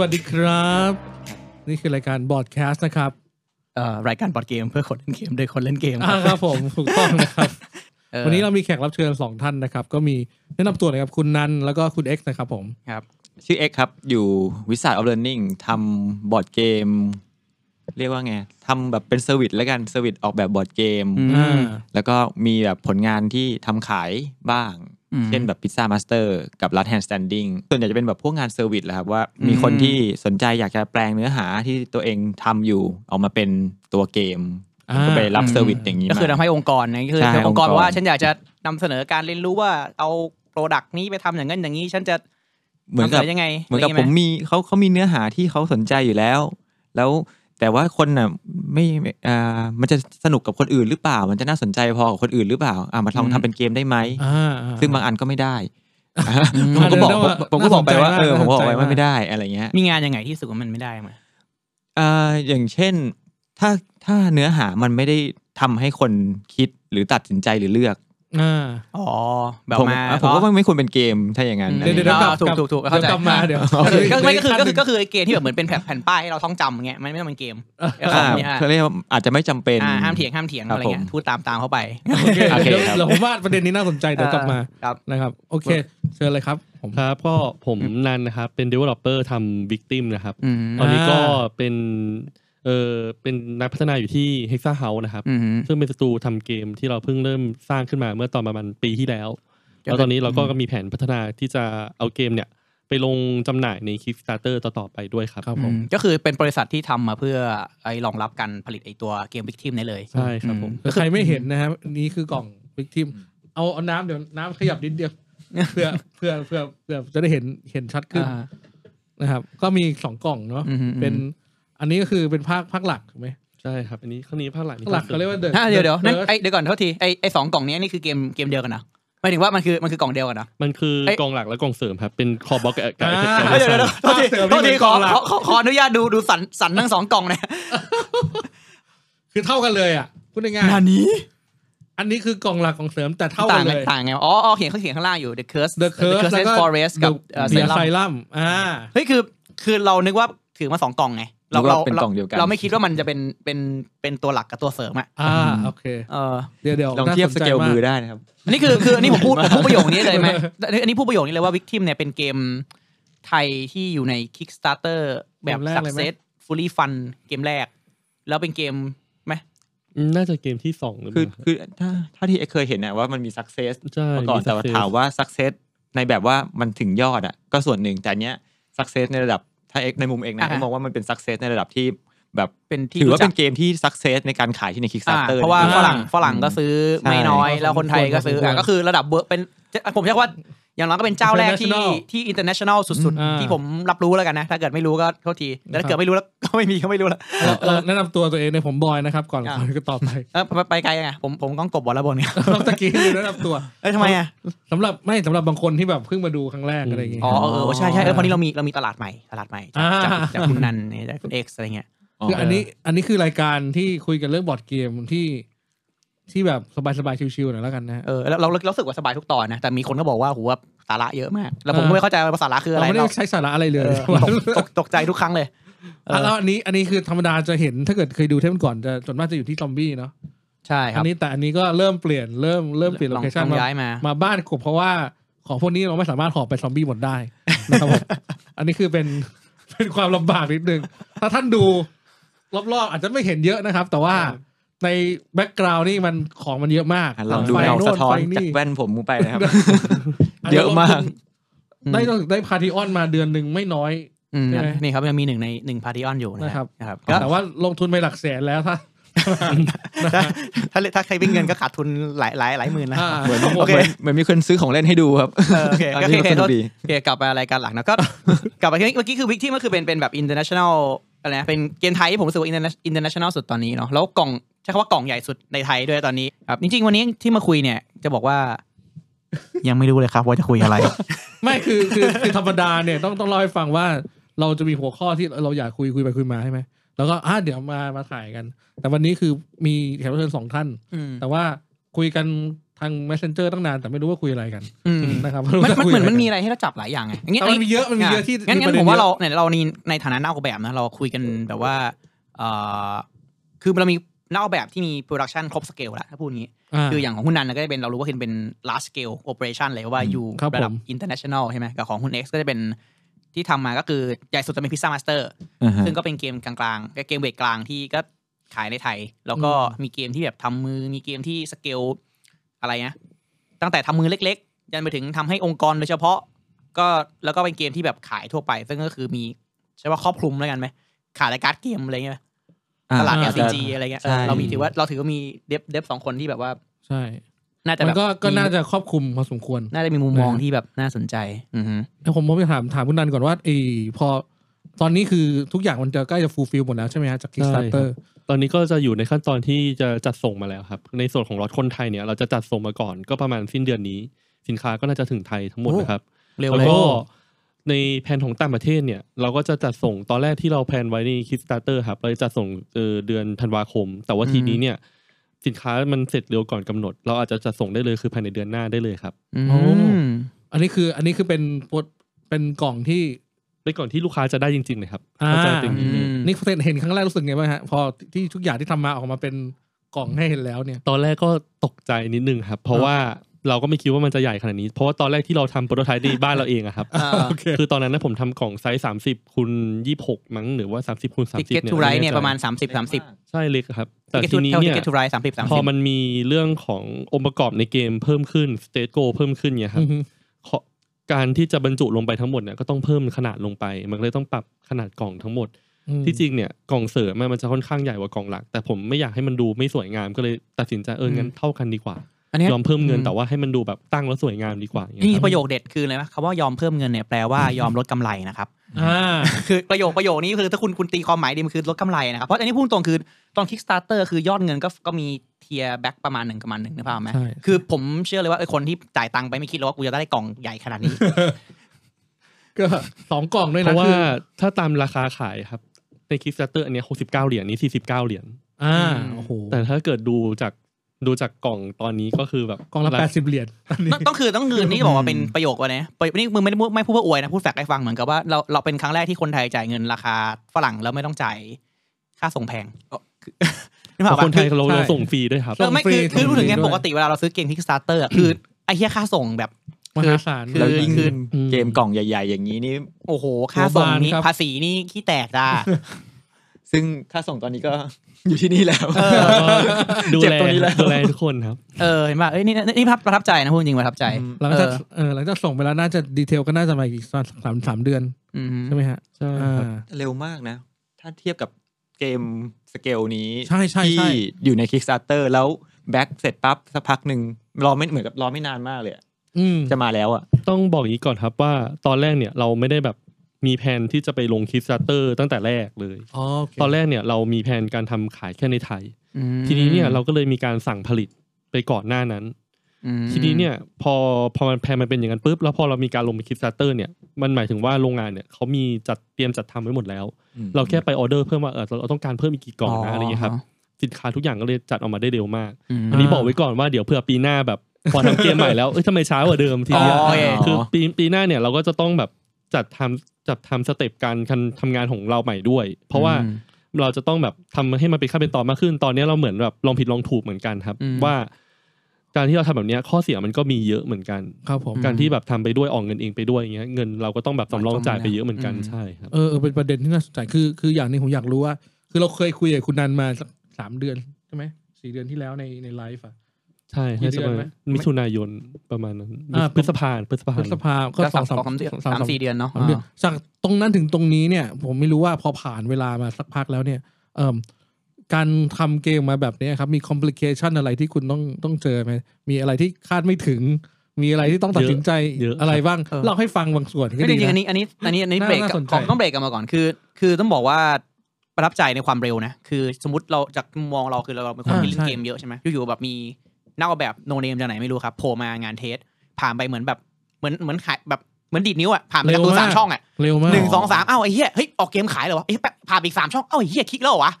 วัสดีครับ นี่คือรายการบอร์ดแคสต์ นะครับ เอ่อรายการบอร์ดเกมเพื่อคนเล่นเกมโดยคนเล่นเกม อ่าครับผมถูกต้องนะครับ ออ วันนี้เรามีแขกรับเชิญสองท่านนะครับ ก็มีแนะนำตัวหนะครับคุณนันแล้วก็คุณเอ็กซ์นะครับผม ครับ ชื่อเอ็กครับ อยู่วิสา r d ออฟเล a ร์นิ่งทำบอร์ดเกม เรียกว่าไงทำแบบเป็นเซอร์วิสแล้วกันเซอร์วิสออกแบบบอร์ดเกม อ่า แล้วก็มีแบบผลงานที่ทำขายบ้าง อืม เช่นแบบพิซซ่ามาสเตอร์กับรัดแฮนด์สแตนดิ้งส่วนใหญ่จะเป็นแบบพวกงานเซอร์วิสแหละครับ ว่ามี อืม คนที่สนใจอยากจะแปลงเนื้อหาที่ตัวเองทำอยู่ออกมาเป็นตัวเกมแล้วก็ไปรับเซอร์วิสอย่างนี้ ก็คือทำ มา ให้องค์กรนะคือ ใช่ องค์กร องค์กร ว่าฉันอยากจะนำเสนอการเรียนรู้ว่าเอาโปรดักต์นี้ไปทำอย่างนั้นอย่างนี้ ฉันจะ เหมือน นำเส กันบอยังไง เหมือนกับ ะ ผ ไรย่าม งงี้ยไ มีเขาเขามีเนื้อหาที่เขาสนใจอยู่แล้ว แล้วแต่ว่าคนน่ะไม่ไม่อ่ามันจะสนุกกับคนอื่นหรือเปล่า มันจะน่าสนใจพอกับคนอื่นหรือเปล่าอ่ามาลองทำเป็นเกมได้ไหม อ่าอ่ ซึ่งบางอันก็ไม่ได้ ม ผมก็บอก เดี๋ยวนะว่า ผมก็บอกไปว่า น่าสนใจ เออผมก็บอก น่าสนใจ ไปว่า น่า ไม่ได้อะไรเงี้ย มีงานยังไงที่รู้สึกว่ามันไม่ได้มา อ่าอย่างเช่น ถ้าถ้าเนื้อหามันไม่ได้ทำให้คนคิดหรือตัดสินใจหรือเลือก อ่า อ๋อแบบ ผม มา อ่ะผมก็ว่าไม่ควรเป็นเกมถ้าอย่างนั้น เดี๋ยวเดี๋ยวเดี๋ยวกลับ ถูกถูกถูกเข้า เดี๋ ใจ ยวกลับมาเดี๋ยว ก็ไม่ก็คือก็คือก็ อ คือไอเกมที่แบบเหมือนเป็นแผ่นแผ่นป้ายให้เราท่องจำอย่างเงี้ยมันไม่ต้องเป็นเกมเออ อ่า เนี่ยอ่ะ เขาเรียกว่าอาจจะไม่จำเป็น อ่าห้ามเถียงห้ามเถียง ครัอะบไรเงี้ย ผม พูดตามตามเข้าไป โอเค โอเค เดี๋ยว ครับ เราผมว่าประเด็นนี้น่าสนใจเดี๋ยวกลับมา ครับ นะครับโอเค เชิญเลยครับผม ครับก็ผมนันนะครับ เป็น developer ทำ victim นะครับ อืม ตอนนี้ อ่า ก็เป็นเออเป็นนักพัฒนาอยู่ที่ Hexa House นะครับ อืม ซึ่งเป็นสตูทำเกมที่เราเพิ่งเริ่มสร้างขึ้นมาเมื่อตอนประมาณปีที่แล้ว จะ แล้วตอนนี้เราก็ อืม มีแผนพัฒนาที่จะเอาเกมเนี่ย ไปลงจำหน่ายใน Kickstarter ต่อๆไปด้วยครับ ครับผ อื ม มก็คือเป็นบริษัทที่ทำมาเพื่อไอ้รองรับการผลิตไอ้ตัวเกมบิ๊กทีมนี่เลย ใช่ครับผม ใครไม่เห็นนะครับนี่คือกล่องบิ๊กทีมเอาเอาน้ำเดี๋ยวน้ำขยับนิดเดียวเพื่อเพื่อเพื่อเพื่อจะได้เห็นเห็นชัดขึ้น อ่า นะครับ ก็มีสองกล่องเนาะ อืมอืม เป็น อันนี้ก็คือเป็นภาคภาคหลักถูกไหม ใช่ครับ อันนี้ข้างนี้ภาคหลัง ภาคหลักเขาเรียกว่าเดิ อ่ะเดี๋ยวเดี๋ยวนั่นไอเดี๋ยวก่อนโทษทีไอไอสองกล่องเนี้ยนี่คือเกมเกมเดียวกันนะหมายถึงว่ามันคือมันคือกล่องเดียวกันนะ มันคือ เอ้ย กองหลักและกองเสริมครับ เป็นคอบ็อกกับ อ่า เอฟเฟกต์ เอ้ยเดี๋ยวเดี๋ยวเดี๋ยวโทษทีโทษทีขอขอขอขออนุญาตดูดูสันสันทั้งสองกล่องนะ คือเท่ากันเลยอ่ะพูดง่าย นานี้ ๆอันนี้คือกล่องหลักของเสริมแต่เท่า ต่า กันงไง เลย ต่างไงอ๋ออ๋อเขียนเขาเขียนข้างล่างอยู่ The Curse The Curse แล้ว and ก็ Forest กับเซ เบียร์ รั่ม ไซรัมอ่า เฮ้ยคือคือเรานึกว่าถือมาสองกล่องไงเราเรา นึกว่าเป็นกล่องเดียวกัน เราไม่คิดว่ามันจะเป็นเป็นเป็นตัวหลักกับตัวเสริมอะ อ่าโอเค เออ เดี๋ยวเดี๋ยว ลองเทียบส น่า เกล นใจา มือได้นะครับ อันนี้คือคืออันนี้ผมพูดผมพูดประโยคนี้เลยไหมอันนี้พูดประโยคนี้เลยว่าวิกทิมเนี่ยเป็นเกมไทยที่อยู่ใน Kickstarter แบบ Success Fully Fun เกมแรก แล้วเป็นเกมไหม น่าจะเกมที่สองหรือ คือ เปล่า คือถ้าถ้าที่เอ็กซ์เคยเห็นนะว่ามันมีสักเซส ใช่ มาก่อนแต่ว่าถามว่าสักเซสในแบบว่ามันถึงยอดอ่ะก็ส่วนหนึ่งแต่อันเนี้ยสักเซสในระดับถ้าเอ็กในมุมเอ็กนะ อ่าฮะ เอ็กมองว่ามันเป็นสักเซสในระดับที่แบบ เป็นที่ ถือว่า จั เป็นเกมที่สักเซสในการขายที่ใน อ่า Kickstarter เพราะว่า อ่ ฝรั่งฝรั่งก็ซื้อไม่น้อย ใช่ แล้วคนไทยก็ซื้ออ่ะก็คือระดับเบอร์เป็นผมเรียกว่าอย่างน้อยก็เป็นเจ้าแรกที่ International ที่ international สุด อ่า ๆ ที่ผมรับรู้แล้วกันนะ ถ้าเกิดไม่รู้ก็โทษทีแล้วถ้าเกิ ครั ด บ ไม่รู้แล้วก็ไม่มีก็ไม่รู้ละ เราเราแนะนำตัวตัวเองในยผมบอยนะครับ ก่อน อ่า ก่อนก็ต่อไป เออไปไปไกลยังไงผมผมก้องกบบอลแล้วบอลเนี่ย รอบตะกี้ลืมแนะนำตัว เอ้ยทำไมอ่ะ สำหรับไม่สำหรับบางคนที่แบบเพิ่งมาดูครั้งแรกอะไรอย่างเงี้ย อ๋อเออเออใช่ใช่เออพอนี้เรามีเรามีตลาดใหม่ตลาดใหม่จากจาก อ่า จากคุณนันเนี่ยจากคุณเอ็กซ์อะไรเงี้ย คืออันนี้อันนี้คือรายการที่คุยกันเรื่องบอร์ดเกมที่ ที่แบบสบายๆชิวๆหน่อยแล้วกันนะฮะ เออแล้วเราเราเรารู้สึกว่าสบายทุกตอนนะ แต่มีคนก็บอกว่าโหว่าสาระเยอะมาก แล้วผม เออ ก็ไม่เข้าใจว่าสาระคืออะไร เราไม่ได้ เรา ใช้สาระอะไรเล เอยอตกตกตกใจทุกครั้งเลย เออ อ่ะแล้วอันนี้อันนี้คือธรรมดาจะเห็นถ้าเกิดเคยดูเทปก่อนจะส่วนมากจะอยู่ที่ซอมบี้เนาะ ใช่ค อั รับ นนี้แต่อันนี้ก็เริ่มเปลี่ยนเริ่มเริ่มเปลี่ยนโล อง เคชั่น อง มา ย้ายมา มาบ้านกบเพราะว่าของพวกนี้เราไม่สามารถหอบไปซอมบี้หมดได้ นะครับผม อันนี้คือเป็นเป็นความลำบากนิดนึงถ้าท่านดูรอบๆอาจจะไม่เห็นเยอะนะครับ แต่ว่าในแบ็กกราวนี่มันของมันเยอะมาก อ่ะลองดูเงาสะท้อน ไฟ จากแว่นผมไปนะครับ นนี้ เยอะมาก อืม ได้ได้พาร์ติออนมาเดือนหนึ่งไม่น้อย อืม ใช่ไหม นี่ครับยังมีหนึ่งในหนึ่งพาร์ติออนอยู่นะ นะครับ นะครับก็ แต่ว่าลงทุนไปหลักแสน แล้วถ้า ถ้าถ้าถ้าใครวิ่งเงินก็ขาดทุนหลายหลายหลายหมื่นนะ อ่า เหมือน โอเค เหมือนเหมือนมีคนซื้อของเล่นให้ดูครับ เออโอเค อัน ก็ นี้ โอเค ก็สนุ โท ก ษ ดี โอเคกลับไป รายการหลักนะก็ กลับไปที่เมื่อกี้คือวิกที่มันคือเป็นเป็นแบบ international อะไรนะเป็นเกมไทยที่ผมรู้สึกว่า interna- international สุดตอนนี้เนาะแล้วกล่องใช้คำว่ากล่องใหญ่สุดในไทยด้วยตอนนี้ครับจริงๆวันนี้ที่มาคุยเนี่ยจะบอกว่า ยังไม่รู้เลยครับว่าจะคุยอะไร ไม่คือคือคือธรรมดาเนี่ยต้องต้องเล่าให้ฟังว่าเราจะมีหัวข้อที่เราอยากคุยคุยไปคุยมาใช่ไหมแล้วก็อ่ะเดี๋ยวมามาถ่ายกัน แต่วันนี้คือมีแขกรับเชิญสองท่าน อืม แต่ว่าคุยกัน ทาง messenger ตั้งนานแต่ไม่รู้ว่าคุยอะไรกัน อืม นะครับ มันมันเหมือไรู้จะคุยะนไรกั มันมีอะไรให้เราจับหลายอย่างไงอย่างงี้ แต่มันมีเยอะมันมีเยอะที่ งั้นงั้น ประ ผ ด็ มว่า เย เรา อะ เนี่ยเรานี่ในฐานะนักออกแบบนะเราคุยกันแบบว่าเอ่อคือเรามีนักออกแบบที่มีโปรดักชันครบสเกลแล้วถ้าพูดอย่างงี้ คืออย่างของหุ้นนันนะก็จะเป็นเรารู้ว่าเห็นเป็น large scale operation เลยว่า อืม อยู่ ครับ ระดับ ผม international ใช่ไหมกับของหุ้น X ก็จะเป็นที่ทำมาก็คือใหญ่สุดจะเป็น Pizza Master อ่าฮะ ซึ่งก็เป็นเกมกลางๆเกมเวทกลางที่ก็ขายในไทย แล้วก็มีเกมที่แบบทำมือมีเกมที่สเกลอะไรนะ ตั้งแต่ทำมือเล็กๆ ยันไปถึงทำให้องค์กรโดยเฉพาะ ก็แล้วก็เป็นเกมที่แบบขายทั่วไป ซึ่งก็คือมีใช่ว่าครอบคลุมแล้วกันไหมขายรายการดเกมอะไรเงี้ย อ่ ตลาด อ่า LCG แต่ อะไรเงี้ย ใช่ เออเรามีถือว่าเราถือว่ามีเดฟเดฟสองคนที่แบบว่า ใช่ น่าจะ มั แบ น บ ก็ก็ มี น่าจะครอบคลุมพอสมควร น่าจะมีมุมมอง นะ ที่แบบน่าสนใจ อือฮึ แล้วผมผมจะถามถามคุณนันก่อนว่าไอพอตอนนี้คือทุกอย่างมันจะใกล้จะฟูลฟิลหมดแล้วใช่ไหมฮะจาก Kickstarter ตอนนี้ก็จะอยู่ในขั้นตอนที่จะจัดส่งมาแล้วครับ ในส่วนของรถคนไทยเนี่ยเราจะจัดส่งมาก่อนก็ประมาณสิ้นเดือนนี้ สินค้าก็น่าจะถึงไทยทั้งหมดนะครับ เร็วเลแล้วย ก็ในแผนของต่างประเทศเนี่ย เราก็จะจัดส่งตอนแรกที่เราแพลนไว้ใน Kickstarter ครับเราจะจัดส่งเอ่อเดือนธันวาคม แต่ว่าทีนี้เนี่ย สินค้ามันเสร็จเร็วก่อนกำหนด เราอาจจะจัดส่งได้เลยคือภายในเดือนหน้าได้เลยครับ อืม โอ้ อันนี้คืออันนี้คือเป็นโปรเป็นกล่องที่ ไปก่อนที่ลูกค้าจะได้จริงๆเลยครับ อ่า เข้าใจตรง อื นี้ ม นี่เห็นครั้งแรกรู้สึกไงบ้างฮะพอที่ทุกอย่างที่ทำมาออกมาเป็นกล่องให้เห็นแล้วเนี่ย ตอนแรกก็ตกใจนิดนึงครับ เพราะว่าเราก็ไม่คิดว่ามันจะใหญ่ขนาดนี้ เพราะว่าตอนแรกที่เราทำโปรโตไท ป์ในบ้านเราเองอะครับ อ่า คือตอนนั้นนะผมทำกล่องไซส์ 30คูณ26 มั้งหรือว่า 30คูณ30 Ticket เนี่ย to Ride เนี่ย ไแใจ ประมาณ 30 30 ใช่เล็กครับ แต่ Ticket ที to นี้ เท่า เนี่ย Ticket to Ride 30 30 พอมันมีเรื่องขององค์ประกอบในเกมเพิ่มขึ้นสเต g โกเพิ่มขึ้นเนี่ยครับขอการที่จะบรรจุลงไปทั้งหมดเนี่ยก็ต้องเพิ่มขนาดลงไป มันก็เลยต้องปรับขนาดกล่องทั้งหมด ที่จริงเนี่ยกล่องเสริมอะมันจะค่อนข้างใหญ่กว่ากล่องหลัก แต่ผมไม่อยากให้มันดูไม่สวยงามก็เลยตัดสินใจเอองั้นเท่ากันดีกว่า อันเนี้ย ยอมเพิ่มเงิน อื แต่ว่าให้มันดูแบบตั้งแล้วสวยงามดีกว่าอย่างเงี้ นี่ ยครับ ประโยคเด็ดคืออะไรไหมคำว่ายอมเพิ่มเงินเนี่ยแปลว่ายอมลดกำไรนะครับ อ่า คือประโยคประโยคนี้คือถ้าคุณคุณตีความหมายดีมันคือลดกำไรนะครับ เพราะอันนี้พูดตรงคือตอน Kickstarter คือยอดเงินก็ก็มีเทียแบ็กประมาณหนึ่งประมาณหนึ่งนะพ่อไหม ใช่ คือผมเชื่อเลยว่าไอ้คนที่จ่ายตังค์ไปไม่คิดหรอกว่ากูจะได้กล่องใหญ่ขนาดนี้ ก็สองกล่องด้วย เพ นะ ราะว่า คือ ถ้าตามราคาขายครับในคิฟสเตอร์อันเนี้ย69 เหรียญนี้ 49 เหรียญ อ่า อืม โอ้โห แต่ถ้าเกิดดูจากดูจากกล่องตอนนี้ก็คือแบบ กล่องละ รา แป คา ดสิบเหรียญตอนนี้ ต้องต้องคือต้องคือนี่จะบอกว่าเป็นประโยคว่านะประโยคนี่มึงไม่ได้พูดไม่พูดเพื่ออวยนะพูดแฟกต์ให้ฟังเหมือนกับว่าเราเราเป็นครั้งแรกที่คนไทยจ่ายเงินราคาฝรั่งแล้วไม่ต้องจ่ายค่าส่งแพงคือนึก แต่ ออกปะ คนไทยเรา ใช่ เราส่งฟรีด้วยครับ เออไม่คือ ส่งฟรี คือพูดถึงไง ด้วย ปกติเวลาเราซื้อเกม Kickstarter อะคือไอ้เหี้ยค่าส่งแบบ มหาศาล คือ แล้วยิ่ง คือ เกมกล่องใหญ่ ๆ อย่างนี้นี่ โอ้โห ค่าส่งนี้ โรงพยาบาลครับ ภาษีนี่ขี้แตกจ้า ซึ่งค่าส่งตอนนี้ก็ อยู่ที่นี่แล้ว เออ ดู เจ็บ แล ตรงนี้แล้ว ดูแลทุกคนครับ เออเห็นป่ะเอ้ยนี่นี่นี่ภาพประทับใจนะพูดจริงประทับใจ หลังจากเออหลังจากส่งไปแล้วน่าจะดีเทลก็น่าจะมาอีกสามสามสามเดือน อืม ใช่ไหมฮะ ใช่ อ่า เร็วมากนะ ถ้าเทียบกับเกมสเกลนี้ ใช่ใช่ใช่ ที่อยู่ใน Kickstarter แล้วแบ็กเสร็จปั๊บสักพักหนึ่งรอไม่เหมือนกับรอไม่นานมากเลยอะ อืม จะมาแล้วอ่ะ ต้องบอกอย่างนี้ก่อนครับว่าตอนแรกเนี่ยเราไม่ได้แบบมีแผนที่จะไปลงคิสเตอร์ตั้งแต่แรกเลย อ๋อโเค ตอนแรกเนี่ยเรามีแผนการทำขายแค่ในไทย อืม ทีนี้เนี่ยเราก็เลยมีการสั่งผลิตไปก่อนหน้านั้น อืม ทีนี้เนี่ยพอพอมันแผนมันเป็นอย่างนั้นปุ๊บแล้วพอเรามีการลงไปคิสเตอร์เนี่ยมันหมายถึงว่าโรงงานเนี่ยเขามีจัดเตรียมจัดทำไว้หมดแล้ว เราแค่ไปออเดอร์เพิ่มว่าเออเราต้องการเพิ่มอีกกี่กล่องนะอะไรอย่างเงี้ยครับสินค้าทุกอย่างก็เลยจัดออกมาได้เร็วมาก ม อันนี้บอกไว้ก่อนว่าเดี๋ยวเผื่อปีหน้าแบบ พอทำเกมใหม่แล้วเอ้ยทำไมช้ากว่าเดิมทีเดียว อ๋อโอเค คือปีปีหน้าเนี่ยเราก็จะต้องแบบจัดทำจัดทำสเต็ปการการทำงานของเราใหม่ด้วย เพราะว่า อืม เราจะต้องแบบทำให้มันเป็นขั้นเป็นตอนมากขึ้น ตอนนี้เราเหมือนแบบลองผิดลองถูกเหมือนกันครับ อืม ว่า การที่เราทำแบบเนี้ยข้อเสียมันก็มีเยอะเหมือนกัน ครับผม การที่แบบทำไปด้วยออกเงินเองไปด้วยอย่างเงี้ยเงินเราก็ต้องแบบสำรองจ่ายไปเยอะเหมือนกัน อืม ใช่ครับ เออเออเป็นประเด็นที่น่าสนใจคือคืออย่างหนี้ผมอยากรู้ว่า คือเราเคยคุยกับคุณนันมาสักสามเดือนใช่ไหมสี่เดือนที่แล้วในในไลฟ์อ่ะ ใช่ กี่ น่า เดื จะ อน ประ ไหม มาณมิถุนายนประมาณนั้น อ่า พฤษภาพฤษภา พฤษภาก็ ก็ ส ส อสามอง งสองเดือน สา สาม ม สาม สี่เดือนเนาะ สามเดือนจากตรงนั้นถึงตรงนี้เนี่ย ผมไม่รู้ว่าพอผ่านเวลามาสักพักแล้วเนี่ย เอ่มการทำเกมมาแบบเนี้ยครับ มีคอมพลิเคชันอะไรที่คุณต้องต้องเจอไหมมีอะไรที่คาดไม่ถึง มีอะไรที่ต้องตัดสินใจ เยอะ อะไรบ้างเล่าให้ฟังบางส่วนก็ ไม่จ ดี ริงๆอัน นะ นี้อันนี้อันนี้อันนี้ น่า เบรก น่าสนใจ ของต้องเบรกกันมาก่อนคือ คือต้องบอกว่าประทับใจในความเร็วนะคือสมมติเราจากมุมมองเราคือเราเป็นคนที่เล่นเกมเยอะใช่ไหมอยู่ๆแบบมีนักออกแบบโนเนมจากไหนไม่รู้ครับโผล่มางานเทสผ่านไปเหมือนแบบเหมือนเหมือนขายแบบเหมือนดีดนิ้วอ่ะผ่านไปการ์ตูนสามช่องอ่ะ เร็วมาก หนึ่งสองสามเอ้าไอ้เหี้ยเฮ้ยออกเกมขายเหรอวะเอ้ยแป๊บผ่านไปอีกสามช่องเอ้าไอ้เหี้ยคลิกแล้วเหรอวะ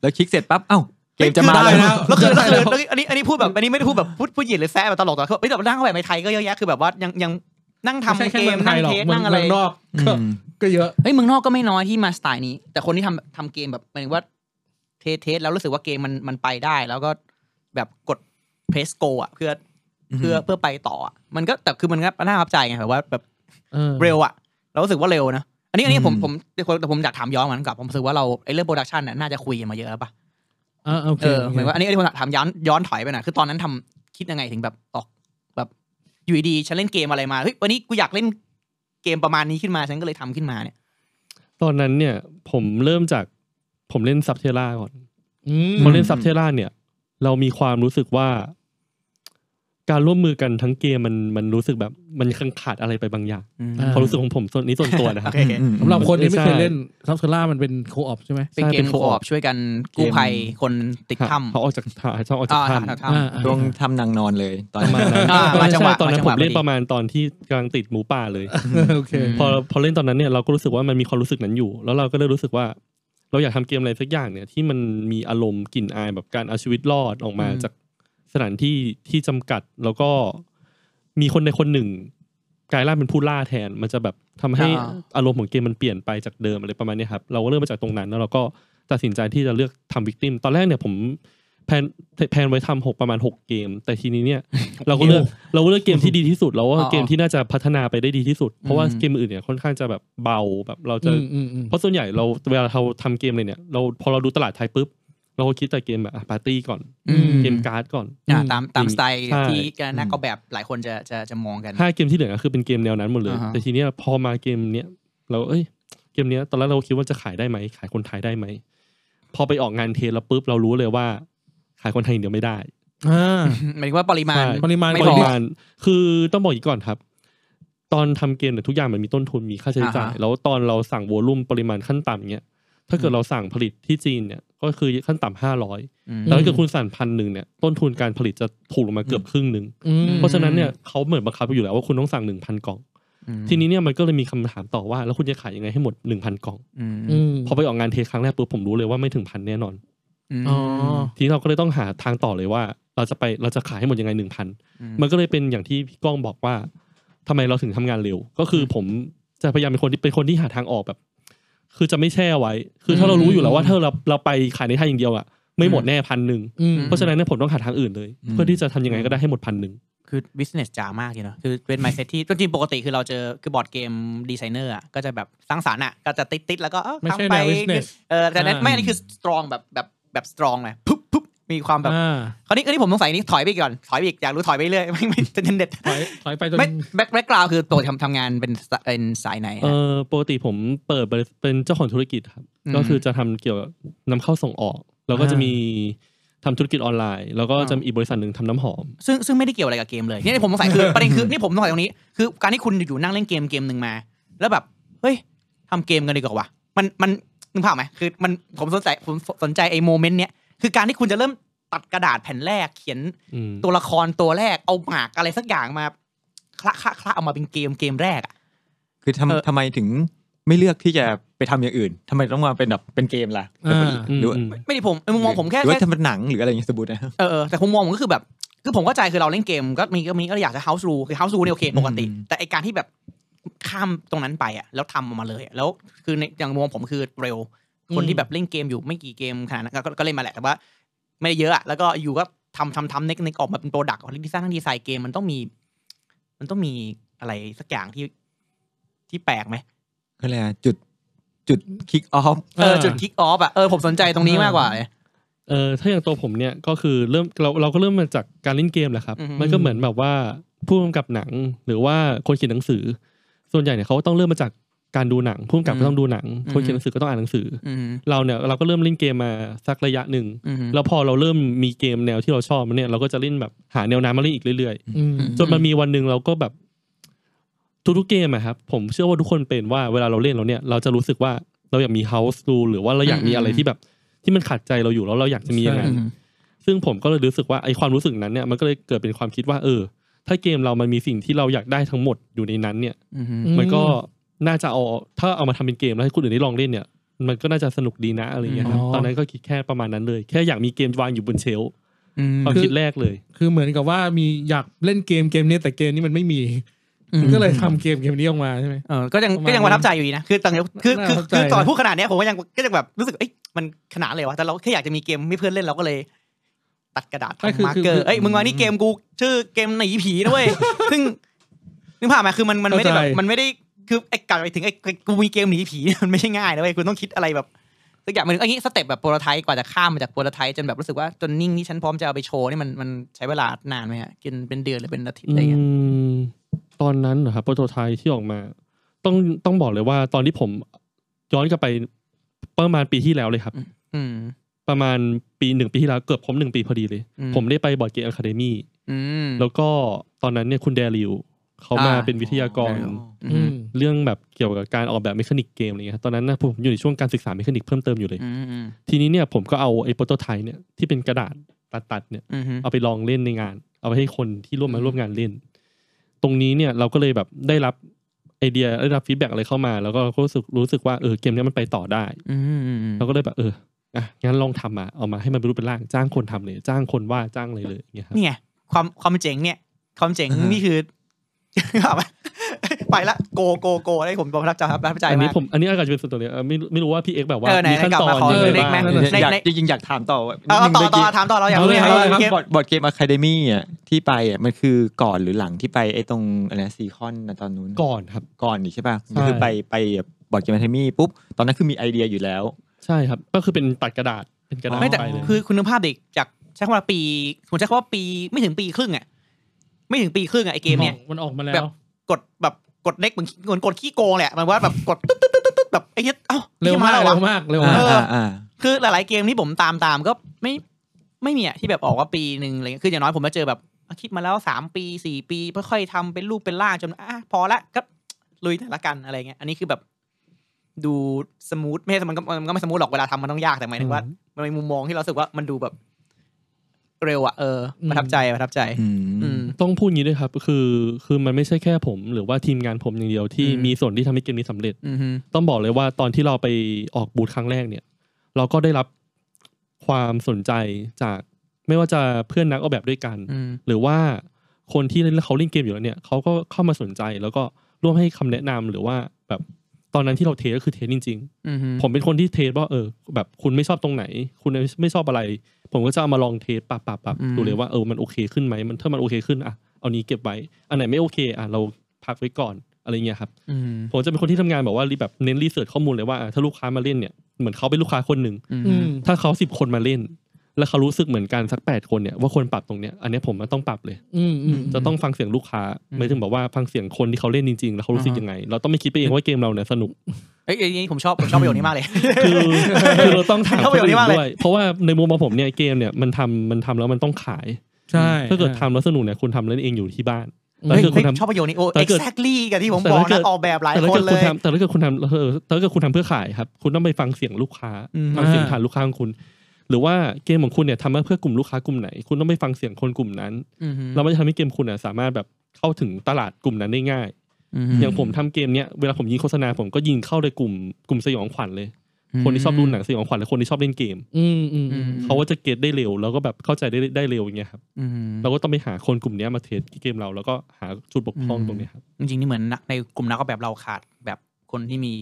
แล้วคลิกเสร็จปั๊บเอ้า เกมจะมา ได้ แล้ว แล้ว แล้วคือแล้วคือแล้วคืออันนี้อันนี้พูดแบบอันนี้ไม่ได้พูดแบบพูดพูดหยิดหรือแซะแบบตลกแต่คือเฮ้ยแต่ว่านั่งแบบในไทยก็เยอะแยะคือแบบว่ายังยังนั่ง ไใช่ ทำ แค่ เก มื ม องไทยนั่ง หรอก เทส เมือ นั่ ง งอะไร เมืองนอก อื ก็ ม ก็เยอะ เฮ้ยเมืองนอกก็ไม่น้อยที่มาสไตล์นี้ แต่คนที่ทำทำเกมแบบหมายถึงว่าเทสเทสแล้วรู้สึกว่าเกมมันมันไปได้ แล้วก็แบบกดเพสโกอ่ะเพื่อเพื่อเพื่อไปต่ออะมันก็แต่คือมันก็น่าประทับใจไงแบบว่าแบบเร็วอ่ะเรารู้สึกว่าเร็วนะอันนี้อันนี้ผมผมแต่ผมอยากถามย้อนเหมือนกับผมรู้สึกว่าเราไอ้เรื่องโปรดักชันน่ะน่าจะคุยกันมาเยอะแล้วปะ เออโอเค เออหมายว่าอันนี้อันนี้ผมอยากถามย้อนย้อนถอยไปหน่อยคือตอนนั้นทำคิดยังไงถึงแบบออกแบบอยู่ดีๆฉันเล่นเกมอะไรมาเฮ้ยวันนี้กูอยากเล่นเกมประมาณนี้ขึ้นมาฉันก็เลยทำขึ้นมาเนี่ย ตอนนั้นเนี่ยผมเริ่มจากผมเล่นซับเทล่าก่อน อืม พอเล่นซับเทล่าเนี่ย เรามีความรู้สึกว่า การร่วมมือกันทั้งเกมมันมันรู้สึกแบบมันคังขาดอะไรไปบางอย่างความรู้สึกของผมส่วนนี้ส่วนตัวนะโอครับ เคโอเค อืม สำหรับคนที่ไม่เคยเล่นซับเทล่ามันเป็นโคออใช่ไหม เป็น ใช่ เก เป็ ม น โคออ co-op ช่วยกันกู้ภัยคนติดถ้ำ เขาออกจากถ้ำชอบออกจา อ่าก ถ้ำ หาถ้ อ่า ช่วงทำนางนอนเลยตอนนั้น อ่ามาจังหวะ ตอนนั้มานจังห ผ วะ มเล่น พอดี ประมาณตอนที่กำลังติดหมูป่าเลย โอเค อืม พอพอเล่นตอนนั้นเนี่ยเราก็รู้สึกว่ามันมีความรู้สึกนั้นอยู่ แล้วเราก็เลยรู้สึกว่า เราอยากทำเกมอะไรสักอย่างเนี่ยที่มันมีอารมณ์กลิ่นอายแบบการเอาชีวิตรอดออกมา อืม จากสถานที่ที่จำกัด แล้วก็มีคนในคนหนึ่งกลายร่างเป็นผู้ล่าแทน มันจะแบบทำให้ อ่า อารมณ์ของเกมมันเปลี่ยนไปจากเดิมอะไรประมาณเนี้ยครับเราก็เริ่มมาจากตรงนั้นแล้วเราก็ตัดสินใจที่จะเลือกทำวิกติมตอนแรกเนี่ยผมแพลนแพลนไว้ทำหกประมาณหกเกม แต่ทีนี้เนี่ย เราก็เลือกเราเลือกเกมที่ดีที่สุดเราว่า อ๋อ เกมที่น่าจะพัฒนาไปได้ดีที่สุด เพราะว่า อืม เกมอื่นเนี่ยค่อนข้างจะแบบเบาแบบเราจะ อืมอืมอืม เพราะส่วนใหญ่เราเวลาเราทำเกมเลยเนี่ยเราพอเราดูตลาดไทยปุ๊บ เราก็คิดแต่เกมแบบอ่ะปาร์ตี้ก่อน อืม เกมการ์ดก่อน อ่าตามตาม จริง สไตล์ ใช่ ที่นักออกแบบหลายคนจะจะจะมองกัน ห้าเกมที่เหลือก็คือเป็นเกมแนวนั้นหมดเลย อ่าฮะ แต่ทีเนี้ยพอมาเกมเนี้ยเราเอ้ยเกมเนี้ยตอนแรกเราคิดว่าจะขายได้ไหมขายคนไทยได้ไหมพอไปออกงานเทสแล้วปุ๊บเรารู้เลยว่า ขายคนไทยอย่างเดียวไม่ได้ อ่า หมายถึงว่าปริมาณ ใช่ ปริมาณ ไม่ ป ก็ ริ พอ มาณคือต้องบอกอย่างนี้ก่อนครับ ตอนทำเกมเนี่ยทุกอย่างมันมีต้นทุนมีค่าใช้จ่าย อ่าฮะ แล้วตอนเราสั่งวอลลุ่มปริมาณขั้นต่ำเนี่ยถ้าเกิดเราสั่งผลิตที่จีนเนี่ยก็คือขั้นต่ำห้าร้อย อืม แต่ถ้าเกิดคุณสั่งพันหนึ่งเนี่ยต้นทุนการผลิตจะถูกลงมาเกือบครึ่งหนึ่ง อืม เพราะฉะนั้นเนี่ยเขาเหมือนบังคับอยู่แล้วว่าคุณต้องสั่งหนึ่งพันกล่อง อืม ทีนี้เนี่ยมันก็เลยมีคำถามต่อว่าแล้วคุณจะขายยังไงให้หมดหนึ่งพันกล่อง อืม อืม พอไปออกงานเทสครั้งแรกปุ๊บผมรู้เลยว่าไม่ถึงพันแน่นอน ม อ๋อ ทีนี้เราก็เลยต้องหาทางต่อเลยว่า เราจะไปเราจะขายให้หมดยังไงหนึ่งพัน มันก็เลยเป็นอย่างที่พี่ก้องบอกว่าทำไมเราถึงทำงานเร็ว ก็คือผมจะพยายามเป็นคนที่เป็นคนที่หาทางออกแบบ คือจะไม่แช่ไว้ คือถ้าเรารู้อยู่แล้วว่าถ้าเราเราไปขายในไทยอย่างเดียวอ่ะไม่หมดแน่พันหนึ่ง อืม เพราะฉะนั้นเนี่ยผมต้องหาทางอื่นเลย อืม เพื่อที่จะทำยังไงก็ได้ให้หมดพันหนึ่ง คือ business จ๋ามากเลยเนอะคือเป็น mindset ที่จริงๆปกติคือเราเจอคือบอร์ดเกมดีไซเนอร์อ่ะก็จะแบบสร้างสรรค์อ่ะก็จะติดติดๆแล้วก็เออ ไม่ใช่ ทำไป แนว business เออแต่นั้น อ่า ไม่อันนี้คือ strong แบบแบบแบบ strong เลยปุ๊บปุ๊บมีความแบบ อ่า คราวนี้คราวนี้ผมสงสัยนี่ถอยไปอีกก่อนถอยไปอีกอยากรู้ถอยไปเรื่อย ไม่ไม่จะเด็ด ถอยถอยไปจน ไม่แบ็คแบ็คกราวคือปกติทำทำงานเป็นสายเป็นสายไหน เอ ฮะ อปกติผมเปิดบริษัทเป็นเจ้าของธุรกิจครับ อืม ก็คือจะทำเกี่ยวกับนำเข้าส่งออก แล้วก็จะมีทำธุรกิจออนไลน์ แล้วก็จะมีอีกบริษัทหนึ่งทำน้ำหอม ซึ่งซึ่งไม่ได้เกี่ยวอะไรกับเกมเลยเนี่ยผมสงสัยคือ ประเด็นคือนี่ผมสงสัยตรงนี้คือการที่คุณอยู่นั่งเล่นเกมเกมหนึ่งมา แล้วแบบเฮ้ยทำเกมกันดีกว่าวะมันมันนึกภาพไหมคือมันผมสนใจผมสนใจไอ้โมเมนต์เนี้ยคือการที่คุณจะเริ่มตัดกระดาษแผ่นแรกเขียน อืม ตัวละครตัวแรกเอาหมากอะไรสักอย่างมาคละคละคละเอามาเป็นเกมเกมแรกอะ คือ เออ ทำทำไมถึงไม่เลือกที่จะไปทำอย่างอื่นทำไมต้องมาเป็นแบบเป็นเกมล่ะ อ่า หรือว่า อืม ไม่ได้ผมมุมมองผมแค่ หรือ แค่ ว่าทำเป็นหนังหรืออะไรอย่างเงี้ยสมมตินะ เออเออแต่ผมมองผมก็คือแบบคือผมเข้าใจคือเราเล่นเกมก็มีก็มีก็อยากจะ house rule คือ house rule เนี่ยโอเคปกติ อืม แต่ไอการที่แบบข้ามตรงนั้นไปอ่ะแล้วทำออกมาเลยอะแล้วคือในอย่างมองผมคือเร็ว คนที่แบบเล่นเกมอยู่ไม่กี่เกมขนาดนั้นก็ก็ก็เล่นมาแหละแต่ว่า ไม่ได้เยอะอะแล้วก็อยู่ก็ทำทำทำเน็กเน็กออกมาเป็นโปรดักต์ของดีไซน์ทั้งดีไซน์เกมมันต้องมี มันต้องมีอะไรสักอย่างที่ที่แปลกไหม ก็เลยอะจุดจุดคิกออฟ เออ อ่า จุดคิกออฟอ่ะเออผมสนใจตรงนี้มากกว่าเลย เออถ้าอย่างตัวผมเนี่ยก็คือเริ่มเราเราก็เริ่มมาจากการเล่นเกมแหละครับ อือฮึ มันก็เหมือนแบบว่าผู้กำกับหนังหรือว่าคนเขียนหนังสือ ส่วนใหญ่เนี่ยเขาก็ต้องเริ่มมาจากการดูหนังผู้กำกับก็ต้องดูหนัง คนเขียนหนังสือก็ต้องอ่านหนังสืออ อืม เราเนี่ยเราก็เริ่มเล่นเกมมาสักระยะหนึ่ง อืม แล้วพอเราเริ่มมีเกมแนวที่เราชอบมันเนี่ยเราก็จะเล่นแบบหาแนวน้ำมาเล่นอีกเรื่อย อืม ๆ จนมันมีวันหนึ่งเราก็แบบทุกๆเกมอะครับผมเชื่อว่าทุกคนเป็นว่าเวลาเราเล่นเราเนี่ยเราจะรู้สึกว่าเราอยากมี house rule หรือว่าเราอยากมีอะไรที่แบบที่มันขัดใจเราอยู่แล้วเราอยากจะมีอย่างนั้น ซึ่งผมก็เลยรู้สึกว่าไอความรู้สึกนั้นเนี่ยมันก็เลยเกิดเป็นความคิดว่าเออ ถ้าเกมเรามันมีสิ่งที่เราอยากได้ทั้งหมดอยู่ในนั้นเนี่ย อืม มันก็น่าจะเอาถ้าเอามาทำเป็นเกมแล้วให้คนอื่นได้ลองเล่นเนี่ย มันก็น่าจะสนุกดีนะอะไรเงี้ยครับ อ๋อ ตอนนั้นก็คิดแค่ประมาณนั้นเลย แค่อยากมีเกมวางอยู่บนเชลฟ์ อืม ความคิดแรกเลย คือเหมือนกับว่ามีอยากเล่นเกมเกมนี้แต่เกมนี้มันไม่มี อืม ก็เลยทำเกมเกมนี้ออกมาใช่ไหม เออก็ยัง ประมาณ ก็ยังประทับใจอยู่ดีนะคือตอนนี้คือคือ น่าประทับใจ คือตอนพูดขนาดเนี้ยผมก็ยังก็ยังแบบรู้สึกเอ้ยมันขนาดเลยวะแต่เราแค่อยากจะมีเกมไม่เพื่อนเล่นเราก็เลย ตัดกระดาษ ก็คือ ทำมาร์ก คือ เกอ คื ร์ อ เอ้ยมึงมานี่เกมกูชื่อเกมหนีผีนะเว้ย ซึ่งนึกภาพไหมคือมันมันไม่ได้แบบ เข้าใจ มันไม่ได้คือไอ้กลับไปถึงไอ้กูมีเกมหนีผีเนี่ยมันไม่ใช่ง่ายนะเว้ย คุณต้องคิดอะไรแบบสักอย่างมันอันนี้สเต็ปแบบโปรไทป์กว่าจะข้ามมาจากโปรไทป์จนแบบรู้สึกว่าจนนิ่งที่ฉันพร้อมจะเอาไปโชว์นี่มันมันใช้เวลานานไหมฮะกินเป็นเดือนหรือเป็นอาทิตย์อะไรอย่างเงี้ย อืมตอนนั้นเหรอครับโปรโตไทป์ที่ออกมา ต้องต้องบอกเลยว่าตอนที่ผมย้อนกลับไปประมาณปีที่แล้วเลยครับ อืม ประมาณปีหนึ่งปีที่แล้วเกือบครบหนึ่งปีพอดีเลย อืม ผมได้ไปบอร์ดเกมอะคาเดมี่ อืม แล้วก็ตอนนั้นเนี่ยคุณแดริวเขามา อ่า เป็นวิทยากร อ๋อ อื อื ม ม เรื่องแบบเกี่ยวกับการออกแบบเมคานิกเกมอะไรเงี้ยครับตอนนั้นนะผมอยู่ในช่วงการศึกษาเมคานิกเพิ่มเติมอยู่เลย อืมอืม ทีนี้เนี่ยผมก็เอาไอ้โปรโตไทป์เนี่ยที่เป็นกระดาษตัดๆเนี่ย อืม เอาไปลองเล่นในงาน เอาไปให้คนที่ร่วมมา อืม ร่วมงานเล่น ตรงนี้เนี่ยเราก็เลยแบบได้รับไอเดียได้รับฟีดแบ็กอะไรเข้ามา แล้วก็รู้สึกรู้สึกว่าเออเกมเนี้ยมันไปต่อได้ อืมอืมอืม เราก็เลยแบบเอออ่ะงั้นลองทำมาเอามาให้มันเป็นรูปเป็นร่างจ้างคนทำเลย จ้างคนวาดจ้างอะไรเลยอย่างเงี้ยครับ นี่ไงความความเจ๋งเนี่ย ความเจ๋ง อ่าฮะ นี่คือ ไปละโกโกโกได้ผมประทับใจครับประทับใจ อันนี้ มาก ผมอันนี้อาจจะเป็นส่วนตัวเลยเออไม่ไม่รู้ว่าพี่เอ็กแบบว่า เออไหน มีขั้นตอน กลับมาขอ ยัง เออไงเด็กแม่ บ้าง ง ใน อยาก ใน จริงๆอยากถามต่อ เอาเอาต่อ นิดนึง ต่อ เมื่กี้ ถามต่อเราอยาก เอา รู้ เลย ยังไง เอาเลย เกม บอร์ดบอร์ดเกมอะคาเดมี่อ่ะที่ไปอ่ะมันคือก่อนหรือหลังที่ไปไอ้ตรงอะไรซีคอนนะตอนนู้น ก่อนครับ ก่อนนี่ใช่ป่ะ ใช่ ก็คือไปไปแบบบอร์ดเกมอะคาเดมี่ปุ๊บตอนนั้นคือมีไอเดียอยู่แล้ว ใช่ครับ ก็คือเป็นตัดกระดาษเป็นกระดาษ ไม่แต่ ไปเลย คือคุณภาพเด็กจากใช้คำว่าปีผมใช้คำว่าปีไม่ถึงปีครึ่งอ่ะไม่ถึงปีครึ่งอ่ะไอเกมเนี่ย มันออกมาแล้ แบ ว บ กดแบบกดเล็กเหมือนเหมือนกดขี้โกงแหละมันว่าแบบกดตึ๊ดตึ๊ดตึ๊ดตึ๊ดแบบไอ้เหี้ยเอ้า เร็ว หี้มายกเร็แล้วอะมากเร็อ่ามวาก เออ อ่าอ่า คือหลาย ๆ เกมที่ผมตามตามก็ไม่ไม่มีอะที่แบบออกว่าปีหนึ่งอะไรเงี้ยคืออย่างน้อยผมมาเจอแบบอ่ะคิดมาแล้วสามปีสี่ปีค่อยๆทำเป็นรูปเป็นร่างจนอ่ะพอละก็ลุยหน่อยละกันอะไรเงี้ยอันนี้คือแบบดูสมูทไม่ใช่มันก็มันก็ไม่สมูทหรอกเวลาทำมันต้องยากแต่หมายถึงว่ามันมีมุมมองที่เราสึกว่ามันดูแบบ เร็วอะเออประทับใจประทับใจ อืม ต้องพูดงี้ด้วยครับ คือคือมันไม่ใช่แค่ผม หรือว่าทีมงานผมอย่างเดียวที่ อืม มีส่วนที่ทำให้เกมนี้สำเร็จ อืมฮึ ต้องบอกเลยว่าตอนที่เราไปออกบูธครั้งแรกเนี่ย เราก็ได้รับความสนใจจากไม่ว่าจะเพื่อนนักออกแบบด้วยกัน อืม หรือว่าคนที่เล่นเขาเล่นเกมอยู่แล้วเนี่ยเขาก็เข้ามาสนใจแล้วก็ร่วมให้คำแนะนำหรือว่าแบบตอนนั้นที่เราเทสก็คือเทสจริง อืมฮึ ๆ ผมเป็นคนที่เทสว่าเออ แบบคุณไม่ชอบตรงไหน คุณไม่ชอบอะไร ผมก็จะเอามาลองเทสปรับปรับปรับดูเลยว่าเออมันโอเคขึ้นไหมมันถ้ามันโอเคขึ้นอ่ะเอานี้เก็บไว้อันไหนไม่โอเคอ่ะเราพักไว้ก่อนอะไรเงี้ยครับ อืม ผมจะเป็นคนที่ทำงานแบบว่ารีแบบเน้นรีเสิร์ชข้อมูลเลยว่าอ่ะถ้าลูกค้ามาเล่นเนี่ยเหมือนเขาเป็นลูกค้าคนหนึ่ง อืม อื ฮึ ม ถ้าเขาสิบคนมาเล่น แล้วเขารู้สึกเหมือนกันสักแปดคนเนี่ยว่าควรปรับตรงเนี้ยอันเนี้ยผมมันต้องปรับเลย อืมอืม จะต้องฟังเสียงลูกค้าไม่ถึงแบบว่าฟังเสียงคนที่เขาเล่นจริงๆ แล้วเขารู้สึกยังไง เราต้องไม่คิดไปเองว่าเกมเราเนี่ยสนุก เอ้ยไอ้นี่ผมชอบผมชอบประโยคนี้มากเลย คือคือเราต้องถาม เข้า ค ไป น อยู่ อื่ นี่มาก น เลย ด้วยเพราะว่าในมุมมองผมเนี่ยเกมเนี่ยมันทำมันทำแล้วมันต้องขาย ใช่ ถ้าเกิดทำแล้วสนุกเนี่ยคุณทำเล่นเองอยู่ที่บ้าน เฮ้ย ถ้าเกิด เฮ้ยชอบประโยคนี้โอ้ แต่เกิด exactly กับที่ผมบอกนะออกแบบหลาย แต่ถ้า ค เกิ น ด เล คุณ ย ทำแต่ถ้าเกิดคุณทำเออแต่ถ้าเกิดคุณทำเพื่อขายครับ คุณต้องไปฟังเสียงลูกค้า อืม ฟังเสียงฐานลูกค้าของคุณ หรือว่าเกมของคุณเนี่ยทำมาเพื่อกลุ่มลูกค้ากลุ่มไหน คุณต้องไปฟังเสียงคนกลุ่มนั้น อืมฮึ เราไม่ทำให้เกมคุณอ่ะสามารถแบบเข้าถึงตลาดกลุ่มนั้นได้ง่าย อืม ม อย่างผมทำเกมเนี้ยเวลาผมยิงโฆษณาผมก็ยิงเข้าในกลุ่มกลุ่มสยองขวัญเลย คนที่ชอบดูหนังสยองขวัญและคนที่ชอบเล่นเกม อืมอืม อื อื ม ม เขาก็จะเก็ตได้เร็วแล้วก็แบบเข้าใจได้ได้เร็วอย่างเงี้ยครับ อืม เราก็ต้องไปหาคนกลุ่มเนี้ยมาเทสเกมเราแล้วก็หาจุดบกพร่องตรงเนี้ยครับ จริงๆนี่เหมือนนักในกลุ่มนักออกแบบเราขาดแบบคนที่มี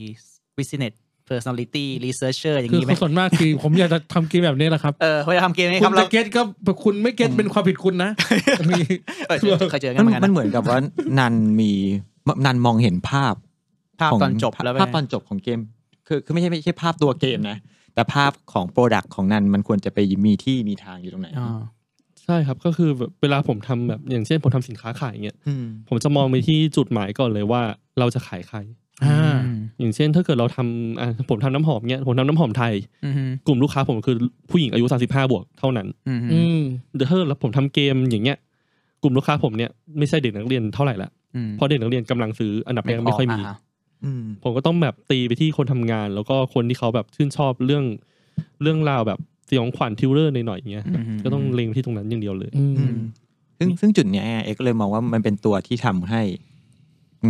business personality researcher อย่าง คือ นี้ไหม เขาส่วนมากคือผมอยากจะทำเกมแบบนี้แหละครับ เออเขาจะทำเกมนี้ค คุ รับ ณ เรา จะเก็ตก็คุณไม่เก็ตเป็นความผิดคุณนะ เออเจอเคยเจอกัน มัน เหมือนกันนะมันเหมือนกับว่า นันมีนันมองเห็นภาพ ภาพ ของ ตอนจบแล้ว ภาพตอนจบของเกม คือคือไม่ใช่ไม่ใช่ภาพตัวเกมนะ แต่ภาพของโปรดักต์ของนันมันควรจะไปมีที่มีทางอยู่ตรงไหน อ่า ใช่ครับก็คือแบบเวลาผมทำแบบอย่างเช่นผมทำสินค้าขายอย่างเงี้ย อืม ผมจะมองไปที่จุดหมายก่อนเลยว่าเราจะขายใคร อ่า อย่างเช่น ถ้าเกิดเราทำอ่ะผมทำน้ำหอมเนี่ยผมทำน้ำหอมไทย อืมฮึ กลุ่มลูกค้าผมคือผู้หญิงอายุ 35 บวกเท่านั้น อืมฮึ อืม เดี๋ยวถ้าเราผมทำเกมอย่างเงี้ย กลุ่มลูกค้าผมเนี่ยไม่ใช่เด็กนักเรียนเท่าไหร่ละ อืม เพราะเด็กนักเรียนกำลังซื้ออันดับแรกไม่ค่อยมี า อืม ผมก็ต้องแบบตีไปที่คนทำงาน แล้วก็คนที่เขาแบบชื่นชอบเรื่องเรื่องราวแบบสยองขวัญทริวเลอร์หน่อยๆอย่างเงี้ยครับ อืม ก็ต้องเล็งไปที่ตรงนั้นอย่างเดียวเลย อื อื ม มซึ่งซึ่งจุดเนี้ยเอกก็เลยมองว่ามันเป็นตัวที่ทำให้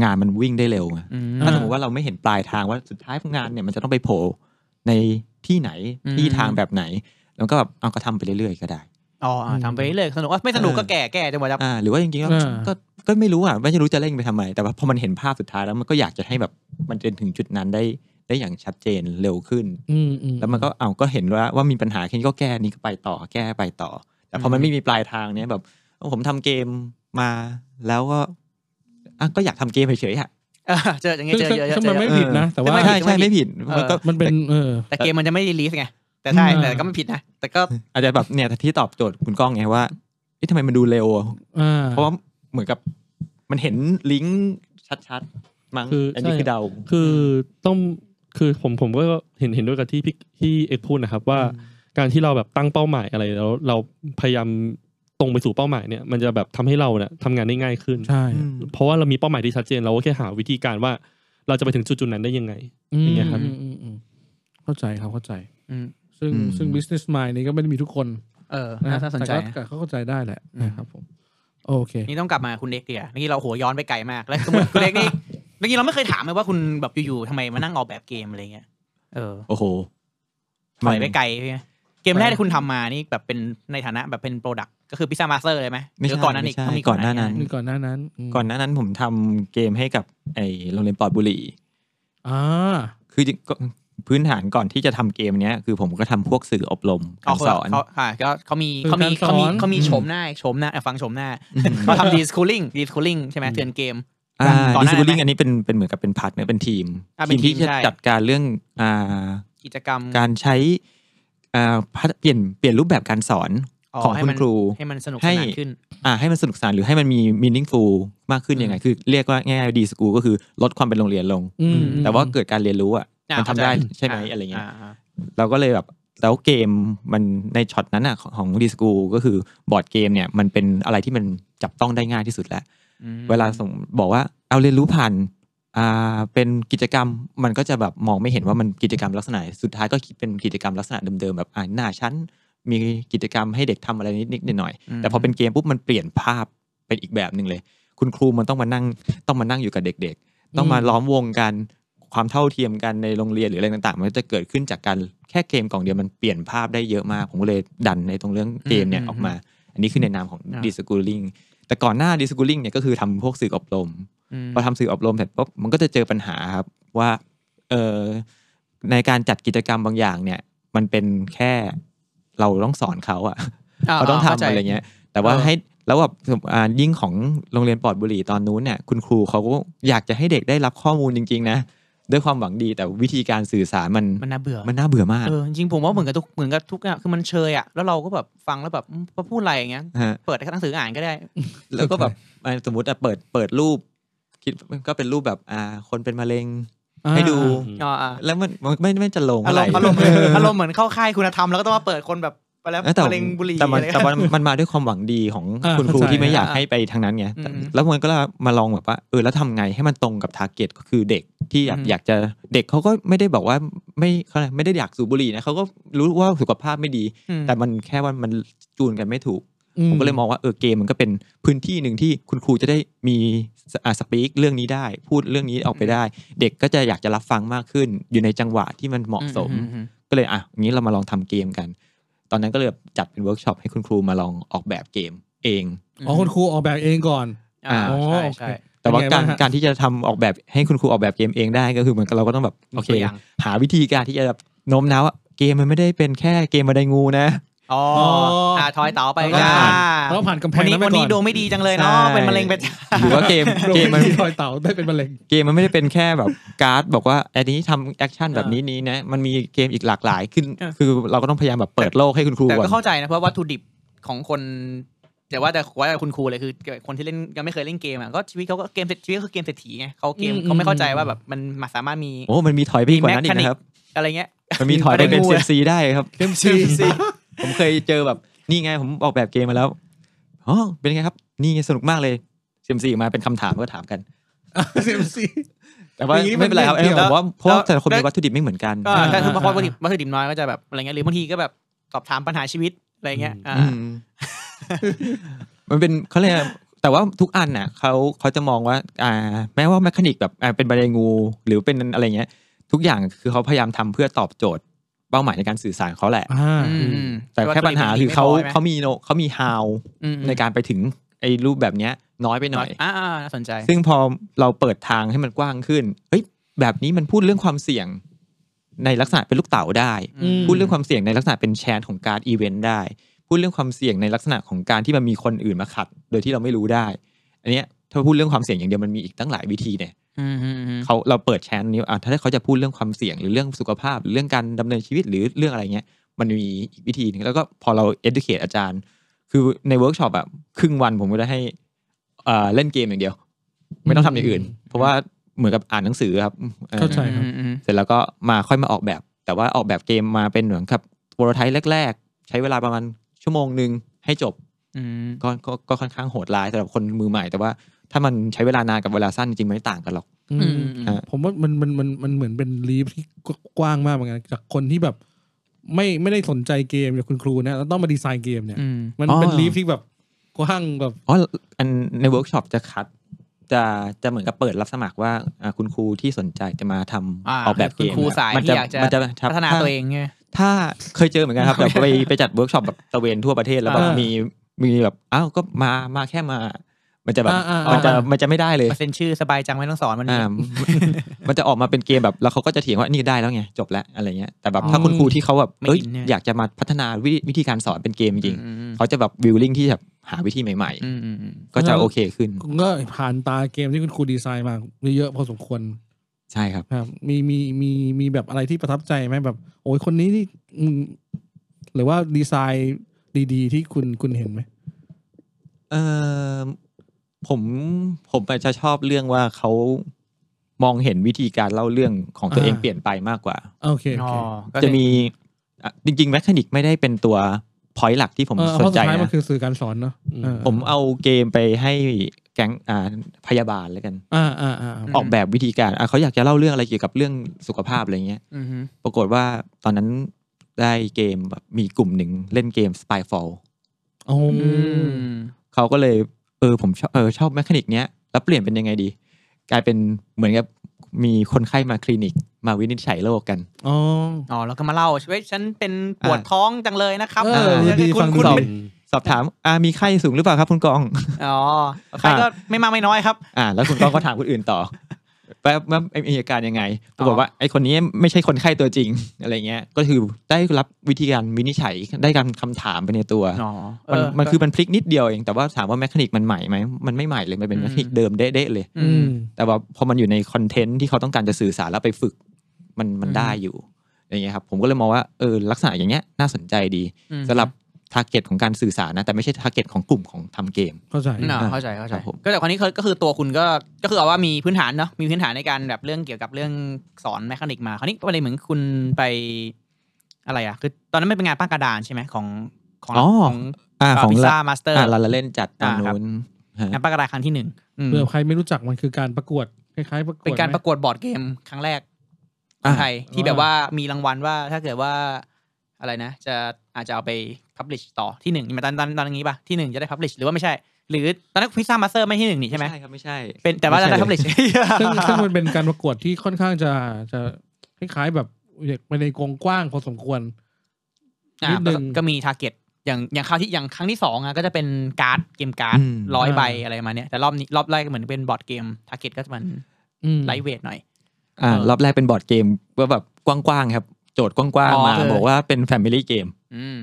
งานมันวิ่งได้เร็วไง อืม ถ้า อ่า สมมติว่าเราไม่เห็นปลายทางว่าสุดท้ายงานเนี่ยมันจะต้องไปโผล่ใน ในที่ไหน อืม ที่ทางแบบไหน แล้วก็แบบเอาก็ทำไปเรื่อยๆก็ได้ อ๋ออ่ะทำไปเรื่อยสนุกว่าไม่สนุกก็แก่แก่จังหวะจะ อ่า หรือว่าจริงๆแล้ว อ่า ก็ก็ไม่รู้อ่ะไม่รู้จะเร่งไปทำไม แต่ว่าพอมันเห็นภาพสุดท้ายแล้วมันก็อยากจะให้แบบมันเดินถึงจุดนั้นได้ได้อย่างชัดเจนเร็วขึ้น อืมอืม แล้วมันก็เอาก็เห็นว่าว่ามีปัญหาแค่นี้ก็แก้นี้ก็ไปต่อแก้ไปต่อ แต่พอมันไม่มีปลายทางเนี้ยแบบเอ้าผมทำเกมมาแล้วก็อ่ะก็อยากทำเกมเฉยๆอ่ะ เออเจออย่างเงี้ย ซึ่ง เจอเยอะเยอะ ซึ่ง เจ มั อน เย ไม่ อะ ผิดนะ แต่ว่า ไม่ ใช่ ผิด ใช่ไม่ผิด เออ มันก็ มันเป็น เออ แต่เกมมันจะไม่รีลีสไงแต่ใช่ อืม แต่ก็ไม่ผิดนะแต่ก็ อาจจะแบบเนี่ยที่ตอบโจทย์คุณก้องไงว่าเอ๊ะทำไมมันดูเร็วอะ อ่า เพราะว่าเหมือนกับมันเห็นลิงก์ชัดๆมั้ง คืออั อันนี้คือเดา คือต้องคือผมผมก็เห็นเห็นด้วยกับที่พี่ที่เอกพูดนะครับว่าการที่เราแบบตั้งเป้าหมายอะไรแล้วเราพยายามตรงไปสู่เป้าหมายเนี่ยมันจะแบบทำให้เราเนี่ยทำงานได้ง่ายขึ้น ใช่ เพราะว่าเรามีเป้าหมายที่ชัดเจนเราก็แค่หาวิธีการว่าเราจะไปถึงจุดจุดๆนั้นได้ยังไง อย่างเงี้ยครับ อืมอืมอืมเข้าใจครับเข้าใจ อืม ซึ่ง อืม ซึ่ง business mind นี้ก็ไม่ได้มีทุกคน เออ นะ น่าสนใจ แต่ นะ ก็ก็เข้าใจได้แหละ อืม นะครับผม โอเค นี่ต้องกลับมาคุณเล็กเดียนี่เราโหย้อนไปไกลมากแล้วสมมติคุณเล็กนี่เมื่อกี้เราไม่เคยถามเลยว่าคุณแบบอยู่ๆทำไมมานั่งออกแบบเกมอะไรเงี้ยเออ โอ้โห ถอยไปไกลพี่เกมแรกที่คุณทำมานี่แบบเป็นในฐานะแบบเป็นโปรดักต์ก็คือพิซซ่ามาสเตอร์เลยไหม ไม่ ห ใช่ รือก่อนหนั้นอีกต้อไม่ใช่งมี ก่อนหน้านั้น นี่ก่อนหน้านั้นม ก่อนหน้านั้นผมทำเกมให้กับไอ้โรงเรียนปลอดบุหรี่ อ่า คือจริงก็พื้นฐานก่อนที่จะทำเกมเนี้ยคือผมก็ทำพวกสื่ออบรม อ๋อ การสอน เขาค่ะก็เขามี คือ เขามี การสอน เขามีเขามี อืม ชมหน้าชมหน้าเอ่อฟังชมหน้าเขาทำดีสคูลิ่งดีสคูลิ่งใช่ไหมเตือนเกม อ่า ก่อนห ดิ น้านั้สน คูลิ่งอันนี้เป็นเป็นเหมือนกับเป็นพาร์ทเนอร์เป็นทีม อ่าเป็ ที น มที่ ทีม จะ ใช่ จัดการเรื่องอ่า กิจกรรม การใช้อ่าพัฒเปลี่ยนเปลี่ยนรูปแบบการสอนของ ให้ คุณ มัน ครู ให้มันสนุก ให้ สนานขึ้น อ่าให้มันสนุกสนานหรือให้มันมี meaningful มากขึ้นยังไง คือเรียกว่าง่ายๆดีสกูก็คือลดความเป็นโรงเรียนลง อืม แต่ว่าเกิดการเรียนรู้อ่ะ อ่า มันทำได้ เข้าใจ ใช่ไหมอะไรเงี้อย่า เราก็เลยแบบแล้วเกมมันในช็อตนั้นอ่ะของของดิสกูก็คือบอร์ดเกมเนี่ยมันเป็นอะไรที่มันจับต้องได้ง่ายที่สุดแล้ว อืม เวลาส่งบอกว่าเอาเรียนรู้ผ่านอ่าเป็นกิจกรรมมันก็จะแบบมองไม่เห็นว่ามันกิจกรรมลักษณะไหนสุดท้ายก็คิดเป็นกิจกรรมลักษณะเดิมๆแบบอ่าหน้าชั้นมีกิจกรรมให้เด็กทำอะไรนิดๆหน่อยๆแต่พอเป็นเกมปุ๊บมันเปลี่ยนภาพเป็นอีกแบบหนึ่งเลย คุณครูมันต้องมานั่งต้องมานั่งอยู่กับเด็ก ๆ ต้องมา อืม ล้อมวงกันความเท่าเทียมกันในโรงเรียนหรืออะไรต่างๆ มันจะเกิดขึ้นจากการแค่เกมกล่องเดียวมันเปลี่ยนภาพได้เยอะมาก ผมก็เลยดันในตรงเรื่องเกมเนี่ยออกมา อันนี้คือในนามของ อ่า ดิสกูลิง แต่ก่อนหน้าดิสกูลิงเนี่ยก็คือทำพวกสื่ออบรม อืม พอทำสื่ออบรมเสร็จปุ๊บมันก็จะเจอปัญหาครับว่าเออในการจัดกิจกรรมบางอย่างเนี่ย มันเป็นแค่เราต้องสอนเขาอะเขาต้องทำอะไรเงี้ย แต่ว่า เออ ให้แล้วแบบอ่ายิ่งของโรงเรียนปลอดบุหรี่ตอนนู้นเนี่ยคุณครูเขาก็อยากจะให้เด็กได้รับข้อมูลจริง ๆ นะ ด้วยความหวังดีแต่วิธีการสื่อสารมัน มันน่าเบื่อ มันน่าเบื่อมาก เออจริงๆผมว่าเหมือนกับทุกเหมือนกับทุกอย่างคือมันเชยอ่ะแล้วเราก็แบบฟังแล้วแบบอืมพูดอะไรอย่างเงี้ย ฮะ เปิดหนังสืออ่านก็ได้ แล้วก็แบบอ่าสมมติอะเปิดเปิดรูป คิดก็เป็นรูปแบบอ่าคนเป็นมะเร็ง อ่า ให้ดู อ่าอ่า แล้วมันมันไม่ไม่จะลง อารมณ์ ะ อา ไร รมณ์อารมณ์เหมือนเข้าค่ายคุณธรรมแล้วก็ต้องมาเปิดคนแบบไปแล้ว เออแต่ มะเร็งบุหรี่ แต่มัน อะไร แต่ ว่ามันมาด้วยความหวังดีของ อ่า คุณครู เข้าใจ ที่ไม่อยาก อ่า ให้ไปทางนั้นไงแต่ อืม แล้วมันก็มาลองแบบว่าเออแล้วทำไงให้มันตรงกับทาร์เก็ตก็คือเด็กที่อยาก อืม อยากจะเด็กเขาก็ไม่ได้บอกว่าไม่เขาเรียกไม่ได้อยากสูบบุหรี่นะเขาก็รู้ว่าสุขภาพไม่ดี อืม แต่มันแค่ว่ามันจูนกันไม่ถูก อื ผมก็เลยมองว่าเออเกมมันก็เป็นพื้นที่หนึ่งที่คุณครูจะได้มีอ่าสปีกเรื่องนี้ได้ พูดเรื่องนี้ออกไปได้ เด็กก็จะอยากจะรับฟังมากขึ้น อยู่ในจังหวะที่มันเหมาะสม อือือื ก็เลยอ่ะงี้เรามาลองทำเกมกัน ตอนนั้นก็เลยจัดเป็นเวิร์กช็อปให้คุณครูมาลองออกแบบเกมเอง อ๋อคุณครูออกแบบเองก่อน อ่า อ่า ใช่ โอเค ใช่ แต่ว่า เป็นไง การ บ้างฮะ การที่จะทำออกแบบให้คุณครูออกแบบเกมเองได้ก็คือเหมือนกับเราก็ต้องแบบโอเค ตัวอย่าง หาวิธีการที่จะแบบโน้มน้าวว่าเกมมันไม่ได้เป็นแค่เกมบันไดงูนะ อ๋ออ่าทอยเต๋าไป เรา จ้า ผ่านเราผ่านกำแพ วั ง นนี้ นั้นไป วัน ก่ นี้ อน ดวงไม่ดีจังเลยเนาะ ใช่ เป็นมะเร็งไปจ้า หรือว่าเกม โดน เกมมัน ที่รอยเต่าได้เป็นมะเร็ง เกมมันไม่ได้เป็นแค่แบบ การ์ดบอกว่าอันนี้ทำแอคชั่นแบบนี้นี้นะ มันมีเกมอีกหลากหลายขึ้น เออ คือเราก็ต้องพยายามแบบเปิดโลกให้คุณครู แต่ ก่อ ก็ น เข้าใจนะเพราะวัตถุดิบของคน แต่ว่าแต่ว่าคุณครูเลยคือ คนที่เล่นยังไม่เคยเล่นเกมอ่ะก็ชีวิตเขาก็เกมเศรษชีวิตก็คือเกมเศรษฐีไงเขาเกม อืม เขาไม่เข้าใจว่าแบบมันมาสามารถมี โอ้ มันมีถอยไปกว่านั้นอีกนะครับ อะไรเงี้ย มันมีถอยไปเป็น มีประเด็นเซงู มซีได้ครับ เข้มซี ผมเคยเจอแบบ นี่ไงผมออกแบบเกมมาแล้วอ๋อเป็นไงครับ นี่ไงสนุกมากเลยเซมซีมาเป็นคำถามก็ถามกัน เข้มซี แต่ว่า อย่างนี้มัน ไม่เป็นไรครับ เรื่องเดียว แต่ว่าเพราะว่าแต่ละคนมีวัตถุดิบไม่เหมือนกัน ก็ก็คือ อ่า บางคนวัตถุดิบวัตถุดิบน้อยก็จะแบบอะไรเงี้ยหรือบางทีก็แบบสอบถามปัญหาชีวิตอะไรเงี้ยอ่า อืมมันเป็นเขาเรียกอะไรแต่ว่าทุกอันน่ะเขาเขาจะมองว่า อ่า แม้ว่าแมคานิกแบบอ่าเป็นบันไดงูหรือเป็นอะไรเงี้ย ทุกอย่างคือเขาพยายามทำเพื่อตอบโจทย์ เป้าหมายในการสื่อสารเขาแหละ อ่า อืม แต่แค่ปัญหาคือเขาเขามีโนเขามี how อืมอืม ในการไปถึงไอ้รูปแบบเนี้ยน้อยไปหน่อย อ่าอ่าน่าสนใจ ซึ่งพอเราเปิดทางให้มันกว้างขึ้น เฮ้ย แบบนี้มันพูดเรื่องความเสี่ยง ในลักษณะเป็นลูกเต๋าได้ อืม พูดเรื่องความเสี่ยงในลักษณะเป็นแชร์ของการอีเวนต์ได้ พูดเรื่องความเสี่ยงในลักษณะของการที่มันมีคนอื่นมาขัด โดยที่เราไม่รู้ได้ อันเนี้ยถ้าพูดเรื่องความเสี่ยงอย่างเดียวมันมีอีกตั้งหลายวิธีเนี่ย อืมอืมอืม เขาเราเปิดแชร์นี้อ่ะถ้าเขาจะพูดเรื่องความเสี่ยงหรือเรื่องสุขภาพหรือเรื่องการดำเนินชีวิตหรือเรื่องอะไรเงี้ยมันมีอีกวิธีหนึงแล้วก็พอเรา educate อาจารย์ คือในเวิร์กช็อปอะครึ่งวันผมก็ได้ให้อ่าเล่นเกมอย่างเดียว ไม่ต้องทำอย่างอื่น เพราะว่าเหมือนกับอ่านหนังสือครับออ เข้าใจ ครับ อืมอืม เสร็จแล้วก็มาค่อยมาออกแบบ แต่ว่าออกแบบเกมมาเป็นเหมือนครับโปรไทป์แรก ๆ ใช้เวลาประมาณชั่วโมงหนึ่งให้จบ อืม ก็ก็ก็ค่อนข้างโหดร้ายสำหรับคนมือใหม่ แต่ว่าถ้ามันใช้เวลานานกับเวลาสั้นจริงๆมันไม่ต่างกันหรอก อื อืม ม อืม อ่า ผมว่ามันมันมันมันเหมือนเป็นลีฟที่กว้างมากเหมือนกันจากคนที่แบบ ไม่ไม่ได้สนใจเกมอย่างคุณครูนะแล้วต้องมาดีไซน์เกมเนี่ย อืม มัน อ๋อ เป็นลีฟที่แบบกว้างแบบ อ๋ออันในเวิร์กช็อปจะคัด จะจะเหมือนกับเปิดรับสมัครว่าอ่าคุณครูที่สนใจจะมาทำ อ่า ออกแบบเกม คุณครูสาย มั ที่ จะ อยากจะ มันจะ พัฒนาตัวเองไง ถ้าเคยเจอเหมือน กันครับแบบไปไปจัดเวิร์กช็อปแบบตะเวนทั่วประเทศแล้วแบบ อ่ามี มีมีแบบอ้าวก็มามาแค่มา มันจะแบบ อ่าอ่าอ่ามั มันจะมันจะไม่ได้เลย มาเซ็นชื่อสบายจังไม่ต้องสอนวันนี้ อ่า มันจะออกมาเป็นเกมแบบแล้วเขาก็จะเถียงว่านี่ได้แล้วไงจบแล้วอะไรเงี้ยแต่แบบถ้า อ๋อ คุณครูที่เขาแบบ ไม่ เอ้ย อินเนี่ย อยากจะมาพัฒนาวิวิธีการสอนเป็นเกมจริง อืม เขาจะแบบวิลลิ่งที่แบบหาวิธีใหม่ อืมอืมอืม ๆ ก็จะโอเคขึ้น ก็ผ่านตาเกมที่คุณครูดีไซน์มาเยอะพอสมควร ใช่ครับ ครับ มีมีมีมีแบบอะไรที่ประทับใจไหมแบบ โอ้ยคนนี้นี่อืมหรือว่าดีไซน์ดีๆ ที่คุณคุณเห็นไหม เออผมผมอาจจะชอบเรื่องว่าเขามองเห็นวิธีการเล่าเรื่องของตัวเอง อ่า เปลี่ยนไปมากกว่า โอเคโอ อ๋อ เค ก็ จะมีอ่ะจริงๆแมคานิกไม่ได้เป็นตัวพอยต์หลักที่ผม เออ ส เพ น ราะสุ ใจ ดท้ายมัน นะ คือสื่อการสอนเนาะ อืม เออ ผมเอาเกมไปให้แก๊งอ่าพยาบาลแล้วกัน อ่าอ่าอ่า ออกแบบวิธีการอ่ะเขาอยากจะเล่าเรื่องอะไรเกี่ยวกับเรื่องสุขภาพอะไรเงี้ย อืมอืม ปรากฏว่าตอนนั้นได้เกมแบบมีกลุ่มหนึ่งเล่นเกม Spyfall โอ้โห อืม เขาก็เลยเออผมชอบเออชอบแมคานิกเนี้ยแล้วเปลี่ยนเป็นยังไงดี กลายเป็นเหมือนกับมีคนไข้มาคลินิกมาวินิจฉัยโรคกัน อ๋อ อ๋อแล้วก็มาเล่าเว้ยฉันเป็นปวด อ่า ท้องจังเลยนะครับ เออ แล้วก็ ดี คุ ฟั ณ งดู คุณ ดี เป็น สอบถามอ่ามีไข้สูงหรือเปล่าครับคุณกอง อ๋อใครก็ไม่มากไม่น้อยครับ อ่า แล้วคุณกองก็ถามคนอื่นต่อ ว่าว่ามีอาการยังไงปรากฏว่าไอคนนี้ไม่ใช่คนไข้ตัวจริงอะไรเงี้ย ก็คือได้รับวิธีการวินิจฉัยได้การคำถามไปในตัว อ๋อเ มันมันคือมันพลิกนิดเดียวเอง แต่ว่าถามว่าแมคานิกมันใหม่ไหมมันไม่ใหม่เลยมันเป็น อืม แมคานิกเดิมเด๊ะๆเลย อืม แต่ว่าพอมันอยู่ในคอนเทนต์ที่เขาต้องการจะสื่อสารแล้วไปฝึก มันมัน อืม ได้อยู่อย่างเงี้ยครับผมก็เลยมองว่าเออลักษณะอย่างเงี้ยน่าสนใจดี อืม สำหรับทาร์เก็ตของการสื่อสารนะแต่ไม่ใช่ทาร์เก็ตของกลุ่มของทำเกม เข้าใจ น่ะเข้าใจเข้าใจ ครับผม ก็แต่คราวนี้คือก็คือตัวคุณก็ก็คือเอาว่ามีพื้นฐานเนาะมีพื้นฐานในการแบบเรื่องเกี่ยวกับเรื่องสอนแมคานิกมาคราวนี้ประเด็นเหมือนคุณไปอะไรอ่ะคือตอนนั้นไม่เป็นงานป้ากระดานใช่ไหมของของ อ๋อ ของ อ่าของ พิซซ่า ละ มาสเตอร์ อ่าลาลาเล่นจัดตาม อ่าครับ นู้นฮะ งานป้ากระดานครั้งที่หนึ่งอืม เผื่อใครไม่รู้จักมันคือการประกวดคล้ายๆประกวด เป็นการ ไหม ประกวดบอร์ดเกมครั้งแรก อ่า ไทยที่ ว่า แบบว่ามีรางวัลว่าถ้าเกิดว่าอะไรนะ จะอาจจะเอาไปพับลิชต่อที่หนึ่งมาตอนตอนตอนนี้ป่ะที่หนึ่งจะได้พับลิชหรือว่าไม่ใช่ หรือตอนนั้นพิซซ่ามาสเตอร์ไม่ที่หนึ่งนี่ใช่ไหม ใช่ครับไม่ใช่ เป็นแต่ว่าจะ ม่ใช่ ได้พับลิช ซึ่งซึ่งมันเป็นการประกวดที่ค่อนข้างจะจะคล้ายๆแบบไปในกรงกว้างพอสมควร นิดนึง ก็มีทาร์เก็ตอย่างอย่างคราวที่อย่างครั้งที่สองอ่ะก็จะเป็นการ์ดเกมการ์ด อืม ร้อย อ่า ใบอะไรประมาณเนี้ยแต่รอบนี้รอบแรกเหมือนเป็นบอร์ดเกมทาร์เก็ตก็จะมัน อืม ไลท์เวทหน่อย อ่า เออ รอบแรกเป็นบอร์ดเกมว่าแบบกว้างๆครับ โจทย์กว้าง อ๋อ ๆมา เออ บอกว่าเป็นแฟมิลี่เกม อืม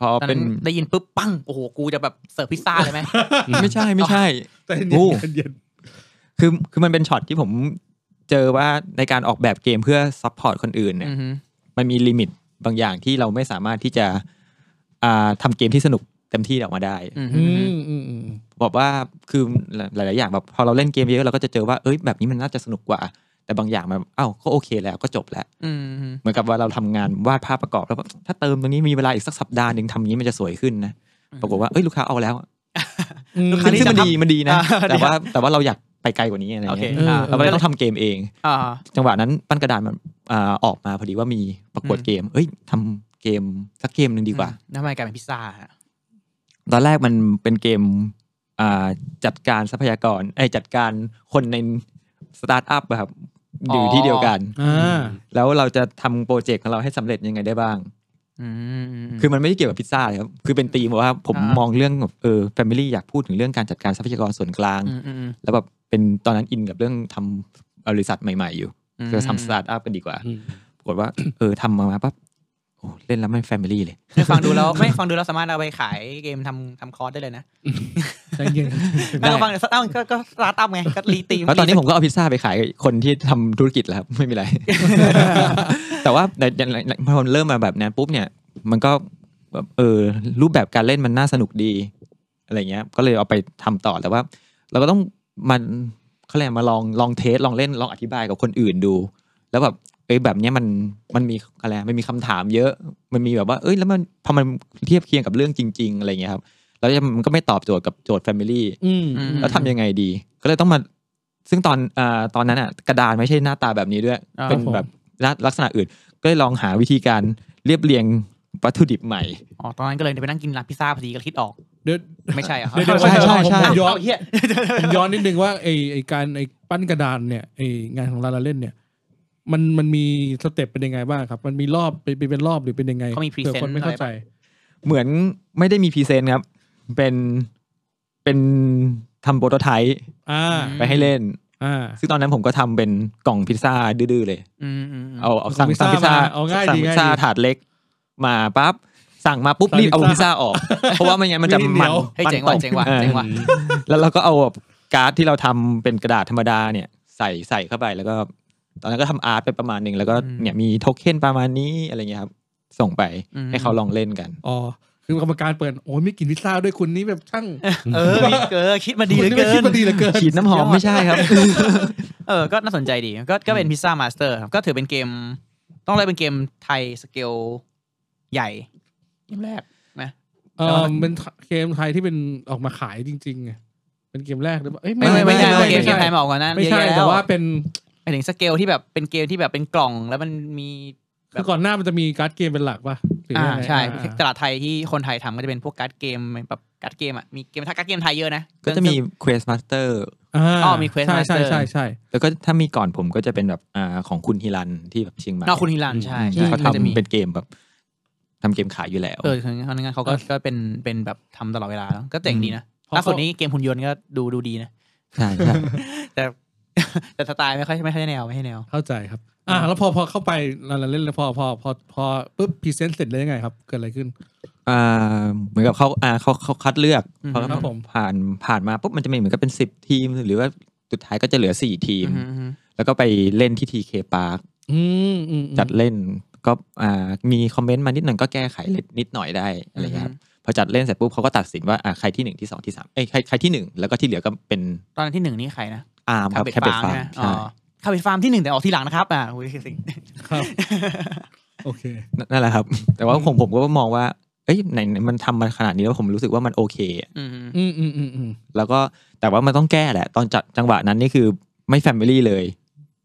พอ ตอน เป็ นั้น น ได้ยินปุ๊บปั้งโอ้โหกูจะแบบเสิร์ฟพิซซ่า เลยไหม ไม่ใช่ไม่ใช่ แต่ โอ้ เย็นๆเย็น คือคือมันเป็นช็อตที่ผมเจอว่าในการออกแบบเกมเพื่อซัพพอร์ตคนอื่นเนี่ย อือฮึ มันมีลิมิตบางอย่างที่เราไม่สามารถที่จะอ่าทำเกมที่สนุกเต็มที่ออกมาได้ อือ ๆ ฮึ อืมอืมอืม บอกว่าคือหลายๆอย่างแบบพอเราเล่นเกมเยอะเราก็จะเจอว่าเอ้ยแบบนี้มันน่าจะสนุกกว่า แต่บางอย่างมันเอ้าก็โอเคแล้วก็จบแล้ว อือฮึ เหมือนกับว่าเราทำงานวาดภาพประกอบแล้วแบบถ้าเติมตรงนี้มีเวลาอีกสักสัปดาห์หนึ่งทำอย่างนี้มันจะสวยขึ้นนะปรากฏว่าเอ้ยลูกค้าเอาแล้ว ลูก ซึ่ ค้า ง ที่ ซึ่งมัน จะทำ ดีมันดีอนะ่า แต่ว่าแต่ว่าเราอยากไปไกลกว่านี้อะไร โอเค เงี้ย เออ อ่า เราก็เลยต้องทำเกมเอง อ่า จังหวะนั้นปั้นกระดานมันอ่าออกมาพอดีว่ามีประกวด อืม เกม เอ้ยทำเกมสักเกมหนึ่งดีกว่า อืมทำไมกลายเป็นพิซซ่าฮะ ตอนแรกมันเป็นเกมอ่าจัดการทรัพยากรไอยจัดการคนในสตาร์ทอัพอะครับ อยู่ที่เดียวกัน อ่า แล้วเราจะทำโปรเจกต์ของเราให้สำเร็จยังไงได้บ้าง อืมมม คือมันไม่ได้เกี่ยวกับพิซซ่าเลยครับ คือเป็นธีมว่าผม อ่าม มองเรื่องแบบเออแฟมิลี่อยากพูดถึงเรื่องการจัดการทรัพยากรส่วนกลาง อืมอืมอืม แล้วแบบเป็นตอนนั้นอินกับเรื่องทำบริษัทใหม่ ๆ อยู่ อืม ก็ทำสตาร์ทอัพกันดีกว่า อืม ปรากฏว่า เออทำมาปั๊บโอ้เล่นแล้วไม่แฟมิลี่เลย ไม่ฟังดูแล้วไม่ฟังดูแล้วสามารถเอาไปขายเกมทำทำคอร์สได้เลยนะ ใจเย็น ไม่ต้องฟังเดี๋ยวเอ้าก็ก็สตาร์ทอัพไงก็รีตีม แล้วตอนนี้ผมก็เอาพิซซ่าไปขายคนที่ทำธุรกิจแล้วครับ ไม่มีอะไร แต่ว่าแต่อย่างไรพอเริ่มมาแบบนั้นปุ๊บเนี่ย มันก็แบบเออรูปแบบการเล่นมันน่าสนุกดีอะไรเงี้ย ก็เลยเอาไปทำต่อแต่ว่า เราก็ต้องมันเขาเรียกมาลองลองเทสลองเล่นลองอธิบายกับคนอื่นดู แล้วแบบเอ้ยแบบเนี้ยมันมันมีอะไรมันมีคำถามเยอะมันมีแบบว่า เอ้ยแล้วมันพอมันเทียบเคียงกับเรื่องจริง ๆ อะไรเงี้ยครับแล้วมันก็ไม่ตอบโจทย์กับโจทย์แฟมิลี่ อืม อืม แล้วทำยังไงดี ก็เลยต้องมา ซึ่งตอนเอ่อตอนนั้นอ่ะกระดานไม่ใช่หน้าตาแบบนี้ด้วย อ่า เป็นแบบลักษณะอื่น ก็เลยลองหาวิธีการเรียบเรียงวัตถุดิบใหม่ อ๋อตอนนั้นก็เลยไปนั่งกินร้านพิซซ่าพอดีก็คิดออก เดี๋ยว ไม่ใช่เหรอ เดี๋ยว ใช่ใช่ใช่ ผมย้อน เาเหี้ย ผมย้อนนิดนึงว่าไอไอการไอปั้นกระดานเนี่ยไองานของลาลาเล่นเนี่ย มันมันมีสเต็ปเป็นยังไงบ้างครับ มันมีรอบเป็นเป็นรอบหรือเป็นยังไง เขามี present ผื่อคนไม่เข้าใจ เหมือนไม่ได้มีพรีเซนต์ครับ เป็นเป็นทำโปรโตไทป์ อ่า ไปให้เล่น อ่า ซึ่งตอนนั้นผมก็ทำเป็นกล่องพิซซ่าดื้อๆเลย อืมอืมอืม เอาเอาสั่งสั่ง พิ พิ ซ ซ ซ่า ซ่า มาเอาง่าย สั่ ดี งพิซซ่า ง่ายดี ถาดเล็ก มาปั๊บสั่งมาปุ๊บ สั่ง รีบเอา พิซพิซ ซ่า ซ่าออก เพราะว่าไม่งั้นมันจะ ไม่เหนี มัน ยว เฮ้ย มัน เจ๋งว่ะ ตก เจ๋งว่ะ ออ เจ๋งว่ะ แล้วเราก็เอาแบบการ์ดที่เราทำเป็นกระดาษธรรมดาเนี่ยใส่ใส่เข้าไปแล้วก็ ตอนนั้นก็ทำอาร์ตไปประมาณหนึ่งแล้วก็ อืม เนี่ยมีโทเค็นประมาณนี้อะไรเงี้ยครับ ส่งไป อืม ให้เขาลองเล่นกัน อ๋อ คือกรรมการเปิด โอ้ยไม่กินพิซซ่าด้วยคุณนี่แบบช่าง เออมีเกินคิดมาดีเห คุ ลื ณ อ นี่ เกิ ไม่คิด น มาดีเหลือ เกิน ฉีดน้ำหอม สุดยอด ไม่ใช่ครับ เออ ก็น่าสนใจดี ก็ ก็เป็นพิซซ่ามาสเตอร์ครับ ก็ถือเป็นเกม ต้องเรียกเป็นเกมไทยสเกลใหญ่ เกมแรก เออเป็นเกมไทยที่เป็นออกมาขายจริงๆไงเป็นเกมแรกหรือเปล่าเอ้ย ไม่ไม่ไม่ใช่เกม ไม่ เกม ใช่ ไทยมาออกก่อนหนั้าน ไม่ใช่ เยอะ แต่ ล้ ว่าเป็น หมายถึงสเกลที่แบบ เป็นเกมที่แบบเป็นกล่องแล้วมันมี คือก่อนหน้ามันจะมีการ์ดเกมเป็นหลักป่ะหรืยัอ่างไง ใช่ อ่า ตลาดไทยที่คนไทยทำก็จะเป็นพวกการ์ดเกมแบบการ์ดเกมอ่ะ มีเกมทักการ์ดเกมไทยเยอะนะ ก็จะมี Quest Master อ่า อ๋อมี Quest ใช่ใช่ Master ใช่ใช่ แล้วก็ถ้ามีก่อนผมก็จะเป็นแบบอ่าของคุณฮิรันที่แบบเชียงใหม่ นอกคุณฮิรันใช่ใช่ ที่เขา ก็จะมี ทำเป็นเกมแบบทำเกมขายอยู่แล้ว เออคือเขางั้นเขาก็ เออ ก็เป็นเป็นแบบทำตลอดเวลาเนอะก็เจ๋งดีนะ เพระ ล่าสุดนี้เกมหุ่นยนต์ก็ดูดูดีนะ ใช่ใช่ แต่แต่สไตล์ไม่ค่อยไม่ค่อยแนวไม่ให้แนว เข้าใจครับ อ่า แล้วพอพอเข้าไปเราเล่นแล้วพอพอพอพอปุ๊บพรีเซนต์เสร็จแล้วยังไงครับ เกิดอะไรขึ้น อ่าเหมือนกับเขาอ่าเขาเขาคัดเลือก อืม เขาก็ ครับผม ผ่านผ่านมาปุ๊บมันจะมีเหมือนกับเป็นสิบทีม หรือว่าสุดท้ายก็จะเหลือสี่ทีม แล้วก็ไปเล่นที่ทีเคพาร์ค อืมอืมอืม จัดเล่นก็อ่ามีคอมเมนต์มานิดหนึ่งก็แก้ไขเล็กนิดหน่อยได้อะไรเงี้ยครับพอจัดเล่นเสร็จปุ๊บเขาก็ตัดสินว่าอ่าใครที่หนึ่งที่สองที่สามเอ้ยใครใครที่หนึ่งแล้วก็ที่เหลือก็เป็น ตอนนนที่หนึ่งนี่ใครนะ อาร์มครับแคปเปอร์ฟาร์ม ใช่ไหมอ๋อคาเฟ่ฟาร์มที่หนึ่งแต่ออกทีหลังนะครับอ่าโอ้ยคือสิ่ง ครับ โอเค นั่นนั่นแหละครับ แต่ว่าของผมก็มองว่าเอ้ยไหนไหนมันทำมาขนาดนี้แล้วผมรู้สึกว่ามันโอเค อืม อืมอืมอืมอืม แล้วก็แต่ว่ามันต้องแก้แหละ ตอนจัดจังหวะนั้นนี่คือไม่แฟมิลี่เลย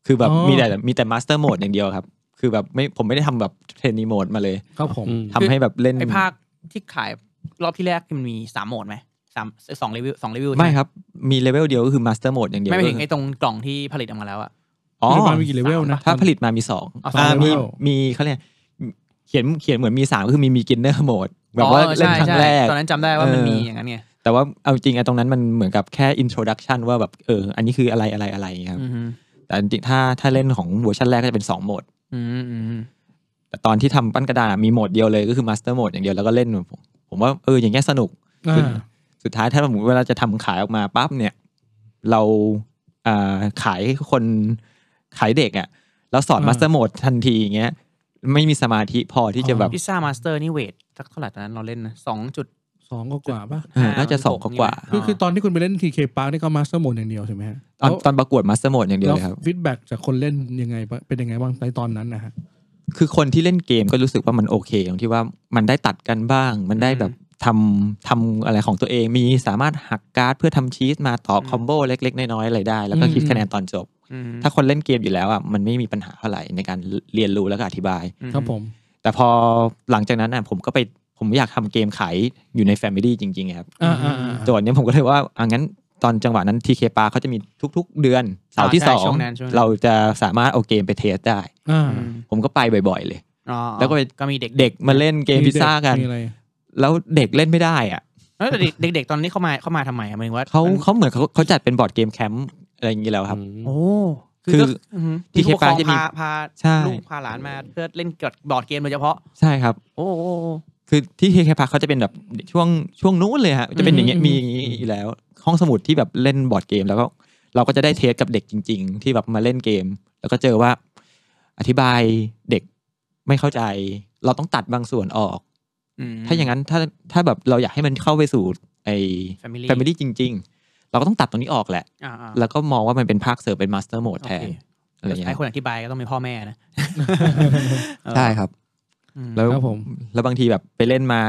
คือแบบมีแต่มีแต่มาสเตอร์โหมดอย่างเดียวครับ คือแบบไม่ผมไม่ได้ทำแบบเทรนนีโหมดมาเลย ครับผม อืม ทำให้แบบเล่น ไอภาคที่ขายรอบที่แรกมันมีสามโหมดไหมสามสองเลเวลสองเลเวล ไม่ครับ มีเลเวลเดียวก็คือมาสเตอร์โหมดอย่างเดียว ไม่ไปถึงไอตรงกล่องที่ผลิตออกมาแล้วอ่ะ อ๋อ ปัจจุบันมีกี่เลเวลนะ ถ้าผลิตมามีสอง อ๋อสอง อ่า level มีมีเขาเรียกเขียนเขียนเหมือนมีสามก็คือมีมีกินเนอร์โหมดแบบว่า อ๋อ เล่น ใช่ ครั้งแรก ใช่ตอนนั้นจำได้ว่ามัน เออ มีอย่างนั้นไง แต่ว่าเอาจริงไอ้ตรงนั้นมันเหมือนกับแค่อินโทรดักชันว่าแบบเอออันนี้คืออะไรอะไรอะไรอย่างเงี้ยครับ อืม แต่จริงๆถ้าถ้าเล่นของเวอร์ชันแรกก็จะเป็นสองโหมด อืมอืม แต่ตอนที่ทำปั้นกระดาษมีโหมดเดียวเลยก็คือมาสเตอร์โหมดอย่างเดียวแล้วก็เล่นผมผมว่าเอออย่างเงี้ยสนุก อ่า สุดท้ายถ้าสมมติเวลาจะทำขายออกมาปั๊บเนี่ย เราอ่าขายคนขายเด็กอะ่ะแล้วสอน อ่าม มาสเตอร์โหมดทันทีอย่างเงี้ยไม่มีสมาธิพอที่จะ อ๋อ แบบ พิซซ่ามาสเตอร์นี่เวทสักเท่าไหร่ตอนนั้นเราเล่นนะสองจุด สองกว่าๆป่ะ เออน่าจะสอง หก กว่า นี่ไหม คือคือตอนที่คุณไปเล่นทีเคปาร์นี่ก็มาสเตอร์โหมดอย่างเดียวใช่ไหมฮะ ตอนตอนประกวดมาสเตอร์โหมดอย่างเดียว แล้ว เลยครับ ฟีดแบ็กจากคนเล่นยังไงบ้างเป็นยังไงบ้างในตอนนั้นนะฮะ คือคนที่เล่นเกมก็รู้สึกว่ามันโอเคตรงที่ว่ามันได้ตัดกันบ้าง มันได้แบบทำทำอะไรของตัวเองมีสามารถหักการ์ดเพื่อทำชีสมาต่อคอมโบเล็กๆน้อยๆอะไรได้ แล้วก็คิด อืม คะแนนตอนจบ อืม ถ้าคนเล่นเกมอยู่แล้วอ่ะมันไม่มีปัญหาเท่าไหร่ในการเรียนรู้แล้วก็อธิบาย ครับผม แต่พอหลังจากนั้นอ่ะผมก็ไปผมอยากทำเกมขายอยู่ในแฟมิลี่จริงๆครับ อ่าอ่าอ่า โจทย์เนี้ยผมก็เลยว่าอ่ะงั้น ตอนจังหวะนั้นทีเคปาเขาจะมีทุก ๆ เดือนเสาร์ที่ อ่าใช่ สอง ช่วงนั้นช่วงนั้น เราจะสามารถเอาเกมไปเทสได้ อ่า อืม ผมก็ไปบ่อย ๆ เลย อ๋อ แล้วก็ไป ก็มีเด็ก เด็กมาเล่นเกมพิซซ่ากัน มีอะไร แล้วเด็กเล่นไม่ได้อ่ะ เอ้ยแต่เด็กเด็กๆตอนนี้เขามาเขามาทำไมอะหมายถึงว่า เขาเขาเหมือนเขาเขาจัดเป็นบอร์ดเกมแคมป์อะไรอย่างนี้แล้วครับ โอ้ คือ ก็หื ที่เคปา ผู้ จะ ป มี กครองพาพา ใช่ ลูกพาหลานมาเพื่อเล่นกดบอร์ดเกมโดยเฉพาะ ใช่ครับ โอ้โอ้โอ้ คือที่เคพักเขาจะเป็นแบบช่วงช่วงนู้นเลยฮะจะเป็นอย่างเงี้ยมีอย่างงี้อยู่แล้ว ห้องสมุดที่แบบเล่นบอร์ดเกมแล้วก็เราก็จะได้เทสกับเด็กจริง ๆ ที่แบบมาเล่นเกม แล้วก็เจอว่าอธิบายเด็กไม่เข้าใจ เราต้องตัดบางส่วนออก ถ้าอย่างนั้นถ้าถ้าแบบเราอยากให้มันเข้าไปสู่ไอ้ Family แฟมิลี่จริง ๆ เราก็ต้องตัดตรงนี้ออกแหละ อ่าๆ แล้วก็มองว่ามันเป็นภาคเสริมเป็นมาสเตอร์โหมดแทน โอเค อะไรอย่างเงี้ ไอ้ ย คนอธิบายก็ต้องมีพ่อแม่นะ ใช่ครับ อืม แล้ว ครับผม แล้วบางทีแบบไปเล่นมา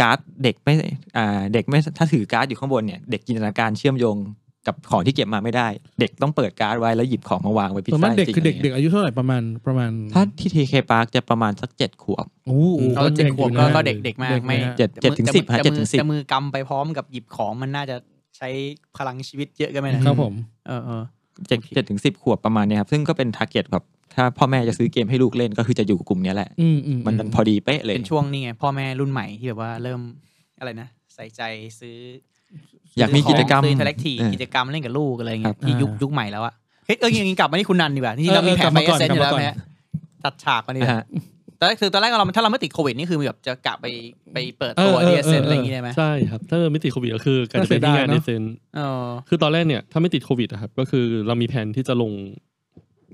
การ์ดเด็กไม่อ่าเด็กไม่ถ้าถือการ์ดอยู่ข้างบนเนี่ยเด็กจินตนาการเชื่อมโยงกับของที่เก็บมาไม่ได้ เด็กต้องเปิดการ์ดไว้แล้วหยิบของมาวางไว้พิซ ส่วซ่ามนากเด็ก จริงคือเด็กๆะไร เด็ก งี้ย อายุเท่าไหร่ประมาณประมาณ ถ้าที่ทีเคปาร์คจะประมาณสักเจ็ดขวบ โอ้โห เอาเจ็ดขวบอก็ยู่นะ ก็เด็กๆมากไม่ นะ เจ็ดเจ็ดถึงสิบฮะ แต่มือ เจ็ดถึงสิบ แต่มือกำไปพร้อมกับหยิบของมันน่าจะใช้พลังชีวิตเยอะกันไหมนะครับ ผม เออเออ เจ็ด โอเค เจ็ดถึงสิบขวบประมาณเนี่ยครับซึ่งก็เป็นทาร์เก็ตแบบถ้าพ่อแม่จะซื้อเกมให้ลูกเล่นก็คือจะอยู่กลุ่มเนี้ยแหละ อืมอืม มัน อื มัน ม พอดีเป๊ะเลย เป็นช่วงนี่ไงพ่อแม่รุ่นใหม่ที่แบบว่าเริ่มอะไรนะ ใส่ใจซื้อ อยากมีกิจกรรม ซื้อทเลกที เออ กิจกรรมเล่นกับลูกอะไรเงี้ คยรับ ที่ยุคยุคใหม่แล้วอะเฮ้ยเอออย่างงี้กลับมาที่คุณนันดีกว่าจริงๆเรามีแผนไปเอเซนอยู่แล้วไหมฮะตัดฉากมาดีก นะ ว่า ฮะ แต่คือตอนแรกเราถ้าเราไม่ติดโควิดนี่คือแบบจะกลับไปไปเปิดตัวเอเซนอะไรอย่างงี้ได้ไหม ใช่ครับ ถ้าไม่ติดโควิดก็คือการจะไปที่งานเดซเซน เออ คือตอนแรกเนี่ยถ้าไม่ติดโควิดอะครับก็คือเรามีแผนที่จะลง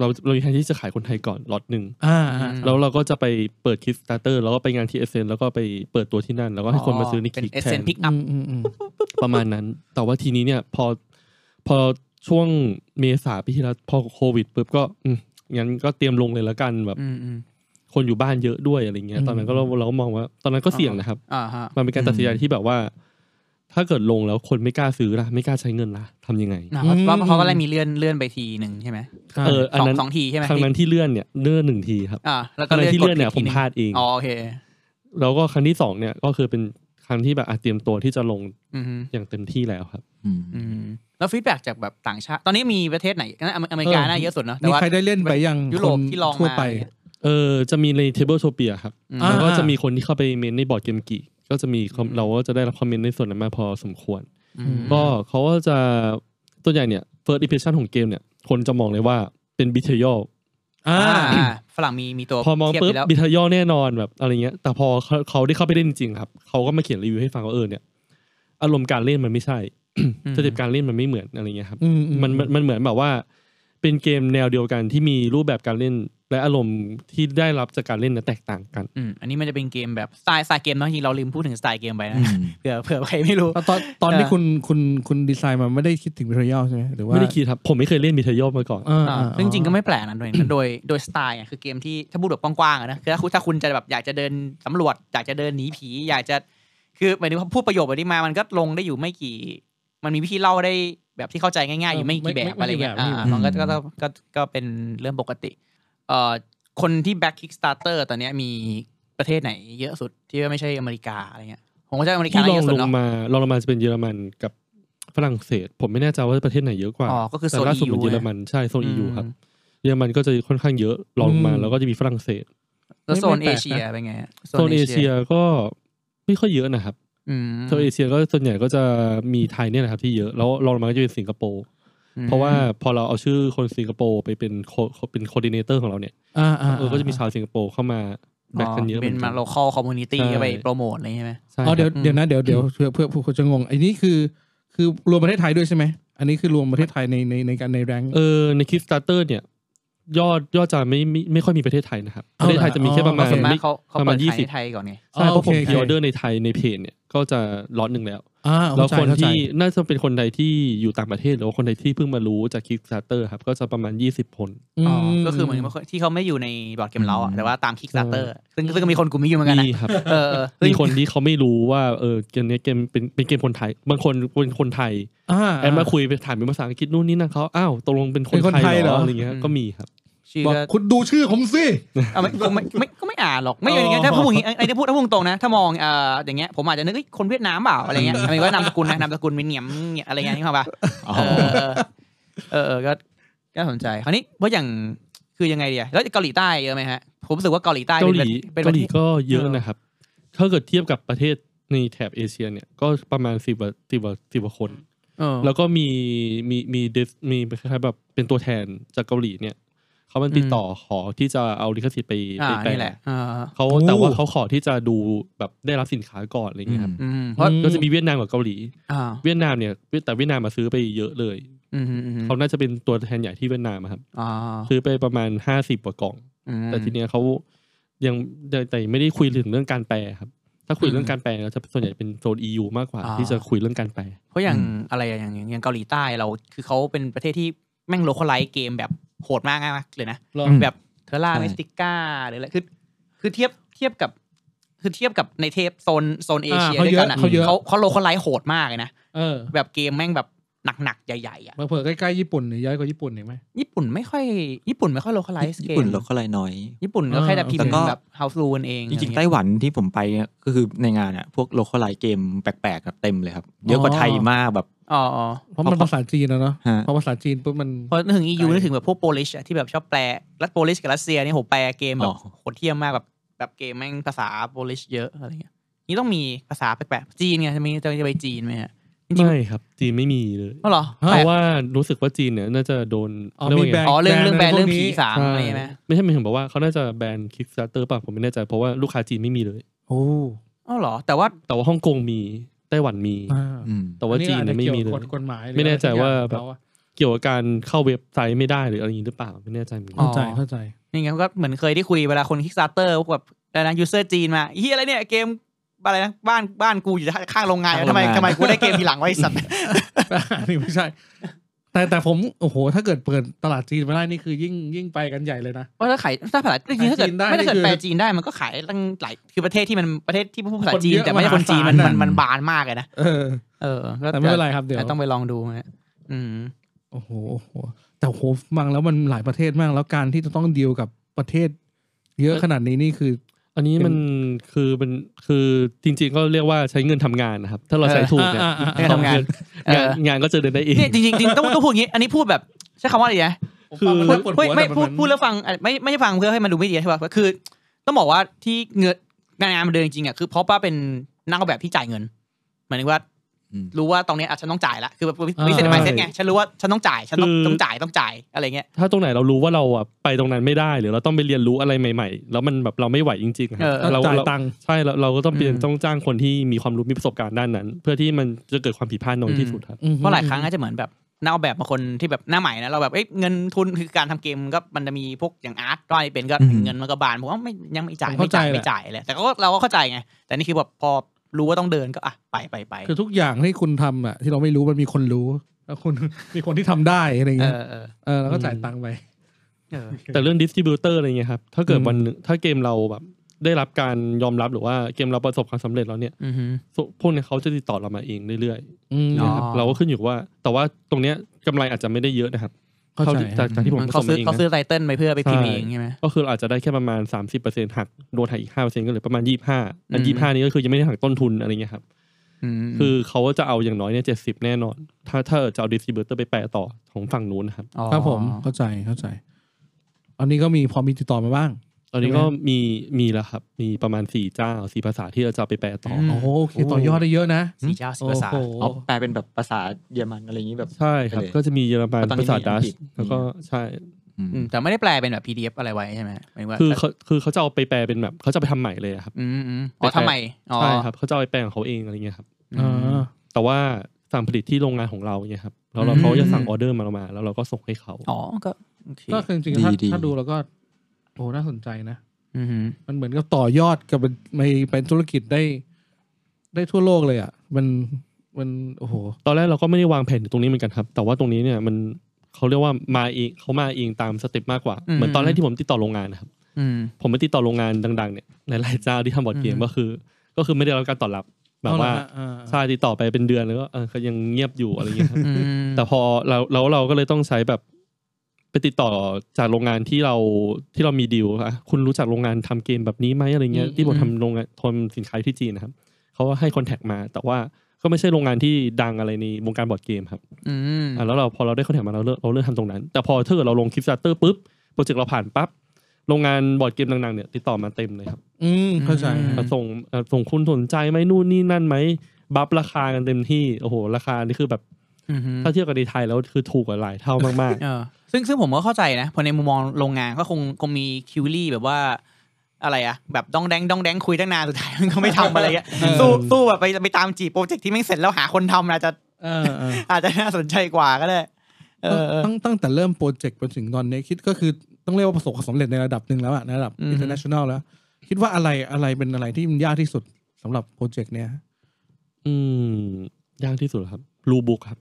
เราเรามีแผนที่จะขายคนไทยก่อนล็อตหนึ่ง อ่าอ่า ม แล้วเราก็จะไปเปิดคิสตาร์เตอร์แล้วก็ไปงานที่เอเซนแล้วก็ไปเปิดตัวที่นั่น แล้วก็ให้คนมาซื้อใน เป็ คิก เอ แท เซน น พิกอัพ อืมอืมอืม ประมาณนั้น แต่ว่าทีนี้เนี่ยพอพอช่วงเมษาปีที่แล้วพอโควิดปุ๊บก็อืมงั้นก็เตรียมลงเลยแล้วกันแบบ อืมอืม คนอยู่บ้านเยอะด้วยอะไรเงี้ยตอนนั้นก็เราเราก็มองว่า ตอนนั้นก็เสี่ยงนะครับ อ่าฮะ มันเป็นการตัดสินใจที่แบบว่า ถ้าเกิดลงแล้วคนไม่กล้าซื้อละไม่กล้าใช้เงินละทำยังไง นะเพราะว่าเพราะเขาก็เลยมีเลื่อนเลื่อนไปทีหนึ่งใช่ไหม เอออัสนอง นั้น สองทีใช่ไหม ครั้งนั้นที่เลื่อนเนี่ยเลื่อนหนึ่งทีครับ อ่าแล้ว ค ก็ รั้งนั้นที่ ก เลื่อนเนี่ย ผิ ผม ทีหง พลาดเอง อ๋อโอเค แล้วก็ครั้งที่สองเนี่ยก็คือเป็นครั้งที่แบบอ่ะเตรียมตัวที่จะลง อืมฮึ อย่างเต็มที่แล้วครับ อืม อืมแล้วฟีดแบ็จากแบบต่างชาติตอนนี้มีประเทศไหนน่าอเมอเมริกาน่าเยอะสุดเนอะแต่ นี่ ว่า ใครได้เล่นไปยัง ยุโรป คน ที่ลองมา ทั่วไป เออจะมีในเทเบิลโชเปียครับ อืม อ่า แล้วก็จะมีคนที่เข้าไปเมนในบอร์ดเกมกีก็จะมีคอมเราก็จะได้รับคอมเมนต์ในส่วนนั้นมาพอสมควร อืม ก็เขาก็จะตัวใหญ่เนี่ย first impression ของเกมเนี่ย คนจะมองเลยว่าเป็นบิทยอล อ่า อ่าฝรั่งมีมีตัว พอมอง เทีย ปุ๊บ ยู่แล้ว บิทยอลแน่นอนแบบอะไรเงี้ย แต่พอเขาเขาได้เข้าไปเล่นจริงๆครับเขาก็มาเขียนรีวิวให้ฟังว่าเออเนี่ยอารมณ์การเล่นมันไม่ใช่ สเต็ปการเล่นมันไม่เหมือนอะไรเงี้ยครับ อืมอื มันมันมันเหมือนแบบว่า เป็นเกมแนวเดียวกันที่มีรูปแบบการเล่น และอารมณ์ที่ได้รับจากการเล่นนะแตกต่างกัน อืมอันนี้มันจะเป็นเกมแบบสไตล์สไตล์เกมเนอะจริงเราลืมพูดถึงสไตล์เกมไปนะ อืม เผื่อเผื่อใครไม่รู้ ตอนตอนตอนที่ เออ คุณคุณคุณดีไซน์มาไม่ได้คิดถึงวิทยาใช่ไหมหรือว่า ไม่ได้คิดครับ ผมไม่เคยเล่นมิทยอลมาก่อน อ่า อ่า อ่า ซึ่งจริงๆก็ไม่แปลกนะโดยโดยโดยสไตล์อ่ะคือเกมที่ถ้าพูดแบบกว้างๆอะนะคือถ้าคุณถ้าคุณจะแบบอยากจะเดินสำรวจ อยากจะเดินหนีผี อยากจะคือหมายถึงว่าพูดประโยคแบบนี้มามันก็ลงได้อยู่ไม่กี่ มันมีวิธีเล่าได้แบบที่เข้าใจง่ายๆอยู่ไม่กี่แบบอะไรเงี้ยอ่ามันก็ก็ก็ก็ก็เป็นเรื่องปกติเอ่อคนที่แบ็คคิกสตาร์เตอร์ตอนเนี้ยมีประเทศไหนเยอะสุดที่ไม่ใช่อเมริกาอะไรเงี้ยผมก็จะอเมริกา ที่ล น่า อ เย ง อะสุด ลง เนาะ มาลองลงมาจะเป็นเยอรมันกับฝรั่งเศส ผมไม่แน่ใจว่าประเทศไหนเยอะกว่า อ๋อก็คือ แต่ล่าสุดเป็น EU เยอรมันใช่โซน อืม ยูครับเยอรมันก็จะค่อนข้างเยอะลองลงมาแล้วก็จะมีฝรั่งเศส แล้วโซนเอเชียเป็นไงฮะ โซนเอเชียก็ไม่ค่อยเยอะนะครับ อืม โซนเอเชียก็ส่วนใหญ่ก็จะมีไทยเนี่ยแหละครับที่เยอะแล้วลองลงมาก็จะเป็นสิงคโปร์ เพราะว่าพอเราเอาชื่อคนสิงคโปร์ไปเป็นโคเป็นโคดิเนเตอร์ของเราเนี่ย อ่าอ่า เออก็จะมีชาวสิงคโปร์เข้ามาแบกกันเยอะ เป็น ห มา อกั local community ใช่ ก็ไปโปรโมทอะไรใช่ไหม ใช่ อ๋อเดี๋ยว อืม เดี๋ยวนะเดี๋ยวเดี๋ยวเพื่อเพื่อผู้คนจะงงไอ้นี่คือคือรวมประเทศไทยด้วยใช่ไหมอันนี้คือรวมประเทศไทยในในในการในแรง เออในคิสตาร์เตอร์เนี่ย ยอดยอดจะไม่ไม่ไม่ค่อยมีประเทศไทยนะครับ ประเทศไทยจะมีแค่ประมาณ ส่วนมาก ไม่ เขาเขา ประ เปิ มา ด ณ ขายใน 20 ไทยก่อนไง ใช่เพราะผม โอเค พิออเดอร์ในไทยในเพจเนี่ยก็จะล็อตหนึ่งแล้ว อ่า แล้ เข้าว ใจ คน เข้าใจ ที่น่าจะเป็นคนใดที่อยู่ต่างประเทศหรือว่าคนใดที่เพิ่งมารู้จากคิสตาร์เตอร์ครับก็จะประมาณ 20 คน อ๋อ ม ก็คือเหมือนที่เขาไม่อยู่ในบอร์ดเกมเราอะ อืม แต่ว่าตาม Kickstarter ซึ่งซึ่งก็มีคนกลุ่มนี้อยู่เหมือนกันนะ มีครับ เออเออ มีคนที่เขาไม่รู้ว่าเออเกมเนี้ยเกมเป็นเป็นเกมคนไทย บางคนเป็นคนไทย แอดมาคุยไปถามเป็นภาษาอังกฤษนู่นนี่นั่นเขาอ้าวตกลงเป็นคน เป็นคน ไท ไทย ยเหรอ เหรอ อะไรเงี้ยก็มีครับ ชื่อ บอก ก็ คุณดูชื่อผมสิ เอาไม่ก็ไม่ไม่ก็ไม่อ่านหรอกไม่อย่างเงี้ยถ้าพูดอย่างงี้ไอ้ที่พูดถ้าพูดตรงๆนะ ถ้ามองเอ่ออย่างเงี้ยผมอาจจะนึกเอ้ยคนเวียดนามเปล่าอะไรเงี้ยหมายถึงว่านามสกุลนะนามสกุลมินเหนียมเนี่ยอะไรเงี้ยนี่เข้าปะ อ๋อ เออเออเออเออก็ก็สนใจคราวนี้เพราะอย่างคือยังไงดีอะแล้วเกาหลีใต้เยอะไหมฮะ ผมรู้สึกว่าเกาหลีใต้ เกา เป็นปหระ ลี เป็นเการปะ ห เท ลี ศ ก็เยอะ เออ นะครับ ถ้าเกิดเทียบกับประเทศในแถบเอเชียเนี่ยก็ประมาณสิบสิบสิบคน เออ แล้วก็มีมีมีเดสมีคล้ายๆแบบเป็นตัวแทนจากเกาหลีเนี่ยเขามันติดต่ออขอที่จะเอาลิขสิทธิ์ไป อ่า ไปแปล นี่แหละเออ เขา โอ้ แต่ว่าเขาขอที่จะดูแบบได้รับสินค้าก่อนอะไรอย่างเงี้ยครับ อืมเพราะ อืม ก็จะมีเวียดนามกับเกาหลี อ่า เวียดนามเนี่ยแต่เวียดนามมาซื้อไปเยอะเลย อืมอืมอืม เขาน่าจะเป็นตัวแทนใหญ่ที่เวียดนามอะครับ อ่า ซื้อไปประมาณห้าสิบกว่ากล่อง อืม แต่ทีเนี้ยเขายังแต่แต่ไม่ได้คุยถึงเรื่องการแปลครับ ถ้าคุยเรื่องการแปลเราจะส่วนใหญ่เป็นโซน EU มากกว่า อ่า ที่จะคุยเรื่องการแปล เพราะอย่างอะไรอะอย่างอย่างอย่างเกาหลีใต้เราคือเขาเป็นประเทศที่แม่งโลคอลไลซ์เกมแบบโหดมากมากเลยนะ หรอ แบบเทอร่าเมสติก้าหรืออะไรคือคือเทียบเทียบกับ คือเทียบกับในเทปโซนโซนเอเชีอ่ายเขา ด้วยกันอะ เยอะเขาเยอะ เขาเขาโลคอลไลซ์โหดมากเลยนะ เออ แบบเกมแม่งแบบหนักๆ ใหญ่ๆอ่ะ มาเผื่อใกล้ๆญี่ปุ่นเนี่ยย้อยกว่าญี่ปุ่นเห็นไหม ญี่ปุ่นไม่ค่อยญี่ปุ่นไม่ค่อยโลคอลไลซ์ ญี่ เก ปุ่น ม เราก็เลยน้อย ญี่ปุ่นก็ อ่า แค่จะพิม แต่ พ์ ก็ แบบเฮาส์รูนเอง จริงๆ อะ ไต้ ไเย หวันที่ผมไปเนี่ยก็คือในงานอ่ะพวกโลคอลไลเกมแปลกๆอะเต็มเลยครับ เยอะกว่าไทยมากแบบ อ๋ออ๋อ เพราะมันภาษาจีนนะเนาะ ฮะ พอภาษาจีนปุ๊บมัน พอนึกถึง EU นึกถึงแบบพวกโปลิชอะที่แบบชอบแปลรัฐโปลิชกับรัสเซียนี่โหแปลเกมแบ อ๋ บ อ โหดเที่ยมมากแบบแบบเกมแม่งภาษาโปลิชเยอะอะไรเงี้ยนี่ต้องมีภาษาแปลกๆจีนไงจะมีจะจะไปจีนไหมฮะจริง ไม่ครับ จีนไม่มีเลย ๆก็เหรอ ฮะ เพ แปลก ราะว่ารู้สึกว่าจีนเนี่ยน่าจะโดน อ๋อ เรียก มีแบนว่าไงอ๋อเรื่องเรื่องแปล แบรนด์ เรื่อง พวกนี้ ผีสางอะไรใช่ไหม ไม่ใช่หมายถึงแบบว่าเขาน่าจะแบน Kickstarter ป่ะผมไม่แน่ใจเพราะว่าลูกค้าจีนไม่มีเลย โอ้ อ๋อเหรอแต่ว่า แต่ว่าฮ่องกงมีไต้หวันมี อ่า อืม แต่ว่าจีน อัอจ เนี่จะยไม่ กี่ว มีเลย กับกฎหมายหรือ ไม่แน่ใจว่า อะไรสักอย่ง แบบ เรอะ เกี่ยวกับการเข้าเว็บไซต์ไม่ได้หรืออะไรอย่างนี้หรือเปล่าไม่แน่ใจเหมือนกั เข้าน ใจเข้าใจ นี่ไงก็เหมือนเคยที่คุยเวลาคนคิกสตาร์เตอร์แบบอะไรนะยูเซอร์จีนมาเฮียอะไรเนี่ยเกมอะไรนะบ้านบ้านกูอยู่ข้างโรงงาน ข้างโรงงาน ทำไมทำไมกูได้เกมทีหลังไวะไอ้สัตว์ อันนี้ไม่ใช่ แต่แต่ผมโอ้โห ถ้าเกิดเปิดตลาดจีนไม่ได้นี่คือยิ่งยิ่งไปกันใหญ่เลยนะ ว่าถ้าขายถ้าภาษาจริงๆถ้าเกิด จีนได้ ไม่ได้เกิด นี่คือ แปลจีนได้มันก็ขายตั้งหลายคือประเทศที่มันประเทศที่พูดภาษา คน จีน เยอะ แต่ไม่ใช่ ม ค หาน จีนมัน ศาลน่ะ มันมันบานมากเลยนะ เออ เออก็ แต่ไม่เป็นไรครับเดี๋ยว แต่ต้องไปลองดูฮะอืม โอ้โหโอ้โหแต่โอ้โหฟังแล้วมันหลายประเทศมาก แล้วการที่จะต้องเดียวกับประเทศ เยอะขนาดนี้นี่คือ อันนี้มันคือมันคือจริง ๆ ก็เรียกว่าใช้เงินทำงานนะครับ ถ้าเราใช้ถูกเนี่ย อ่าอ่าอ่า เงินทำงาน เออง านก็จะเดินได้เอง เนี่ยจริงๆจริงๆต้องต้องพูดอย่างนี้ อันนี้พูดแบบใช้คำว่าอะไรนะ ผมฟังมันน่าปวดหัวคือเฮ้ยไม่ แต่น พูดพูดแล้วฟังอ่ะไม่ไม่ใช่ฟังเพื่อให้มันดูไม่ดีใช่ป่ะคือ ต้องบอกว่าที่เงินงานมันเดินจริงๆอ่ะคือเพราะว่าเป็นนักออกแบบที่จ่ายเงินหมายถึงว่า อืม รู้ว่าตรงเนี้ยอ่ะฉันต้องจ่ายละคือแบบวิเศษมายเซ็ตไงฉันรู้ว่าฉันต้องจ่ายฉันต้อง คือ ต้องจ่ายต้องจ่ายอะไรเงี้ย ถ้าตรงไหนเรารู้ว่าเราอ่ะไปตรงนั้นไม่ได้ หรือเราต้องไปเรียนรู้อะไรใหม่ ๆ แล้วมันแบบเราไม่ไหวจริงๆอะ เออ ต้อง เรา จ่าย เรา ตังค์ ใช่เราเราก็ต้องเปลี่ยน อืม ต้องจ้างคนที่มีความรู้มีประสบการณ์ด้านนั้น เพื่อที่มันจะเกิดความผิดพลาดน้อยที่สุดครับ อืม เพราะหลายครั้งอาจจะเหมือนแบบนักออกแบบบางคนที่แบบหน้าใหม่นะเราแบบเอ้ยเงินทุนคือการทำเกมก็มันจะมีพวกอย่างอาร์ตด้อยเป็นก็ อืม เงินมันก็บานผมว่าไม่ยังไม่จ่ายไม่จ่ายไม่จ่ายเลยแต่ก็เราก็เข้าใจไง แต่นี่คือแบบพอรู้ว่าต้องเดินก็อ่ะไปไปไป คือทุกอย่างที่คุณทำอ่ะที่เราไม่รู้มันมีคนรู้แล้วคุณ มีคนที่ทำได้อะไร เอ เงี้ย อเออ เออแล้วก็จ่ายตังค์ไป เออ แต่เรื่องดิสติบิวเตอร์อะไรเงี้ยครับถ้าเกิด อืม วันหนึ่งถ้าเกมเราแบบได้รับการยอมรับหรือว่าเกมเราประสบความสำเร็จแล้วเนี่ย อือฮึ พวกเนี้ยเขาจะติดต่อเรามาเองเรื่อยๆ อืม อ๋อ นะครับเราก็ขึ้นอยู่ว่า แต่ว่าตรงเนี้ยกำไรอาจจะไม่ได้เยอะนะครับ เข้าใจ ที่จากจากที่ผม เขาซื้อ ผสมเอง เขา นะ ซื้อไตเติ้ลไปเพื่อไปพิมพ์ ใช่ เองใช่ไหม ก็คือเราอาจจะได้แค่ประมาณ 30%หักโดนหักอีก5%ก็เหลือประมาณ 25อัน อืม 25 นี้ก็คือยังไม่ได้หักต้นทุนอะไรเงี้ยครับ อืม คือเขาจะเอาอย่างน้อยเนี่ย70 แน่นอน ถ้าถ้าจะเอาดิสติบิวเตอร์ไปแปลต่อของฝั่งนู้นนะครับ อ ครับผมเข้าใจเข้าใจ อันนี้ก็มีพอมีติดต่อมาบ้าง ตอนนี้ก็มีมีแล้วครับ มีประมาณ4เจ้า4ภาษาที่เราจะเอาไปแปลต่ออ โอ้โหโอเคต่อยอดได้เยอะนะ สี่เจ้าสิบภาษา โอ้โห อ๋อแปลเป็นแบบภาษาเยอรมันอะไรอย่างนี้แบบ ใช่ครับ ก็จะมีเยอรมัน เพราะตอนนี้ ภาษาดัช มีอังกฤษ แล้วก็ใช่ อืม อืมแต่ไม่ได้แปลเป็นแบบ PDF อะไรไว้ใช่ไหมหมายถึงว่า คือเขาคือเขาจะเอาไปแปลเป็นแบบเขาจะไปทำใหม่เลยอะครับ อืมอืมอ๋อทำไมอ๋อ ใช่ครับเขาจะเอาไปแปลของเขาเองอะไรเงี้ยครับ อื อ่ ม า แต่ว่าสั่งผลิตที่โรงงานของเราเนี่ยครับแล้วเรา อืม เขาจะสั่งออเดอร์มาเรามา แล้วเราก็ส่งให้เขา อ๋อก็โอเค ก็คือจริงๆถ้า ดีๆ ถ้าดูแล้วก็โอ้โหน่าสนใจนะ อือฮึ มันเหมือนกับต่อยอดกับเป็นไปเป็นธุรกิจได้ ได้ทั่วโลกเลยอ่ะ มันมันโอ้โห ตอนแรกเราก็ไม่ได้วางแผนถึงตรงนี้เหมือนกันครับ แต่ว่าตรงนี้เนี่ยมันเขาเรียกว่ามาเองเขามาเองตามสเต็ปมากกว่า อืม เหมือนตอนแรกที่ผมติดต่อโรงงานนะครับ อืม ผมไปติดต่อโรงงานดังๆเนี่ยหลายๆเจ้าที่ทำบอร์ดเกม อืม ก็คือ ก็คือไม่ได้รับการตอบรับแบบว่าใช่ติดต่อไปเป็นเดือนแล้วก็เออก็ยังเงียบอยู่อะไรเงี้ยครับ อืม แต่พอเราเราเราก็เลยต้องใช้แบบ ไป ไปติดต่อจากโรงงานที่เราที่เรามีดีลอะคุณรู้จักโรงงานทำเกมแบบนี้ไหมอะไรเงี้ย อืม ที่ผม อืม ทำโรงงานทำสินค้าอยู่ที่จีนนะครับเขาก็ให้คอนแทคมา แต่ว่าก็ไม่ใช่โรงงานที่ดังอะไรในวงการบอร์ดเกมครับ อืม อ่ะแล้วเราพอเราได้คอนแทคมาเราเลือกเราเลือกทำตรงนั้น แต่พอถ้าเกิดเราลงคลิปสตาร์เตอร์ปุ๊บโปรเจกต์เราผ่านปั๊บโรงงานบอร์ดเกมดังๆเนี่ยติดต่อมาเต็มเลยครับ อืมเข้าใจ อ่ะส่งอ่ะส่งคุณสนใจไหมนู่นนี่นั่นไหมบัฟราคากันเต็มที่โอ้โหราคานี่คือแบบ อืมฮึ ถ้าเทียบกับในไทยแล้วคือถูกกว่าหลายเท่ามากๆ เออซึ่งซึ่งผมก็เข้าใจนะพอในมุมมองโรงงานก็คงคงมีคิวรี่แบบว่าอะไรอะแบบดองแดงดองแดงคุยตั้งนานสุดท้าย มันก็ไม่ทำอะไรเงี้ยสู้สู้แบบไปไปตามจีบโปรเจกต์ที่แม่งเสร็จแล้วหาคนทำอาจจะ เออเออ อาจจะน่าสนใจกว่าก็ได้เออเออ ตั้งตั้งแต่เริ่มโปรเจกต์จนถึงตอนนี้คิดก็คือต้องเรียกว่าประสบความสำเร็จในระดับหนึ่งแล้วอะในระดับ อืม international แล้ว คิดว่าอะไรอะไรเป็นอะไรที่มันยากที่สุดสำหรับโปรเจกต์เนี้ย อืมยากที่สุดครับรูบุ๊กครับ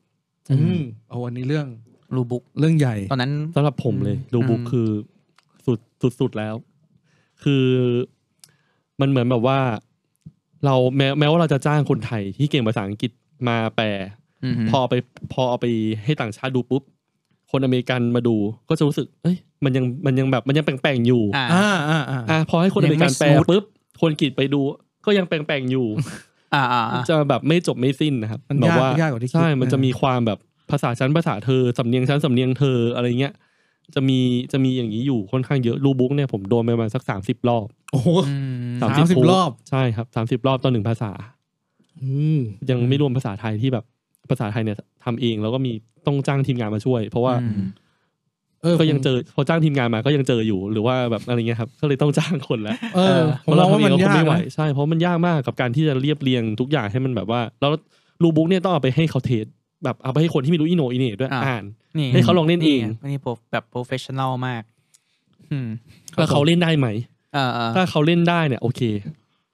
อืม มเอาวันนี้เรื่อง รูบุก เรื่องใหญ่ ตอนนั้น สำหรับผมเลยรูบุ๊ก อืม คือสุดสุดสุดแล้ว คือมันเหมือนแบบว่า เราแม้แม้ว่าเราจะจ้างคนไทยที่เก่งภาษาอังกฤษมาแปล มฮึ พอไปพอเอาไปให้ต่างชาติดูปุ๊บ คนอเมริกันมาดูก็จะรู้สึก เอ้ยมันยังมันยังแบบมันยังแปลงๆอยู่ อ่า อ่าอ่าอ่า อ่ะพอให้คนอเมริกันแปล ยังไม่ smooth ปุ๊บคนอังกฤษไปดู ก็ยังแปลงๆอยู่ อ่าอ่าอ่า จะแบบไม่จบไม่สิ้นนะครับ มัน แบบ ยาก ว่าย ากกว่าที่คิด ใช่ มันจะมีความแบบภาษาชั้นภาษาเธอ สำเนียงชั้นสำเนียงเธออะไรเงี้ย จะมีจะมีอย่างนี้อยู่ค่อนข้างเยอะรูบุ๊กเนี่ยผมโดนไปประมาณสักสามสิบรอบ โอ้โห อืม สามสิบ 30 รอบ ใช่ครับสามสิบ30 รอบต่อหนึ่งภาษา อืม ยังไม่รวมภาษาไทยที่แบบภาษาไทยเนี่ยทำเองแล้วก็มีต้องจ้างทีมงานมาช่วย เพราะว่า อืม เออ ก็ยัผงม เจอพอจ้างทีมงานมาก็ยังเจออยู่หรือว่าแบบอะไรเงี้ยครับก็เลยต้องจ้างคนแล้ว เออผ เพ ม ราะ ม เรา องว่า ทำเอ มัน งยางเราคก ไม่ไหว นะ ใช่เพราะมันยากมากกับการที่จะเรียบเรียงทุกอย่างให้มันแบบว่า แล้วรูบุ๊กเนี่ยต้องเอาไปให้เขาเทสแบบเอาไปให้คนที่ไม่รู้อีโหนอีเหน่ด้วย อ่า อ่าน นี่ ให้เขาลองเล่นเอง ไงนี่โปรแบบโปรเฟชชั่นอลมาก อืม แล้วเขาเล่นได้ไหม เออเออ ถ้าเขาเล่นได้เนี่ยโอเค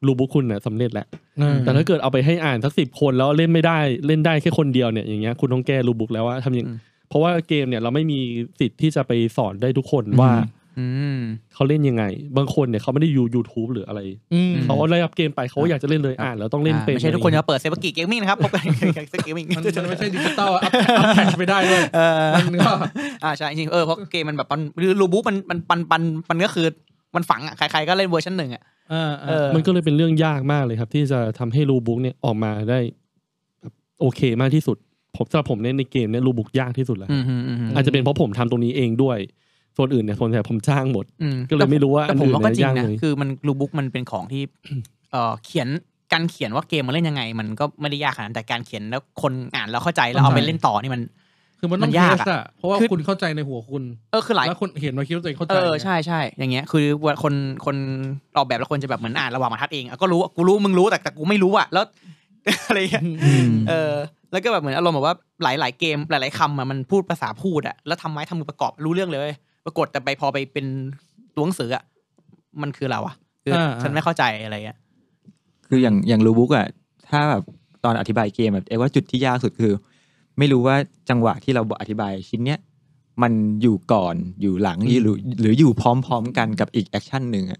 รูบุ๊กคุณเนี่ยสำเร็จแล้ว เออ ม แต่ถ้าเกิดเอาไปให้อ่านสักสิบคนแล้วเล่นไม่ได้เล่นได้แค่คนเดียวเนี่ยอย่างเงี้ยคุณต้องแก้รูบุ๊กแล้วว่าทำยัง อืม เพราะว่าเกมเนี่ยเราไม่มีสิทธิ์ที่จะไปสอนได้ทุกคนว่า อืม เขาเล่นยังไง บางคนเนี่ยเขาไม่ได้อยู่ YouTube หรืออะไร อืม ม เขาได้รับเกมไปเขาก็อยากจะเล่นเลยอ่านแล้วต้องเล่น อ่า เป็น ไม่ใช่ทุกคน อะไรเงี้ย จะเปิดเซฟกิเกมมิ่งนะครับพบ กันเซฟเกมมิ่ง มันมันไม่ใช่ดิจิตอลอะอัพอัพแพทชไม่ได้ด้วย เออ มันก็ อ่าใช่จริงเออเพราะเกมมันแบบมันหรือรูบุ๊กมันมันปันปันมันก็คือมันฝังอ่ะใครๆก็เล่นเวอร์ชันหนึ่งอ่ะ เออเอ เอ อ อ มันก็เลยเป็นเรื่องยากมากเลยครับ ที่จะทำให้รูบุ๊กเนี่ยออกมาได้แบบโอเคมากที่สุด ผมสำหรับผมเนี่ยในเกมเนี่ยรูบุ๊กยากที่สุดแล้ว อืมอืมอืม อาจจะเป็นเพราะผมทำตรงนี้เองด้วย ส่วนอื่นเนี่ยส่วนใหญ่ผมจ้างหมด อืม ก็เลยไม่รู้ว่า แต่ อัน ผม อื่น ว่าก็จริเนี่ยง ยาก นะ เลย คือมันรูบุ๊กมันเป็นของที่ เออเขียนการเขียนว่าเกมมันเล่นยังไง มันก็ไม่ได้ยากขนาดนั้นแต่การเขียนแล้วคนอ่านแล้วเข้าใจแล้วเอาไปเล่นต่อนี่มัน คือมันต้อง มันยาก เทสอะเพราะว่า คือ คุณเข้าใจในหัวคุณ เออคือหลาย แล้วคนเห็นมาคิดว่าตัวเองเข้าใจ เออใช่ใช่อย่างเงี้ยคือคนคนออกแบบแล้วคนจะแบบเหมือนอ่านระหว่างบรรทัดเองอ่ะก็รู้อ่ะกูรู้มึงรู้แต่แต่กูไม่รู้อ่ะแล้ว อะไรเงี้ย อืม เออ แล้วก็แบบเหมือนอารมณ์แบบว่าหลายหลายๆเกมหลาย ๆคำอ่ะมันพูดภาษาพูดอ่ะแล้วทำไม้ทำมือประกอบรู้เรื่องเลยเว้ยปรากฏแต่ไปพอไปเป็นตัวหนังสืออ่ะมันคือเราอ่ะคืออา ฉันไม่เข้าใจอะไรเงี้ย คืออย่างอย่างรูบุ๊กอะถ้าแบบตอนอธิบายเกมแบบเอะว่าจุดที่ยากสุดคือ ไม่รู้ว่าจังหวะที่เราอธิบายชิ้นเนี้ยมันอยู่ก่อนอยู่หลังหรือหรืออยู่พร้อมๆกันกับอีกแอคชั่นหนึ่งอะ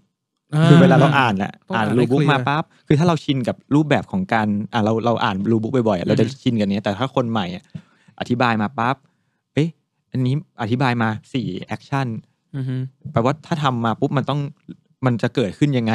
คือเวลาเราอ่านอะ ต้อง อ่า อ่าน น รูบุ๊ก ให้เคลียร์ มาปั๊บคือถ้าเราชินกับรูปแบบของการอ่าเราเราอ่านรูบุ๊กบ่อยๆอะเราจะชินกับเนี้ยแต่ถ้าคนใหม่อะอธิบายมาปั๊บเอ๊ะอันนี้อธิบายมาสี่แอคชั่นแปลว่าถ้าทำมาปุ๊บมันต้องมันจะเกิดขึ้นยังไง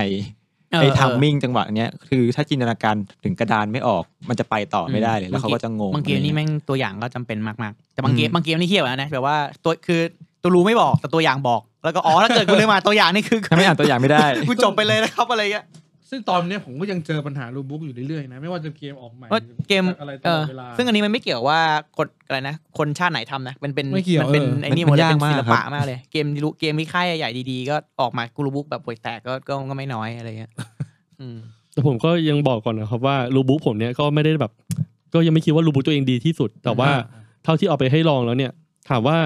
ไอ้ทามมิ่งจังหวะเนี้ยคือถ้าจินตนาการถึงกระดานไม่ออก มันจะไปต่อไม่ได้เลยแล้วเขาก็จะงง บางเกมนี่ อะไรเงี้ย แม่งตัวอย่างก็จำเป็นมากๆ แต่บางเกม อืม บางเกมนี่เฮี้ยกว่านั้นนะแบบว่าตัวคือตัวรู้ไม่บอกแต่ตัวอย่างบอก แล้วก็อ๋อถ้าเกิดกูเลือกมาตัวอย่างนี่คือ ถ้าไม่อ่านตัวอย่างไม่ได้ กูจบไปเลยนะครับอะไรเงี้ย ซึ่งตอนเนี้ยผมก็ยังเจอปัญหารูบุ๊กอยู่เรื่อยๆนะ ไม่ว่าจะเกมออกใหม่ เออเกม อะไรต เอ ลอ อ ดเวลา ซึ่งอันนี้มันไม่เกี่ยวว่ากฎอะไรนะ คนชาติไหนทำนะ มันเป็น ไม่เกี่ยว มัเป็น เออ ไอ้นี่หมด มัน เลย ยาก เป็นศิล มากครั ปะ บ มากเลย เกมที่รู้เกมที่ค่ายใหญ่ๆดีๆ ก็ออกมากรูบุ๊กแบบป่วยแตกก็ก็ก็ไม่น้อยอะไรเงี้ยอืม แต่ผมก็ยังบอกก่อนนะครับว่ารูบุ๊กผมเนี่ยก็ไม่ได้แบบ ก็ยังไม่คิดว่ารูบุ๊กตัวเองดีที่สุด แต่ว่าเท่าที่เอาไปให้ลองแล้วเนี่ย ถามว่า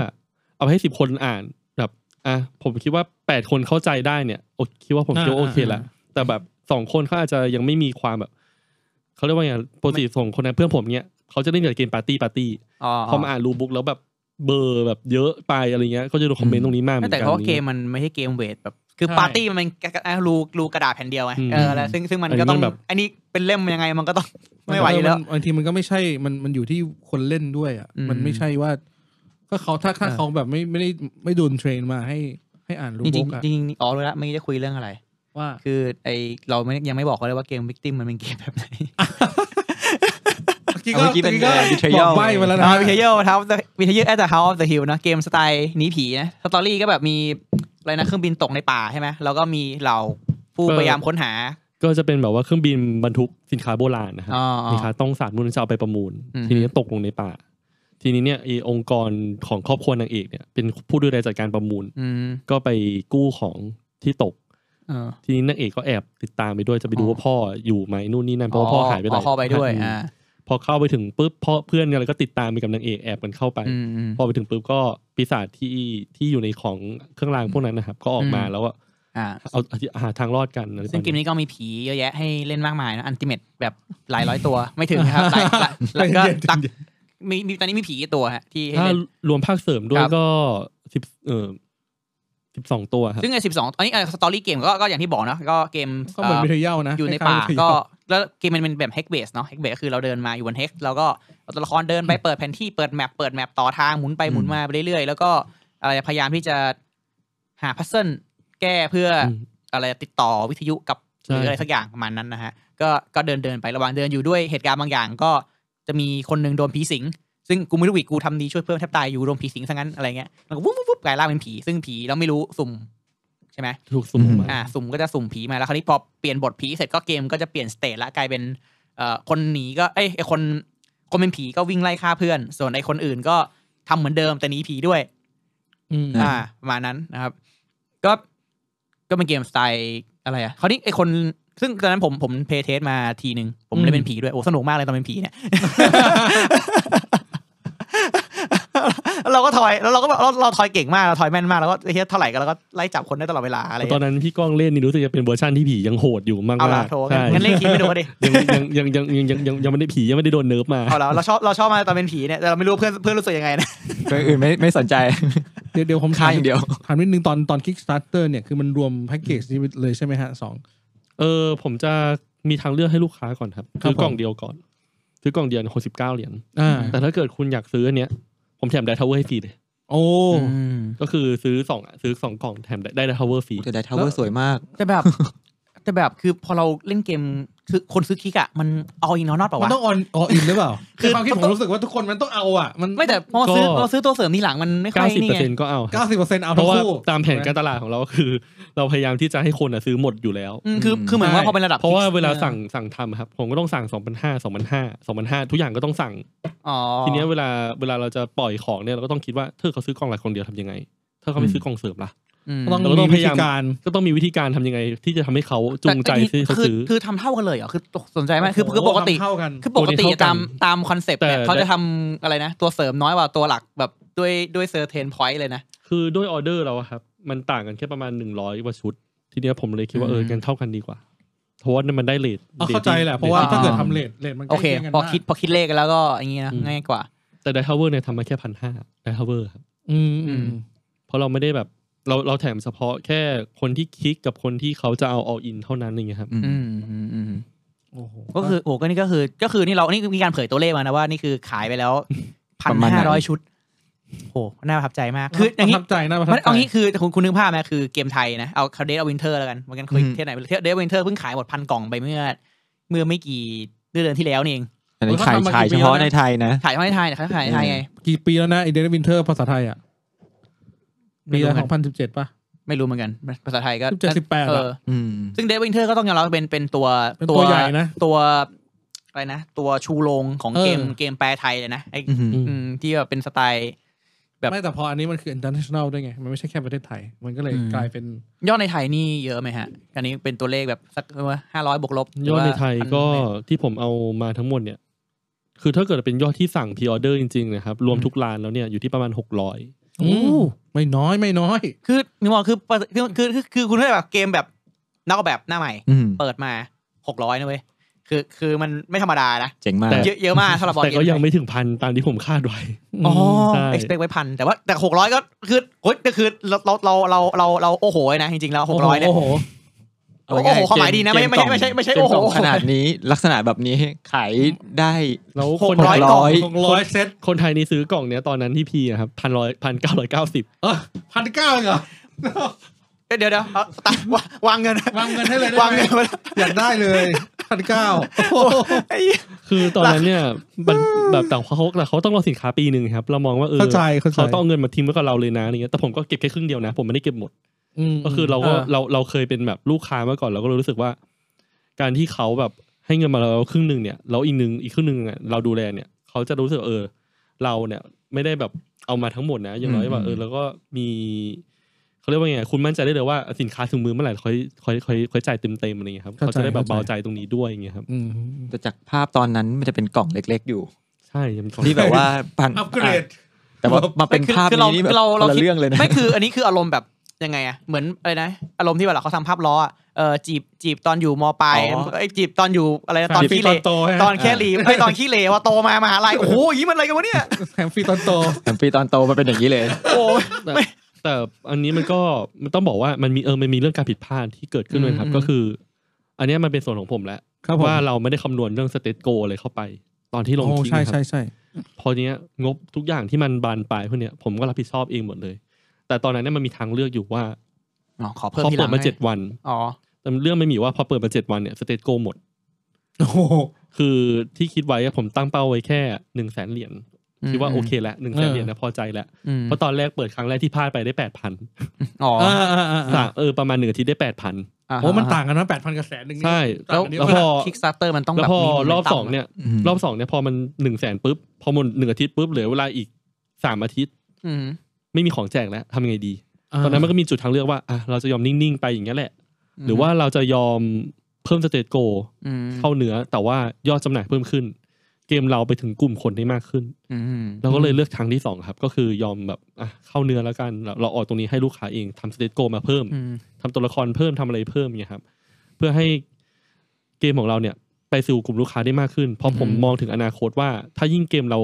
เอาไปให้สิบคนอ่านแบบอ่ะผมคิดว่าแปดคนเข้าใจได้เนี่ยโอคิดว่าผมคิดว่าโอเคละแต่แบบสองคนเขาอาจจะยังไม่มีความแบบเขาเรียกว่าไงโปรตีส่งคนนั้นเพื่อนผมเนี่ยเขาจะเล่นกับเกมปาร์ตี้ปาร์ตี้ อ๋อ พอมาอ่านรูบุ๊กแล้วแบบเบอร์แบบเยอะไปอะไรเงี้ยก็จะโดนคอมเมนต์ตรงนี้มากเหมือนกั แต่ น เขาว่าเกมมันไม่ใช่เกมเวทแบบ คือ ใช่ ปาร์ตี้มันเป็นกระอ่ะรูรูกระดาษแผ่นเดียวไง อืม เออแล้วซึ่งซึ่งมัน อันนี้ ก็ต้อง มันแบบ อันนี้เป็นเล่มยังไงมันก็ต้อง ไม่ไหวอยู่แล้ว บางทีมันก็ไม่ใช่มันมันอยู่ที่คนเล่นด้วยอ่ะ อืม มันไม่ใช่ว่า ก็เขาถ้าถ้าเขาแบบไม่ไม่ได้ไม่ดุนเทรนมาให้ให้อ่านรู จ ป ริ บุ๊ ง กอะ ๆจริงๆอ๋อรู้แล้วไม่ได้คุยเรื่องอะไร ว่า คือไอเราไม่ยังไม่บอกเขาเลยว่าเกมวิกติมมันเป็นเกมแบบไหน เมื่อกี้ เอาเมื่อกี้เป็นเอ่อ betrayal บอกใบมาแล้วนะ วิทเยอร์ทับวิทเยอร์แอตเฮาส์ออฟเดอะฮิลนะเกมสไตล์หนีผีนะสตอรี่ก็แบบมีอะไรนะเครื่องบินตกในป่าใช่ไหมแล้วก็มีเหล่าผู้ เออ พยายามค้นหา ก็จะเป็นแบบว่าเครื่องบินบรรทุกสินค้าโบราณนะครับ อ๋ออ๋อ สินค้าต้องสารมูลนิธิเอาไปประมูล อืม ทีนี้ตกลงในป่า ทีนี้เนี่ยไอ้องค์กรของครอบครัวนางเอกเนี่ยเป็นผู้ดูแลจัดการประมูล อืม ก็ไปกู้ของที่ตก เออ ทีนี้นางเอกก็แอบติดตามไปด้วยจะไปดู อ๋อ ว่าพ่ออยู่ไหมนู่นนี่นั่นเพราะว่าพ่อหายไปหลาย พ่อไปด้วย พัน อ่า พอเข้าไปถึงปุ๊บพ่อเพื่อนอะไรก็ติดตามไปกับนางเอกแอบกันเข้าไป อืมอืม พอไปถึงปุ๊บก็ปีศาจที่ที่อยู่ในของเครื่องรางพวกนั้นนะครับ ก็ออกมา อืม แล้วก็ อ่า เอาหาทางรอดกันอะไร ซึ่งเกม ประาณ นี้ก็มีผีเยอะแยะให้เล่นมากมายนะอันติเมตแบบหลายร้อยตัวไม่ถึงนะครับหลายหลายแล้วก็ตักมีมีตอนนี้มีผีกี่ตัวฮะที่ให้ ถ้า เล่น รวมภาคเสริมด้ว ค ย รับ ก็สิบเออสิบสองตัวครับ ซึ่งไอ้สิบสองอันนี้สตอรี่เกมก็ก็อย่างที่บอกนะก็เกม ก็เหมือน เอ่ มิ อ เทเยลนะ อยู่ใน คล้ ป่าย ๆ ก็ betrayal แล้วเกมมันเป็นแบบเฮกเบสเนาะเฮกเบสก็คือเราเดินมาอยู่บนเฮกแล้วก็เอาตัวละครเดินไปเปิดแผนที่เปิดแมปเปิดแมปต่อทางหมุนไปหมุนมาไปเรื่อยๆ แล้วก็อะไรพยายามที่จะหาพัซเซิลแก้เพื่ออ อืม อะไรติดต่อวิทยุกับหใช่รืออะไรสักอย่างประมาณนั้นนะฮะก็ก็เดินเดินไประหว่างเดินอยู่ด้วยเหตุการณ์บางอย่างก็จะมีคนหนึ่งโดนผีสิง ซึ่งกูไม่รู้อีกกูทำดีช่วยเพื่อนแทบตายอยู่โดนผีสิงซะงั้นอะไรเงี้ยแล้วก็วุ้บวุ้บวุ้บกลายร่างเป็นผี ซึ่งผีเราไม่รู้สุ่มใช่ไหม ถูกสุ่มออกมา อ่าสุ่มก็จะสุ่มผีมาแล้วคราวนี้พอเปลี่ยนบทผีเสร็จก็เกมก็จะเปลี่ยนสเตจละกลายเป็นเอ่อคนหนีก็เอ้ยไอ้คนคนเป็นผีก็วิ่งไล่ฆ่าเพื่อน ส่วนไอ้คนอื่นก็ทำเหมือนเดิมแต่หนีผีด้วย อืม อ่าประมาณนั้นนะครับ ก็ก็เป็นเกมสไตล์อะไรอ่ะเขาวนี่ไอคนซึ่งตอนนั้นผมผมเพย์เทสมาทีหนึ่งผม อืม เล่นเป็นผีด้วย โอ้สนุกมากเลยตอนเป็นผี เนี่ย เราก็ทอยแล้วเราก็แบบเราเราทอยเก่งมากเราทอยแม่นมากแล้วก็เฮียเท่าไหร่ก็เราก็ไล่จับคนได้ตลอดเวลาอะไร ตอนนั้นพี่ก้องเล่นนี่รู้สึกจะเป็นเวอร์ชันที่ผียังโหดอยู่มาก เอาละ มาก โทร ใช่ งั้นเล่นคิดไม่ดูก็ดิ ยังยังยังยังยังยังยังไม่ได้ผียังไม่ได้โดนเนิร์ฟมา เอาละเราชอบเราชอบมาตอนเป็นผีเนี่ยแต่เราไม่รู้ว่าเพื่อนเพื่อนรู้สึกยังไงนะ คนอื่นไม่ไม่สนใจ เดี๋ยวเดี๋ยวผม ค่าอย่างเดียว ถามนิดนึงตอนตอน Kickstarter เนี่ยคือมันรวมแพ็กเกจนี้เลยใช่ไหมฮะสอง เออผมจะมีทางเลือกให้ลูกค้าก่อนครับ ครับ ซื้อกล่อ ผ ง ม เดียวก่อน ซื้อกล่องเดียวหกสิบเก้าเหรียญ อ่า แต่ถ้าเกิดคุณอยากซื้ออันเนี้ย ผมแถมไดทาวเวอร์ให้ฟรีเลย โอ้ ก็คือซื้อสองซื้อสองกล่องแถมได้ไดทาวเวอร์ฟรี แต่ได้ทาวเวอร์สวยมาก แต่แบบ แต่แบบคือพอเราเล่นเกมคือคนซื้อคลิกอะมันเอาอีกนอนอตเปล่าวะ มันต้องออนออินหรือเปล่า คื คือ อความคิดผมรู้สึกว่าทุกคนมันต้องเอาอ่ะ มัน ไม่แต่พอซื้อ ก็ พอซื้อตัวเสริมทีหลังมันไม่ค่อ เก้าย สิบ นี่ เปอร์ ไง เซ็นต์ก็เอาครับ เก้าสิบเปอร์เซ็นต์เอา เพ ทั้งราะว่า คู่ ตามแผนการตลาดของเราก็คือ เราพยายามที่จะให้คนอะซื้อหมดอยู่แล้ว อืมคือ อืม คือเหมือนว่าพอเป็นระดับ เพราะว่า Kickstarter เวลาสั่งสั่งทำครับผมก็ต้องสั่งสองพันห้าสองพันห้าสองพันห้าทุกอย่างก็ต้องสั่ง อ๋อ ทีเนี้ยเวลาเวลาเราจะปล่อยของเนี่ยเราก็ต้องคิดว่าถ้าเขาซื้อกล่องหลักกล่องเดียวทำยังไง ถ้าเขาไม่ซื้อกล่องเสริมล่ะ อืม ต้อง เราก็ต้ มี อง วิ พยา ธี ยาม การ ก็ต้องมีวิธีการทำยังไง ที่จะทำให้เขาจูงใจ แต่ ที่เขา คือ ซื้อ คือทำเท่ากันเลยเหรอคือสนใจไหมคือคือปกติ เท่ากัน คือปกติ ตัวนี้เท่ากัน ตามตามคอนเซปต์เนี่ย แต่ เขาจะทำอะไรนะ ตัวเสริมน้อยกว่าตัวหลักแบบด้วยด้วยเซอร์เทนพอยต์เลยนะ คือด้วยออเดอร์เราอะครับ มันต่างกันแค่ประมาณหนึ่งร้อยกว่าชุด ทีเนี้ยผมเลยคิดว่า อืม เออกันเท่ากันดีกว่า เพราะว่ามันได้เลท เอาเข้าใจแหละ เพราะว่าถ้าเกิดทำเลทเลทมันใก โอ ล้ เค เคียงกัน พอ มาก คิดพอคิดเลขกันแล้วก็อย่างงี้นะ อืม ง่ายกว่า แต่ไดทาวเวอร์เนี่ยทำมาแค่พันห้าไดทาวเวอร์ครับ อืมอืม เพราะเราไม่ได้แบบเราเราแถมเฉพาะแค่คนที่คลิกกับคนที่เขาจะเอาอออินเท่านั้นอย่างเงี้ยครับ อืม อืมอืมอืม โอ้โห ก็คือโอ้ก็นี่ก็คือก็คือนี่เรานี่มีการเผยตัวเลขมานะว่านี่คือขายไปแล้วพัน ประมาณนั้ ห้าร้อย น ชุดโอ้น่าประทับใจมากคืออย่าง นี้ นี้ ทับใจนะประทับ มัน ใจ เอางี้คือคุณคุณนึกภาพไหมคือเกมไทยนะ เอาคาเดทเอาวินเทอร์แล้วกันมันกันเคย อืม เที่ยวไหนเที่ยวเดทวินเทอร์เพิ่งขายหมดพันกล่องไปเมื่อ เมื่อไม่กี่เดือนที่แล้วนี่เอง อันนี้ขายขายเฉพาะในไทยนะ ขายไม่ไทยนะขายไม่ไทยไง กี่ปีแล้วนะไอเดนวินเทอร์ภาษาไทยอ่ะ ปี ไม่รู้ ละ เหสอมือน งพันสิบเจ็ดป่ะ ไม่รู้เหมือนกัน ภาษาไทยก็ สิบเจ็ดสิบแปด เออ อืม ซึ่งเดทวินเทอร์ก็ต้องยอมรับว่าเป็นเป็นตัว เป็นตัวใหญ่นะ ตัวอะไรนะ ตัวชูโรงของ เออ เกมเกมแปลไทยเลยนะไอ้ อืม อืมที่แบบเป็นสไตล์ แบบ ไม่แต่พออันนี้มันคือ international ด้วยไง มันไม่ใช่แค่ประเทศไทย มันก็เลยกลายเป็น ยอดในไทยนี่เยอะไหมฮะ อันนี้เป็นตัวเลขแบบสักว่าห้าร้อยบวกลบหรื ยอด ว่า ในไทยก็ พัน ที่ผมเอามาทั้งหมดเนี่ย คือถ้าเกิดเป็นยอดที่สั่งพรีออเดอร์จริงๆนะครับ รวม อืม ทุกร้านแล้วเนี่ย อยู่ที่ประมาณ 600 โอ้ ไม่น้อยไม่น้อย คือนึกว่าคือคือคือคือคือคุณได้แบบเกมแบบนักออกแบบหน้าใหม่ อืม เปิดมาหกร้อยนะเว้ย คือ คือมันไม่ธรรมดานะ เจ๋งมาก แต่ เยอะ เยอะมากสำหรับบอร์ด แต่ เม ก็ยังไม่ถึงพันตามที่ผมคาดไว้ อ๋อ ใช่ expect ไว้พัน แต่ว่า แต่หกร้อยก็ คือโอ๊ยก็คือ เรา เรา เรา เรา เรา เรา โอ้โห นะ จริง ๆ แล้วหกร้อยเนี่ย โโห โอ้โหความหมายดีนะไม่ไม่ใช่ไม่ใช่ไม่ใช่ เก โอ้โห กล่งขนาดนี้ ลักษณะแบบนี้ขายได้ แล้ว ห ค ก น ร้อย ไทย ร้อย หกร้อยเซต คนไทยนี่ซื้อกล่องเนี้ยตอนนั้นที่พี่อะครับพันร้อยพันเก้าร้อยเก้าสิบ เออพันเก้าเหรอ เดี๋ยวเดี๋ยวเอาตาวางเงิน วางเงินให้เลยได้ วาง ไหม เงินไว้แล้ว อยากได้เลยพันเก้า ไอ้เหี้ย คือตอนนั้นเนี่ยมันแบบแต่เขาแต่เขาต้องรอสินค้าปีหนึ่งครับ เรามองว่าเออ เข้าใจเข้าใจ เขาต้องเอาเงินมาทิ้งไว้กับเราเลยนะอะไรเงี้ยแต่ผมก็เก็บแค่ครึ่งเดียวนะ ผมไม่ได้เก็บหมด ม ก็คือเราก็ ะ เราเราเคยเป็นแบบลูกค้ามาก่อนเราก็เลยรู้สึกว่า การที่เขาแบบให้เงินมาเราครึ่งหนึ่งเนี่ยแล้วอีกหนึ่งอีกครึ่งหนึ่งอะเราดูแลเนี่ย เขาจะรู้สึกว่าเออ เราเนี่ยไม่ได้แบบเอามาทั้งหมดนะอย่างน้อยว่าเออแล้วก็มีเขาเรียกว่าไงคุณมั่นใจได้เลยว่าสินค้าถึงมือเมื่อไหร่ค่อยค่อยค่อยค่อยจ่ายเต็มเต็มๆอะไรเงี้ยครับเขาจะได้แบบเบาใจตรงนี้ด้วยอย่างเงี้ยครับ อืม แต่จากภาพตอนนั้นมันจะเป็นกล่องเล็ก ๆ อยู่ ใช่ยังมีของ ที่แบบว่าพัน อัปเกรด ะแต่ว่ามาเป็นภาพ คือเรา นี้นี่แบบ เรา คน เรา ละ คิด เรื่องเลยนะ ไม่คืออันนี้คืออารมณ์แบบยังไงอะเหมือนอะไรนะอารมณ์ที่เวลาเขาทำภาพล้ออะเออจีบจีบตอนอยู่มปลาย อ๋อ เอ้ยจีบตอนอยู่อะไรนะตอน ฟรี ขี้ ต เล อนโตฮะ ตอนแค่รีไอยตอนขี้เลว่าโตมามหาลัยโอ้โหอย่างนี้มันอะไรกันวะเนี่ย แถมฟรีตอนโต แฮมปีตอนโตมันเป็นอย่างนี้เลย โอ้ย แต่แต่อันนี้มันก็มันต้องบอกว่ามันมีเออมันมีเรื่องการผิดพลาดที่เกิดขึ้นด้วยครับ ก็คือ อันเนี้ยมันเป็นส่วนของผมแล้ว ครับผม ว่าเราไม่ได้คำนวณเรื่องสเตตโกอะไรเข้าไป ตอนที่ลง โอ้ ทิ้ง ใช่ นะค ใช่ รับ ใช่ พอเนี้ยงบทุกอย่างที่มันบานปลายพวกเนี้ยผมก็รับผิดชอบเองหมดเลย แต่ตอนนั้นเนี่ยมันมีทางเลือกอยู่ว่า อ๋อขอเพิ่ม พอ ทีหลั เปิ ง ดมา ให้ เจ็ดวัน อ๋อ แต่เรื่องไม่มีว่าพอเปิดมาเจ็ดวันเนี่ยสเตตโกหมด โอ้โห คือที่คิดไว้อะผมตั้งเป้าไว้แค่หนึ่งแสนเหรียญคิดว่าโอเคแล้วหนึ่งแสน เออ เหรียญนะพอใจแล้ว อืม เพราะตอนแรกเปิดครั้งแรกที่พลาดไปได้แปดพัน อ๋อ อ่าอ่าอ่าอ่า เออประมาณหนึ่งอาทิตย์ได้แปดพัน า โอ้มันต่างกันนะแปดพันกับแสนหนึ่งนี่ ใช่ ต่าง แล้ว กันเย แล้ว อะ พอ มาก คิกสตาร์เตอร์มันต้อง แล้แบวบ พอ มี รอบ มีต่ำ สองเนี่ย อืม รอบสองเนี่ยพอมันหนึ่งแสนปุ๊บ พอหมดหนึ่งอาทิตย์ปุ๊บเหลือเวลาอีกสามอาทิตย์ อืม ไม่มีของแจกแล้วทำยังไงดี ตอนนั้นมันก็มีจุดทางเลือกว่าอ่ะเราจะยอมนิ่ง ๆ ไปอย่างนี้ยแหละ หรือว่าเราจะยอมเพิ่มสเตตโก อืม เข้าเนื้อแต่ว่ายอดจำหน่ายเพิ่มขึ้น เกมเราไปถึงกลุ่มคนได้มากขึ้น อืม เราก็เลยเลือกทางที่สองครับ ก็คือยอมแบบอ่ะเข้าเนื้อแล้วกันเราเราออกตรงนี้ให้ลูกค้าเองทำสเตตโกมาเพิ่ม อืม ทำตัวละครเพิ่มทำอะไรเพิ่มเนี่ยครับ เพื่อให้เกมของเราเนี่ย ไปสู่กลุ่มลูกค้าได้มากขึ้น เพราะผมมองถึงอนาคตว่า ถ้ายิ่งเกมเรา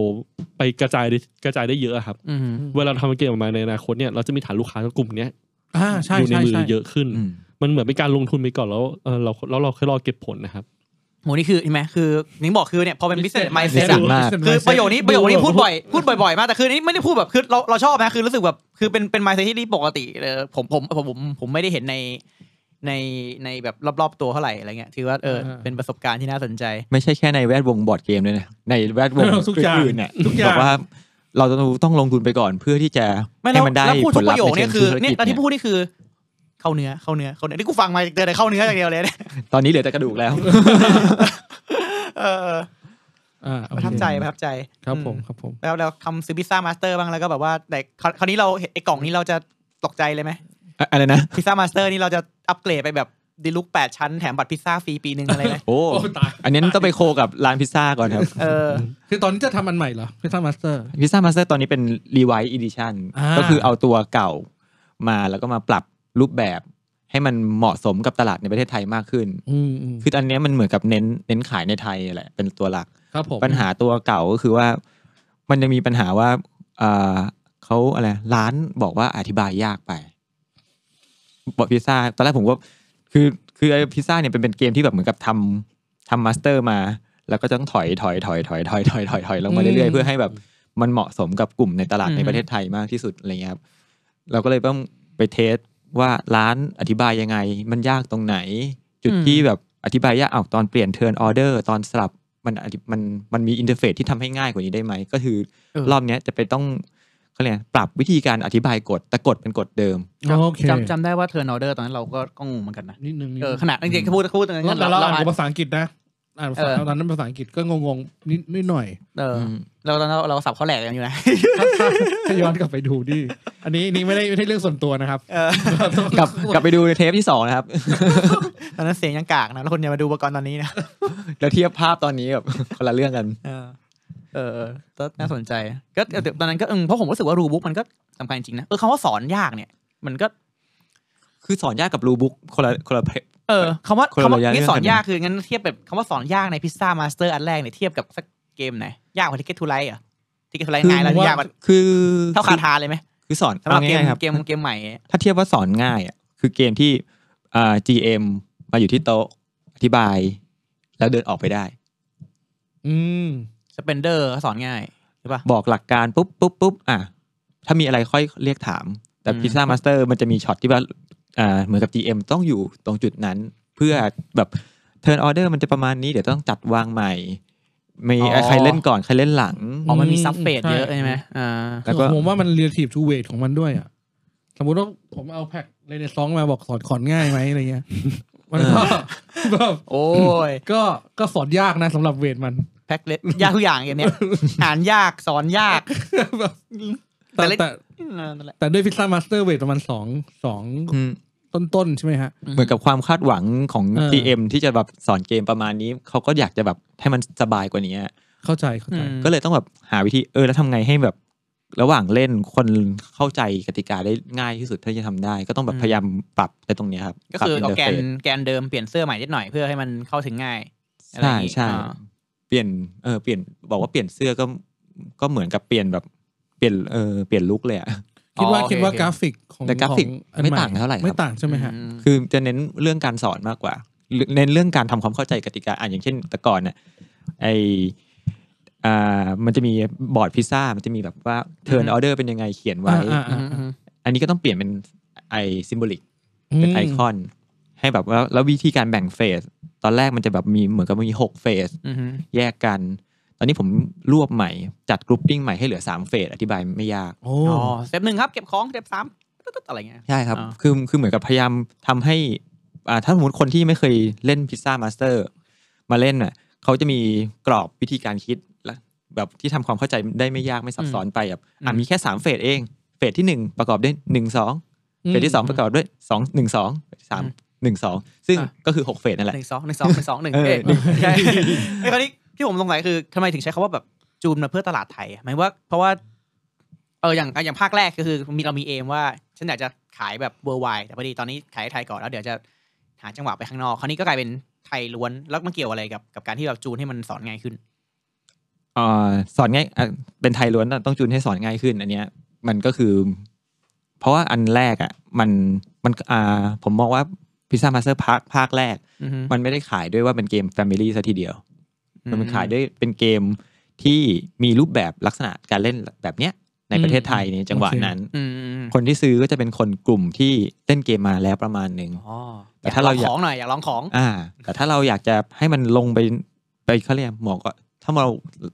ไปกระจายได้กระจายได้เยอะอะครับ อืม เวลาเราทำเกมออกมาในอนาคตเนี่ยเราจะมีฐานลูกค้ากลุ่มเนี้ย อ่าใช่ อยู่ใน ใช่ มือ ใช่ เยอะขึ้น อืม มันเหมือนเป็นการลงทุนไปก่อนแล้วเออเราแล้วเราค่อยรอเก็บผลนะครับ โหนี่คือเห็นไหมคือนิ้งบอกคือเนี่ยพอเป็น business mindset ดี อะ business มาก คือประโยคนี้ประโยคนี้ ดู พูดบ่อยพูดบ่อยๆมากแต่คือนี่ไม่ได้พูดแบบคือเราเราชอบนะคือรู้สึกแบบคือเป็นเป็น mindset ที่ปกติเลยผมผมผมผมผมไม่ได้เห็นในในในแบบรอบๆตัวเท่าไหร่อะไรเงี้ยถือว่าเออเป็นประสบการณ์ที่น่าสนใจ ไม่ใช่แค่ในแวดวงบอร์ดเกมด้วยนะในแว ดวง ทุกอย่าง อื่นๆเนี่ย ทุกอย่า บ ง อกว่าเราต้องต้องลงทุนไปก่อนเพื่อที่จะ ไม่ ให้ แล้ว มันได้ แล้วพูด ผ ทุ ล กป ลัพ ระโย ธ์ ค ใน เนี่ย เชิ คื ง อ ธุร นี่ กิจ แล้วที่ เนี่ย พูดนี่คือเข้าเนื้อเข้าเนื้อเข้าเนื้อนี่กูฟังมาเจอแต่เข้าเนื้ออย่างเดียวเลย เนี่ย ตอนนี้เหลือแต่กระดูกแล้ว เออ อ่าโอ ประ เค ทับใจประทับใจ ครับผม อื ครับผม แล้วแล้วคำซื้อพิซซ่ามาสเตอร์บ้างแล้วก็แบบว่าแต่คราวคราวนี้เราเห็นไอ้กล่องนี้เราจะตกใจเลยไหม อะไรนะ พิซซ่ามาสเตอร์นี่เราจะอัปเกรดไปแบบดีลุกแปดชั้นแถมบัตรพิซซ่าฟรีปีหนึ่งอะไรไหม โอ้ โอ้ตาย อันนี้ต้องไปโคกับร้านพิซซ่าก่อนครับ เออ คือตอนนี้จะทำอันใหม่เหรอพิซซ่ามาสเตอร์ พิซซ่ามาสเตอร์ตอนนี้เป็นรีไว e ์อีดิชัน อ่า ก็คือเอาตัวเก่ามาแล้วก็มาปรับรูปแบบให้มันเหมาะสมกับตลาดในประเทศไทยมากขึ้น อืมอืม คืออันเนี้ยมันเหมือนกับเน้นเน้นขายในไทยแหละเป็นตัวหลัก ครับผม ปัญหาตัวเก่าก็คือว่า มันยังมีปัญหาว่าเอ่อเขาอะไรร้านบอกว่าอธิบายยากไปบอกพิซซ่าตอนแรกผมว่าคือคือไอ้พิซซ่าเนี่ยเป็นเป็นเกมที่แบบเหมือนกับทำทำมาสเตอร์มา แล้วก็ต้องถอยถอยถอยถอยถอยถอยถอยถอยลงมาเรื่อยๆ เพื่อให้แบบมันเหมาะสมกับกลุ่มในตลาด อืม ในประเทศไทยมากที่สุดอะไรเงี้ยครับเราก็เลยต้องไปเทสว่าร้านอธิบายยังไง มันยากตรงไหน จุดที่แบบอธิบายยากอ้าวตอนเปลี่ยนเทิร์นออเดอร์ตอนสลับมันอธิมันมันมีอินเทอร์เฟซที่ทำให้ง่ายกว่านี้ได้ไหม ก็คือ เออ รอบเนี้ยจะไปต้องเขาเรียกปรับวิธีการอธิบายกฎแต่กฎเป็นกฎเดิม โอเค จำจำได้ว่าเทอร์นอเดอร์ตอนนั้นเราก็ก็งงเหมือนกันนะ นิดนึงนิด เอ นึ อง ขนาดจริงๆพูดพูดตรงนั้น แต่เราอ่าน อ่าน เป็นภาษาอังกฤษนะอ่านภาษาตอนนั้นเป็นภาษาอังกฤษก็งงๆนิดนิดหน่อย เออ ม เราตอนนั้นเราสับข้อแหลกกันอยู่นะ ถ้าย้อนกลับไปดูดิอันนี้อันนี่ไม่ได้ไม่ใช่เรื่องส่วนตัวนะครับ เออ กลับกลับไปดูในเทปที่สองนะครับ ตอนนั้นเสียงยังกากนะแล้วคนอย่ามาดูอุปกรณ์ตอนนี้นะ แล้วเทียบภาพตอนนี้แบบ คนละเรื่องกัน เออเออเออก็น่าสนใจก็เออตอนนั้นก็เออเพราะผมรู้สึกว่ารูบุ๊กมันก็สำคัญจริงนะเออคำว่าสอนยากเนี่ยมันก็ คือสอนยากกับรูบุ๊กคนละคนละเพ เออคำว่า คนละ คำว่า ระยะ นี่ เรื่อง สอน กันนะ ยากคืองั้นเทียบแบบคำว่าสอนยากในพิซซ่ามาสเตอร์อันแรกเนี่ยเทียบกับสักเกมไหนยากกว่าทิกเก็ตทูไลท์อ่ะทิกเก็ตทูไลท์ง่ายแล้วยากกว่า คือ เท่าคาทาเลยไหม คือสอน สำหรับ เอา เกม ง่ายๆครับ เกมเกมใหม่ ถ้าเทียบว่าสอนง่ายอ่ะคือเกมที่อ่า GM มาอยู่ที่โต๊ะอธิบาย แล้วเดินออกไปได้ อืม สเปนเดอร์ก็สอนง่ายใช่ปะ บอกหลักการปุ๊บปุ๊บปุ๊บอ่ะถ้ามีอะไรค่อยเรียกถาม แต่ อืม พิซซ่ามาสเตอร์มันจะมีช็อตที่ว่าอ่าเหมือนกับ GM ต้องอยู่ตรงจุดนั้น เพื่อแบบเทิร์นออเดอร์มันจะประมาณนี้ เดี๋ยวต้องจัดวางใหม่ มี อ๋อ ใครเล่นก่อน ใครเล่นหลัง อ๋อมันมี อืม ซับเฟส ใช่ เยอะใช่ไหมอ่า แล้วก็ ผมว่ามันเรียลทีฟทูเวทของมันด้วยอ่ะ สมมติว่าผมเอาแพ็คเรเนซองมาบอกสอนขอนง่ายไหมอะไรเงี้ย มันก็ แบบ โอ้ย ก็ก็สอนยากนะสำหรับเวทมัน แพ็คเล็กยากทุกอย่างเก มเนี้ย อ่านยากสอนยาก แบบ แต่ แต่ เล่น แต่ นั่นแหละ แต่ด้วยพิซซ่ามาสเตอร์เวทประมาณสองสอง อืม ต้นๆใช่ไหมฮะ เหมือนกับความคาดหวังของ เออ GM ที่จะแบบสอนเกมประมาณนี้ เขาก็อยากจะแบบให้มันสบายกว่านี้ เข้าใจเข้าใจ อืม ก็เลยต้องแบบหาวิธีเออแล้วทำไงให้แบบ ระหว่างเล่นคนเข้าใจกติกาได้ง่ายที่สุดเท่าที่จะทำได้ ก็ต้องแบ อื บ ม พยายามปรับในตรงเนี้ยครับ ก็คือ ป เอา รับ แกน interface แกนเดิมเปลี่ยนเสื้อใหม่นิดหน่อยเพื่อให้มันเข้าถึงง่ายอะไรอ ใช่ ย่างงี้ ใช่ อ่า เปลี่ยนเออเปลี่ยนบอกว่าเปลี่ยนเสื้อก็ก็เหมือนกับเปลี่ยนแบบเปลี่ยนเออเปลี่ยนลุคเลยอะ คิดว่า อ๋อ คิดว่า โอเ กราฟิกของ แต่กราฟิก ของอัน ไม่ ให ต่างเท่าไหร่ครับ ไม่ต่างใช่ไหมฮะ อื คือจะเน้นเรื่องการสอนมากกว่าหรือเน้นเรื่องการทำความเข้าใจกติกาอ่ะอย่างเช่นแต่ก่อนน่ะไออ่ามันจะมีบอร์ดพิซซ่ามันจะมีแบบว่าเทิร์นออเดอร์เป็นยังไงเขียนไว้ อ่า อื อ่าม อืม อันนี้ก็ต้องเปลี่ยนเป็นไอซิมโบลิก เป็นไอคอน ให้แบบว่าแล้ววิธีการแบ่งเฟส ตอนแรกมันจะแบบมีเหมือนกับมีหกเฟส อืม แยกกัน ตอนนี้ผมรวบใหม่ จัดกรุ๊ปปิ้งใหม่ให้เหลือ 3 เฟส อธิบายไม่ยาก โอ้ อ๋อสเต็ปหนึ่งครับ เก็บของสเต็ปสามตึ๊ดๆอะไรเงี้ย ใช่ครับ อ่า คือคือเหมือนกับพยายามทำให้อ่าถ้าสมมติคนที่ไม่เคยเล่นพิซซ่ามาสเตอร์มาเล่นน่ะเขาจะมีกรอบวิธีการคิดและแบบที่ทำความเข้าใจได้ไม่ยากไม่ซับซ้อนไปแบบอ่ะมีแค่สามเฟสเองเฟสที่หนึ่งประกอบด้วยหนึ่งสอง เฟสที่สองประกอบด้วยสองหนึ่งสองสามหนึ่งสองซึ่ง อ่ะ ก็คือหกเฟสนั่นแห ห ละ นึ่งสองหนึ่งสองหนึ่งสองหนึ่ง เออ เอ้ยใช่ ไอ้คนนี้ที่ผมสงสัยคือทำไมถึงใช้คำว่าแบบจูนมาเพื่อตลาดไทยหมายว่าเพราะว่าเอออย่างอย่างภาคแรกก็คือมีเรามีเอมว่า ฉันอยากจะขายแบบ worldwide แต่พอดีตอนนี้ขายไทยก่อนแล้วเดี๋ยวจะหาจังหวะไปข้างนอก คราวนี้ก็กลายเป็นไทยล้วนแล้วมันเกี่ยวอะไรกับกับการที่แบบจูนให้มันสอนง่ายขึ้น อ่าสอนง่ายอ่ะเป็นไทยล้วนต้องจูนให้สอนง่ายขึ้น อันเนี้ยมันก็คือ เพราะว่าอันแรกอ่ะมันมันอ่าผมมองว่าพิซซ่ามาสเตอร์ภาคภาคแรก อือฮึ มันไม่ได้ขายด้วยว่าเป็นเกมแฟมิลี่ซะทีเดียว มันเป็นขายด้วยเป็นเกมที่มีรูปแบบลักษณะการเล่นแบบเนี้ยในประเทศไทยในจังหวะนั้น อืมอืมอืม คนที่ซื้อก็จะเป็นคนกลุ่มที่เล่นเกมมาแล้วประมาณหนึ่ง อ๋อ แต่ถ้าเราออายลยากอกงของหน่อยอยากลองของ อ่า แต่ถ้าเราอยากจะให้มันลงไปไปเขาเรียกหมอกว่าถ้าเรา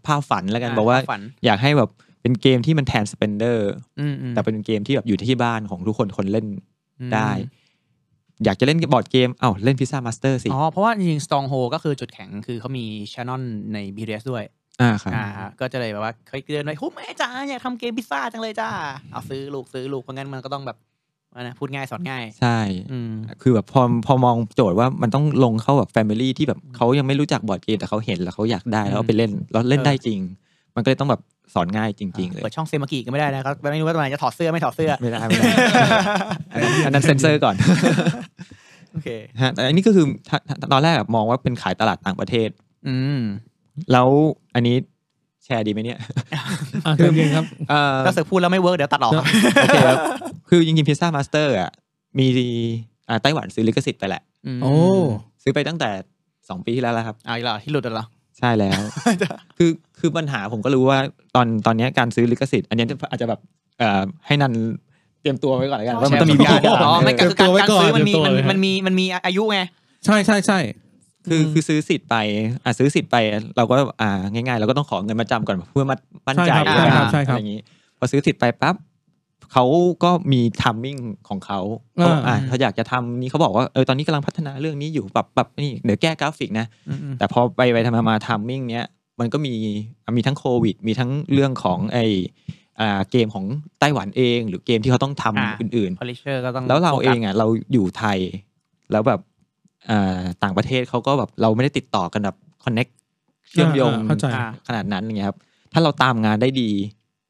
ภาพฝันแล้วกัน อ่า บอกว่า ภาพฝัน อยากให้แบบเป็นเกมที่มันแทนสเปนเดอร์ อืมอืม แต่เป็นเกมที่แบบอยู่ที่บ้านของทุกคนคนเล่น อืม ได้ อยากจะเล่นบอร์ดเกมเอ้าเล่นพิซซ่ามาสเตอร์สิ อ๋อเพราะว่าจริงๆ Stronghold ก็คือจุดแข็งคือเขามีชานอนใน BTS ด้วย อ่าครับ อ่าก็จะเลยแบบว่าเคยเดินไปโอ้แม่จ้าอยากทำเกมพิซซ่าจังเลยจ้าเอาซื้อลูกซื้อลูกเพราะงั้นมันก็ต้องแบบว่านะพูดง่ายสอนง่าย ใช่ อืม คือแบบพอพอมองโจทย์ว่ามันต้องลงเข้าแบบแฟมิลี่ที่แบบเขายังไม่รู้จักบอร์ดเกมแต่เขาเห็นแล้วเขาอยากได้แล้วเอาไปเล่นแล้วเล่น เออ ได้จริง มันก็เลยต้องแบบสอนง่ายจริง ๆ เลย เปิดช่องเซมากิก็ไม่ได้นะครับไม่รู้ว่าตอนไหนจะถอดเสื้อไม่ถอดเสื้อ ไม่ได้ไม่ได้อันนั้นอันนั้นเซ็นเซอร์ก่อน โอเค ฮะแต่อันนี้ก็คือถ้าถ้าตอนแรกอะมองว่าเป็นขายตลาดต่างประเทศ อืม แล้วอันนี้แชร์ดีไหมเนี่ย อ่าเรียนครับ เอ่อ ถ้าเสือกพูดแล้วไม่เวิร์กเดี๋ยวตัดออก ครับ โอเคครับคือจริงๆพิซซ่ามาสเตอร์อ่ะมีอ่าไต้หวันซื้อลิขสิทธิ์ไปแหละ ม โอ้ ซื้อไปตั้งแต่ 2 ปีที่แล้วแล้วครับ เอาอีกแล้วที่หลุดแล้วเหรอ ใช่แล้ว คือคือปัญหาผมก็รู้ว่าตอนตอนเนี้ยการซื้อลิขสิทธิ์ อันเนี้ยอาจจะแบบเอ่อให้นันเตรียมตัวไว้ก่อนแล้วกันว่ามันต้องมีวิธีการ อ๋อไม่ก็คือ เตรียมตัวไว้ การ ก่อน ซื้อมันมี เตรียมตัว มัน เลยฮะ มันมีมันมีอายุไง ใช่ใช่ใช่ คือคือซื้อสิทธิ์ไปอ่ะซื้อสิทธิ์ไปเราก็อ่าง่ายๆเราก็ต้องขอเงินมาจำก่อนเพื่อมามั่นใจ ใช่ครับ ใช่ ใช่คครัรับบ อย่างนี้ พอซื้อสิทธิ์ไปปั๊บเขาก็มีทัมมิ่งของเขา อ่า เขาบอกอ่าเขาอยากจะทำนี่เขาบอกว่าเออตอนนี้กำลังพัฒนาเรื่องนี้อยู่ปรับปรับนี่เดี๋ยวแก้กราฟิกนะ แต่พอไปไปทำมามาทัมมิ่งเนี้ยมันก็มีมีทั้งโควิด มีทั้งเรื่องของไออ่าเกมของไต้หวันเอง หรือเกมที่เขาต้องทำ อ่า อื่น พอลิเชอร์ก็ต้อง ๆ แล้วเรา โฟ เอ กัส งอ่ะเราอยู่ไทย แล้วแบบอ่าต่างประเทศเขาก็แบบเราไม่ได้ติดต่อกันแบบคอนเน็กเชื่อมโยง อ่าเข้าใจ อ่า ขนาดนั้นอย่างเงี้ยครับ ถ้าเราตามงานได้ดี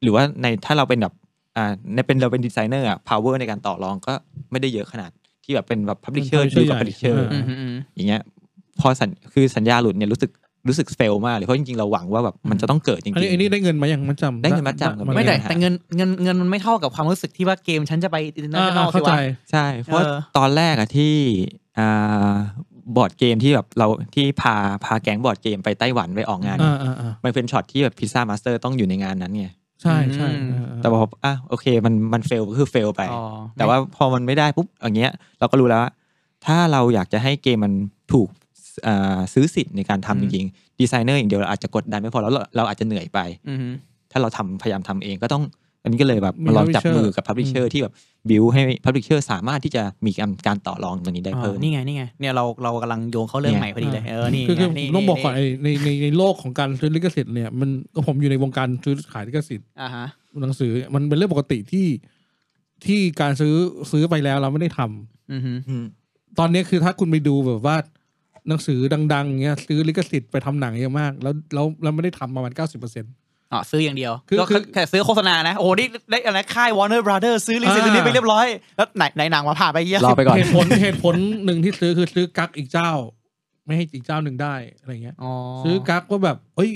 หรือว่าในถ้าเราเป็นแบบอ่าในเป็นเราเป็นดีไซเนอร์อ่ะ power ในการต่อรองก็ไม่ได้เยอะขนาดที่แบบเป็นแบบ publisher เป็น publisher อยู่กับ ใหญ่ publisher อ่า อืมอืมอืม อย่างเงี้ยพอสัญคือสัญญาหลุดเนี่ยรู้สึกรู้สึกเฟลมากเลยเพราะจริงๆเราหวังว่าแบบมันจะต้องเกิดจริง อันนี้อันนี้ ๆ ได้เงินมาอย่างมัดจำ ได้เงินมัดจำครับ น ไม่แต่ ยังง แต่เงินเงินเงินมันไม่เท่ากับความรู้สึกที่ว่าเกมฉันจะไปอินเตอร์เน็ต อ่า สิ เข้าใจ วะ ใช่เพราะ เออ ตอนแรกอะที่อ่า บอร์ดเกมที่แบบเราที่พาพาแก๊งบอร์ดเกมไปไต้หวันไปออกงาน อ่าอ่าอ่า มันเป็นช็อตที่แบบพิซซ่ามาสเตอร์ต้องอยู่ในงานนั้นไง ใช่ใช่ อืม เออเออ แต่พออ่ะโอเคมันมันเฟลก็คือเฟลไป อ๋อ แต่ว่าพอมันไม่ได้ปุ๊บอย่างเงี้ยเราก็รู้แล้วว่าถ้าเราอยากจะให้เกมมันถูกเอ่อซื้อสิทธิ์ในการอืมทำจริงๆดีไซเนอร์อย่างเดียวเราอาจจะกดดันไม่พอแล้วเราเราอาจจะเหนื่อยไป อืม ถ้าเราทำพยายามทำเองก็ต้อง อันนี้ก็เลยแบบมาลองจับมือกับพับลิเชอร์ที่แบบบิวให้พับลิเชอร์สามารถที่จะมีการการต่อรองตรงนี้ได้เพิ่ม อ่านี่ไงนี่ไงเนี่ยเราเรากำลังโยงเข้าเรื่อง เนี่ย ใหม่พอดีเลยเออนี่ คือคือ ไนี่ ต้องบอกก่อน นี่ ไอ้ในในในโลกของการซื้อลิขสิทธิ์เนี่ยมันก็ผมอยู่ในวงการซื้อขายลิขสิทธิ์ อ่าฮะ หนังสือมันเป็นเรื่องปกติที่ที่การซื้อซื้อไปแล้วเราไม่ได้ทำ อือฮึ อืม ตอนนี้คือถ้าคุณไปดูแบบว่าหนังสือดังๆเงี้ยซื้อลิขสิทธิ์ไปทำหนังเยอะมาก แล้วแล้วแล้วไม่ได้ทำประมาณเก้าสิบเปอร์เซ็นต์ อ๋อซื้ออย่างเดียว คือ ก็ คือ แค่ซื้อโฆษณานะ โอ้โหนี่ได้อะไรค่าย Warner Brothers ซื้อลิขสิทธิ์ อ่า ตัวนี้ไปเรียบร้อย แล้วไหนไหนหนังมาผ่าไปเยี่ย รอไปก่อน เหตุผล เหตุผลหนึ่งที่ซื้อคือซื้อกั๊กอีกเจ้า ไม่ให้อีกเจ้าหนึ่งได้อะไรเงี้ย อ๋อ ซื้อกั๊กว่าแบบเอ้ย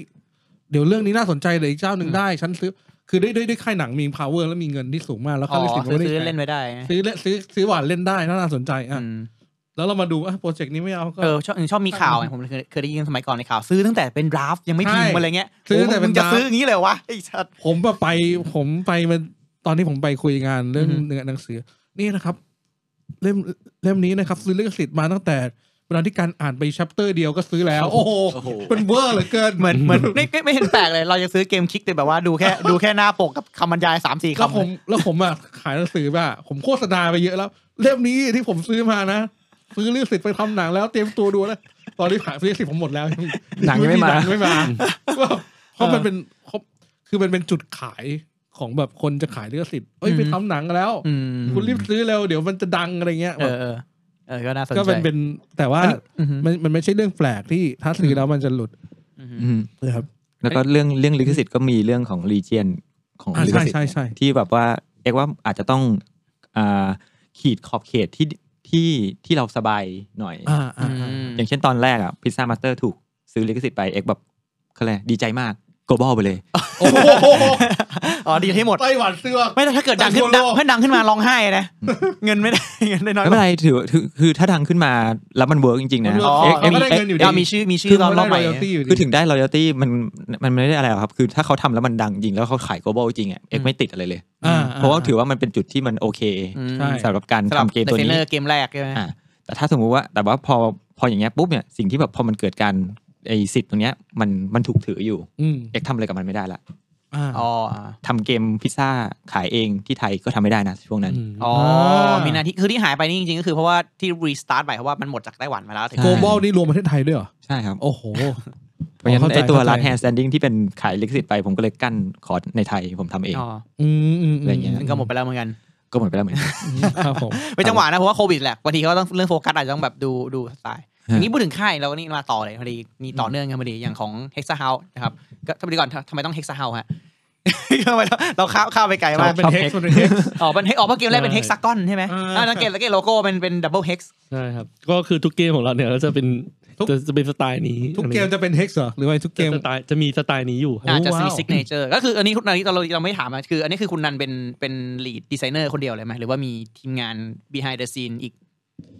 เดี๋ยวเรื่องนี้น่าสนใจเลยวอีกเจ้าหนึ่ง อืม ได้ ฉันซื้อคือด้วยด้วยด้วยค่ายหนังมี power และมีเงินที่สูงมากแล้ว อ๋ ค่า อ ลิขสิทธิ์ ซื้ ก็ อ ไม่ ซื้อ ได้ เล่นไปได้ ซื้อเล่นซื้อซื้อหวานเล่นได้น่าสนใจอ่ะ อืม แล้วเรามาดูอ่ะโปรเจกต์นี้ไม่เอาก็ เออชอบชอบมีข่าวไงผมเคยเคยได้ยินสมัยก่อนในข่าว ซื้อตั้งแต่เป็นดราฟยังไม่พิม ใช่ พ์อะไรเงี้ย ซื้อตั้งแต่เป็น โโหมึจะ draft ซื้ออย่างนี้เลยวะไอ้ชัด ผมอะไปผมไปมันตอนที่ผมไปคุยงานเรื่อง อือฮึ เนื้อหนังสือ นี่นะครับ เล่มเล่มนี้นะครับ ซื้อลิขสิทธิ์มาตั้งแต่เวลาที่การอ่านไปชัปเตอร์เดียวก็ซื้อแล้ว โอ้โหเป็นเวอร์เหลือเกิน เหมือนเหมือนไม่ไม่ไม่เห็นแปลกเลย เรายังซื้อเกมคิกแต่แบบว่าดูแค่ดูแค่หน้าปกกับคำบรรยายสามสี่ แล้ว คำ ผมแล้วผมอะ ขายหนังสือป่ะผมโฆษณาไปเยอะแล้ว เล่มนี้ที่ผมซื้อมานะ ซื้อลิขสิทธิ์ไปทำหนังแล้วเตรียมตัวดูแล้วตอนนี้ขายลิขสิทธิ์ผมหมดแล้ว หนังยังไม่มา หนังไม่มาเพราะมันเป็นคือมันเป็นจุดขายของแบบคนจะขายลิขสิทธิ์เอ้ยไปทำหนังกันแล้ว อืม คุณรีบซื้อเร็วเดี๋ยวมันจะดังอะไรเงี้ย เออเออเออก็น่าสนใจ ก็เป็นเป็นแต่ว่า อือฮึ มันมันไม่ใช่เรื่องแปลกที่ถ้าซื้อแล้วมันจะหลุด อืม นะครับ แล้วก็เรื่องเรื่องลิขสิทธิ์ก็มีเรื่องของรีเจนของ อ่า ลิข ใช่ สิท ใช่ ธิ์ ใช่ ที่แบบว่าเอกว่าอาจจะต้องอาขีดขอบเขตที่ที่ที่เราสบายหน่อย อ่าอ่า อย่างเช่นตอนแรกอะพิซซ่ามาสเตอร์ถูกซื้อลิขสิทธิ์ไปเอกแบบเขาเลยกดีใจมากโกลบอลไปเลย โอ้โห อ๋อดีให้หมด ไต้หวันเสื้อ ไม่แต่ถ้าเกิดดังขึ้น ทั่วโล ดัง ก ถ้าดังขึ้นมาร้องไห้นะ เงินไม่ได้ เงินได้น้อย ไม่เป็นไรถือว่าถือคือถ้าดังขึ้นมาแล้วมันเวิร์กจริง ๆ นะ มัน อ๋อ เอ๊ะ เอ็ม ก็ได้ เอ็ เงินอยู่ดี มมีชื่อมีชื่ คือ อ ต มั อน น ร ได้ อบให ร ม่ อยัลตี้อยู่ คือ ดี ถึงได้รอยัลตี้มันมันไม่ได้อะไรหรอกครับ คือถ้าเขาทำแล้วมันดังจริงแล้วเขาขายโกลบอลจริงอะเอกไม่ติดอะไรเลย อ่า เพราะว่าถือว่ามันเป็นจุดที่มันโอเค ใช่ สำหรับการ สำหรับ ทำเกม เด ตัว ฟเฟนเน นี้ อร์เกมแรกใช่ไหม อ่ะแต่ถ้าสมมุติว่าแต่ว่าพอพออย่างเงี้ยปุ๊บเนี่ยสิ่งที่แบบพอมันเกิดการไอสิทธิ์ตรงเนี้ยมันมันถูกถืออยู่ อืม เอกทำอะไรกับมันไม่ได้ละ อ่า อ๋ออ่า ทำเกมพิซซ่าขายเองที่ไทยก็ทำไม่ได้นะช่วงนั้น อืม อ๋อมีหนาที่คือที่หายไปนี่จริงๆก็คือเพราะว่าที่รีสตาร์ทใหม่เพราะว่ามันหมดจากไต้หวันมาแล้วถึง โกลบอลนี่รวมประเทศไทยด้วยเหรอ ใช่ครับ โอ้โห เพราะฉะนั้นไอตัว เข้าใจ ร้านแฮร์สแตนดิ้งที่เป็นขายลิขสิทธิ์ไปผมก็เลยกั้นขอในไทยผมทำเอง อ๋อ อืมอืม อะไรเงี้ย ซึ่งก็หมดไปแล้วเหมือนกัน ก็หมดไปแล้วเหมือนกัน ครับผม เป็นจังหวะนะเพราะว่าโควิดแหละบางทีเขาก็ต้องเรื่องโฟกัสอาจจะต้องแบบดูดูสไตล์ ฮะ ทีนี้พูดถึงค่ายเราก็นี่มาต่อเลยพอดีมีต่อเนื่องกันพอดีอย่างของ Hexa House นะครับก็ทำไมก่อนทำไมต้อง Hexa House ฮะ ทำไมเราข้าวข้าวไปไกลมาก เป็นเฮกซ์เป็นเฮกซ์ อ๋อเป็นเฮกอ๋อเพราะเกมแรกเป็น ใช่ เฮกซากอนใช่ไหม อ่า อ่าสังเกตสังเกตโลโก้เป็นเป็นดับเบิลเฮกซ์ ใช่ครับ ก็คือทุกเกมของเราเนี่ยก็จะเป็น ทุก จะจะเป็นสไตล์นี้ ทุกเกมจะเป็นเฮกซ์เหรอหรือว่าทุกเก จะ ม สไตล์จะมีสไตล์นี้อยู่ครับ อาจจะ ว้าว ซีซิกเนเจอร์ก็คืออันนี้อันนี้เราเราไม่ถามอะคือ อันนี้คือคุณนันเป็นเป็นลีดดีไซเนอร์คนเดียวเลยไหมหรือว่ามีทีมงาน behind the scene อีก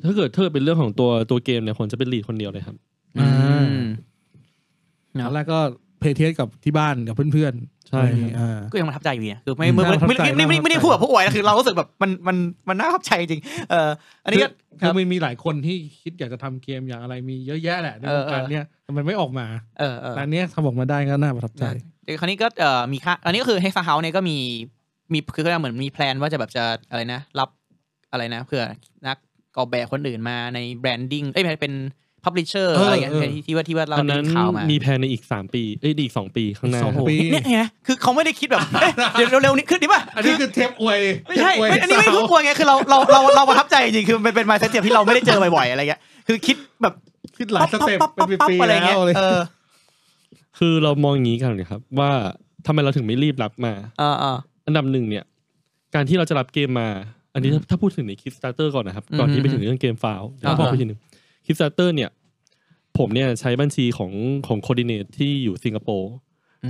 ถ้าเกิดถ้าเกิดเป็นเรื่องของตัวตัวเกมเนี่ยผมจะเป็นลีดคนเดียวเลยครับ อ่า อืม ตอนแรกก็เพย์เทสกับที่บ้านกับเพื่อนๆ ใช่ อ่า ก็ยังประทับใจอยู่เนี่ยคือไม่ อืมน่าประไม่ไม่ไม่ทับใจ ไม่ไม่ไม่ไม่ได้ น่าประทับใจ พูดแบบผู้อวยนะคือเรารู้สึกแบบมันมันมันน่าประทับใจจริงเอออันนี้ก็ คือคือมันมีหลายคนที่คิดอยากจะทำเกมอย่างอะไรมีเยอะแยะแหละใน เอ ว อง การ เออ เนี้ยแต่มันไม่ออกมา เออเออ แต่อันเนี้ยทำออกมาได้ก็น่าประทับใจ เดี๋ยวคราวนี้ก็เอ่อมีค่าอันนี้ก็คือเฮกซ์เฮาส์เนี่ยก็มีมีคือก็เหมือนมีแพลนว่าจะแบบจะอะไรนะ รับอะไรนะเผื่อนักออกแบบคนอื่นมาในแบรนดิ้งเอ้ยไม่ใช่เป็นพับลิเชอร์ เออ อะไรเงี้ย เออ ที่ที่ว่าที่ว่าเรา อัน ได้ นั้น ข่าวมา มีแพลนในอีกสามปีเอ้ยอีกสองปีข้างหน้า สอง ครับ ปี เนี่ยไงคือเขาไม่ได้คิดแบบ เอ๊ะเดี๋ยวเร็วๆนี้ขึ้นดิป่ะ อันนี้คือเทปอวย ไม่ใช่ เทปวย ไม่อันนี้ไม่ สาว พูดกลัวไงคือเราเราเราเราประทับใจจริงๆคือมันเป็นมายเซตที่เราไม่ได้เจอบ่อยๆอะไรเงี้ยคือคิดแบบ คิดหลายสเต็ป ปั๊บ เป็น ปั๊บปั๊บ ปี ปั๊บอะไร ๆแล้ เงี้ยว เลย เออ คือเรามองอย่างนี้กันครับ ว่าทำไมเราถึงไม่รีบรับมา เออเออ อันดับหนึ่งเนี่ย การที่เราจะรับเกมมา อันนี้ถ้าถ้าพูดถึงใน Kickstarter ก่อนนะครับ อืม ก่อนที่ไปถึงเรื่องเกมฟาวเดี๋ยว อ่า บอกไปทีหนึ่ง Kickstarter เนี่ย ผมเนี่ยใช้บัญชีของของโคดิเนตที่อยู่สิงคโปร์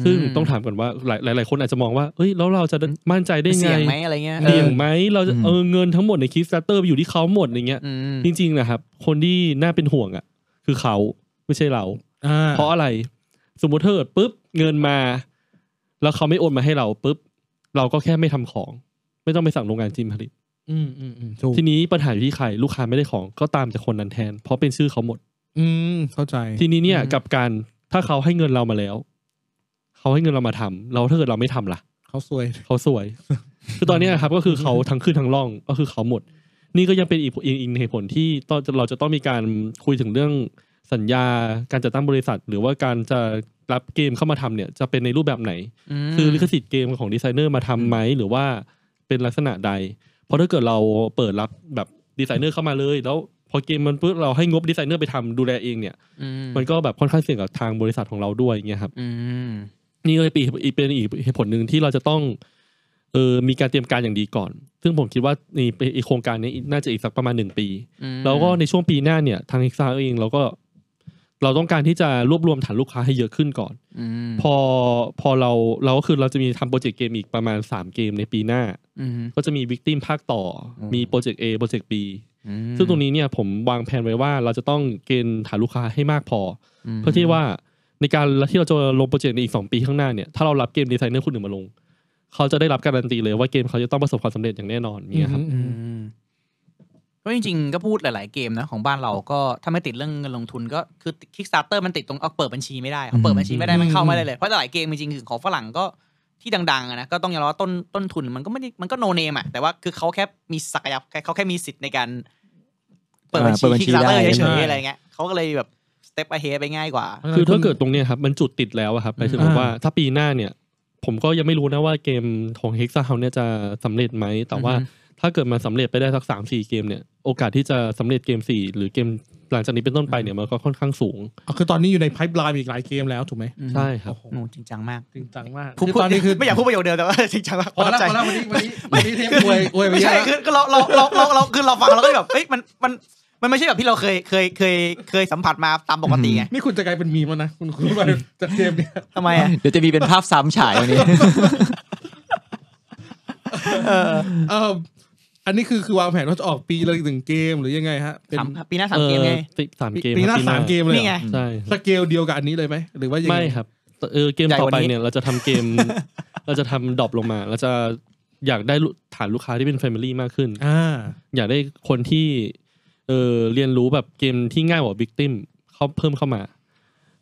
ซึ่งต้องถามก่อนว่าหลายหลายหลายคนอาจจะมองว่าเอ้ยแล้วเราจะมั่นใจได้ เสี ไง ยงไหมอะไรเงี้ย เสี่ยง ออ ไหมเราจะ อืม เออเงินทั้งหมดใน Kickstarter ไปอยู่ที่เขาหมดอย่างเงี้ย อืม จริงๆนะครับ คนที่น่าเป็นห่วงอ่ะ คือเขาไม่ใช่เรา อ่า เพราะอะไร สมมติถ้าเกิดปุ๊บเงินมา แล้วเขาไม่โอนมาให้เราปุ๊บเราก็แค่ไม่ทำของ ไม่ต้องไปสั่งโรงงานจีนผลิต อืมอืมอืมถูก ทีนี้ปัญหาอยู่ที่ใครลูกค้าไม่ได้ของก็ตามจากคนนั้นแทน เพราะเป็นชื่อเขาหมด อืมเข้าใจ ทีนี้เนี่ย อืม กับการถ้าเขาให้เงินเรามาแล้ว เขาให้เงินเรามาทำเราถ้าเกิดเราไม่ทำล่ะ เขาซวย เขาสวย คือตอนเนี้ยครับก็คือเขาทั้งขึ้นทั้งล่องก็คือเขาหมด นี่ก็ยังเป็นอีกอีกอีกเหตุผลที่ต้องเราจะต้องมีการคุยถึงเรื่องสัญญาการจัดตั้งบริษัท หรือว่าการจะรับเกมเข้ามาทำเนี่ยจะเป็นในรูปแบบไหน ม คือลิขสิทธิ์เกมของดีไซเนอร์มาทำไหมหรือว่าเป็นลักษณะใด เพราะถ้าเกิดเราเปิดรับแบบดีไซเนอร์เข้ามาเลย แล้วพอเกมมันปุ๊บเราให้งบดีไซเนอร์ไปทำดูแลเองเนี่ย อื มันก็แบบค่อนข้างเสี่ยงกับทางบริษัทของเราด้วยอย่างเงี้ยครับ อืม นี่ก็เลยเป็นอีกเป็นอีกเหตุผลหนึ่งที่เราจะต้องเออมีการเตรียมการอย่างดีก่อน ซึ่งผมคิดว่านี่เป็นอีกโครงการนี้น่าจะอีกสักประมาณหนึ่งปี อืม แล้วก็ในช่วงปีหน้าเนี่ยทางเอกซาเองเราก็ เราต้องการที่จะรวบรวมฐานลูกค้าให้เยอะขึ้นก่อน อืม พอพอเราเราก็คือเราจะมีทำโปรเจกต์เกมอีกประมาณ 3 เกมในปีหน้า อืม ก็จะมีวิกติมภาคต่ออ ม มีโปรเจกต์ A โปรเจกต์ B อืม ซึ่งตรงนี้เนี่ยผมวางแผนไว้ว่าเราจะต้องเกณฑ์ฐานลูกค้าให้มากพอ ม เพื่อที่ว่าในการที่เราจะลงโปรเจกต์ในอีก 2 ปีข้างหน้าเนี่ยถ้าเรารับเกมดีไซเนอร์คนหนึ่งมาลง เขาจะได้รับการันตีเลยว่าเกมเขาจะต้องประสบความสำเร็จอย่างแน่นอนเนี่ยครับ อืมก็จริงๆ ก็พูดหลาย ๆ เกมนะของบ้านเราก็ถ้าไม่ติดเรื่องเงินลงทุนก็คือ Kickstarter มันติดตรงเอาเปิดบัญชีไม่ได้เอาเปิดบัญชีไม่ได้ อืม มันเข้าไม่ได้เลย เพราะแต่หลายเกมจริงๆคือของฝรั่งก็ที่ดังๆอะนะก็ต้องยอมรับว่าต้นต้นทุนมันก็ไม่ได้มันก็โนเนมอ่ะแต่ว่าคือเขาแค่มีศักยภาพเขาแค่มีสิทธิ์ในการเปิดบัญชี เปิดบัญชี Kickstarter ได้ เฉยๆอะไรเงี้ยเขาก็เลยแบบสเต็ปอะเฮไปง่ายกว่า คือถ้าเกิดตรงเนี้ยครับมันจุดติดแล้วอะครับหมายถึง อ่า ว่าถ้าปีหน้าเนี่ย ผมก็ยังไม่รู้นะว่าเกมของ h e x a h o u n เนี่ยจะสำเร็จไหม แต่ว่า อือฮึ ถ้าเกิดมันสำเร็จไปได้สักสามสี่เกมเนี่ยโอกาสที่จะสำเร็จเกมสี่หรือเกมหลังจากนี้เป็นต้นไปเนี่ยมันก็ค่อนข้างสูง อ่ะคือตอนนี้อยู่ในไพ่ไลน์อีกหลายเกมแล้วถูกไหม อืม ใช่ครับ โอ้จริงจังมาก จริงจังมาก พูด คือตอนนี้คือ ไม่อยากพูดประโยคเดิมแต่ว่าจริงจังมาก พอ ประทั แล้วพอแล้บใจววันนี้วันนี้วันนี้เทปอวยอวยไป ไม่ เยอะ ใช่ แล้ว คือคือเราเราเราเราเราคือเราฟังเราก็แบบเอ้ยมันมันมันไม่ใช่แบบที่เราเคยเคยเคยเคยสัมผัสมาตามปกติไง นี่คุณจะกลายเป็นมีมแล้วนะ คุณคุณไปจากเกมเนี่ย ทำไมอ่ะ เดี๋ยวจะมีเป็นภาพซ้ำฉายวันนี้ เอออันนี้คือคือวางแผนว่าจะออกปีละหนึ่งเกมหรือยังไงฮะเป็น สามปีหน้าสามเกมไง ออติดสามเกม ปีหน้า ครับ สามเกมเลย นี่ไง ใช่ สเกลเดียวกับอันนี้เลยไหมหรือว่ายังง ไม่ครับเออเกม ใหญ่ ต่อก ว่า ไป นี้ เนี่ยเราจะทำเกม เราจะทำดรอปลงมา เราจะอยากได้ลูฐานลูกค้าที่เป็นแฟมิลี่มากขึ้น อ่า อยากได้คนที่เออเรียนรู้แบบเกมที่ง่ายกว่าบิ๊กติมเขาเพิ่มเข้ามา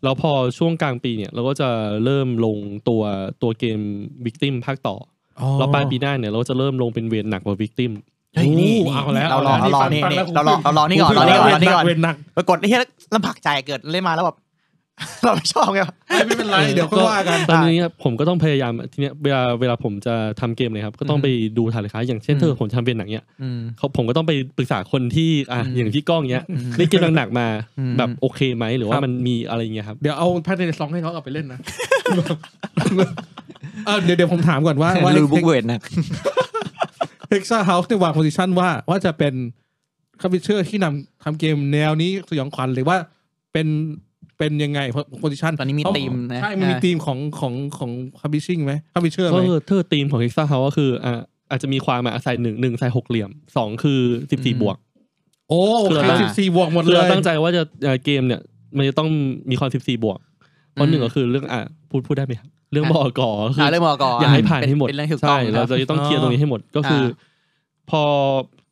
แล้วพอช่วงกลางปีเนี่ย เราก็จะเริ่มลงตัวตัวเกมบิ๊กติมภาคต่ออแล้วปลายปีหน้าเนี่ยเราก็จะเริ่มลงเป็นเวรหนักกว่าบิ๊กติม เฮ้ยนี่ โอ้โหเอาแล้ว เรารอ เอา เรา แล้ว รอ นี่ นี่ ฟัง นี่ แล้วผมเรารอเรารอนี่ก่อนเรานี่ก่อนเรานี่ก่อน เวทหนัก ปรากฏไอ้เหี้ยลำผักใจเกิดเล่นมาแล้วแบบ เราไม่ชอบไงวะ ไม่เป็นไรเดี๋ยวก็ว่ากัน ตอนนี้ครับผมก็ต้องพยายามทีเนี้ยเวลาเวลาผมจะทำเกมเลยครับ ก็ต้องไปดูฐานลูกค้าอย่างเช่น อืม เธอผมทำเป็นหนังเนี่ย อืม เขาผมก็ต้องไปปรึกษาคนที่อ่ะ อืม อย่างพี่ก้องเนี้ย อืม เล่นเกมหนักๆมา อืม แบบโอเคไหมหรือ ค ว่า รับ มันมีอะไรอย่างเงี้ยครับ เดี๋ยวเอาแพทเทิร์นซองให้เขาเอาไปเล่นนะ เออเดี๋ยวเดี๋ยวผมถามก่อนว่าว่า ลือบุกเวทนะ เฮกซ่าเฮาส์เนี่ยวางโพซิชันว่าว่าจะเป็นคาบิเชอร์ที่นำทำเกมแนวนี้สยองขวัญหรือว่าเป็นเป็นยังไงโพซิชัน ตอนนี้มีธีมนะ ใช่มันมี อ่า ธีมของของของคาบิชิ่งไหมคาบิเชอร์ไห ก็ ม คือเทอร์ทีมของ h e x a h o u s ก็คืออ่ะอาจจะมีความมาอาศัยหนึ่งหนึ่งใส่หกเหลี่ยมสองคือสิบสี่บวก โอ้ คือเรา ขายสิบสี่บวกหมด คือ เล เรา ย ตั้งใจว่าจะเอ่อเกมเนี่ย มันจะต้องมีความสิบสี่บวกเพราะหนึ่ง อืม ก็คือเรื่องอ่ะพูดพูดได้ไหมครับเรื่องบกคื อ่าเรื่องมอกร อย่าให้ผ่านให้หมด เป็นเรื่องถูกต้อ ใช่ งค เรา รับ จะต้องเคลียร์ตรงนี้ให้หมดก็คือ อ่ พอ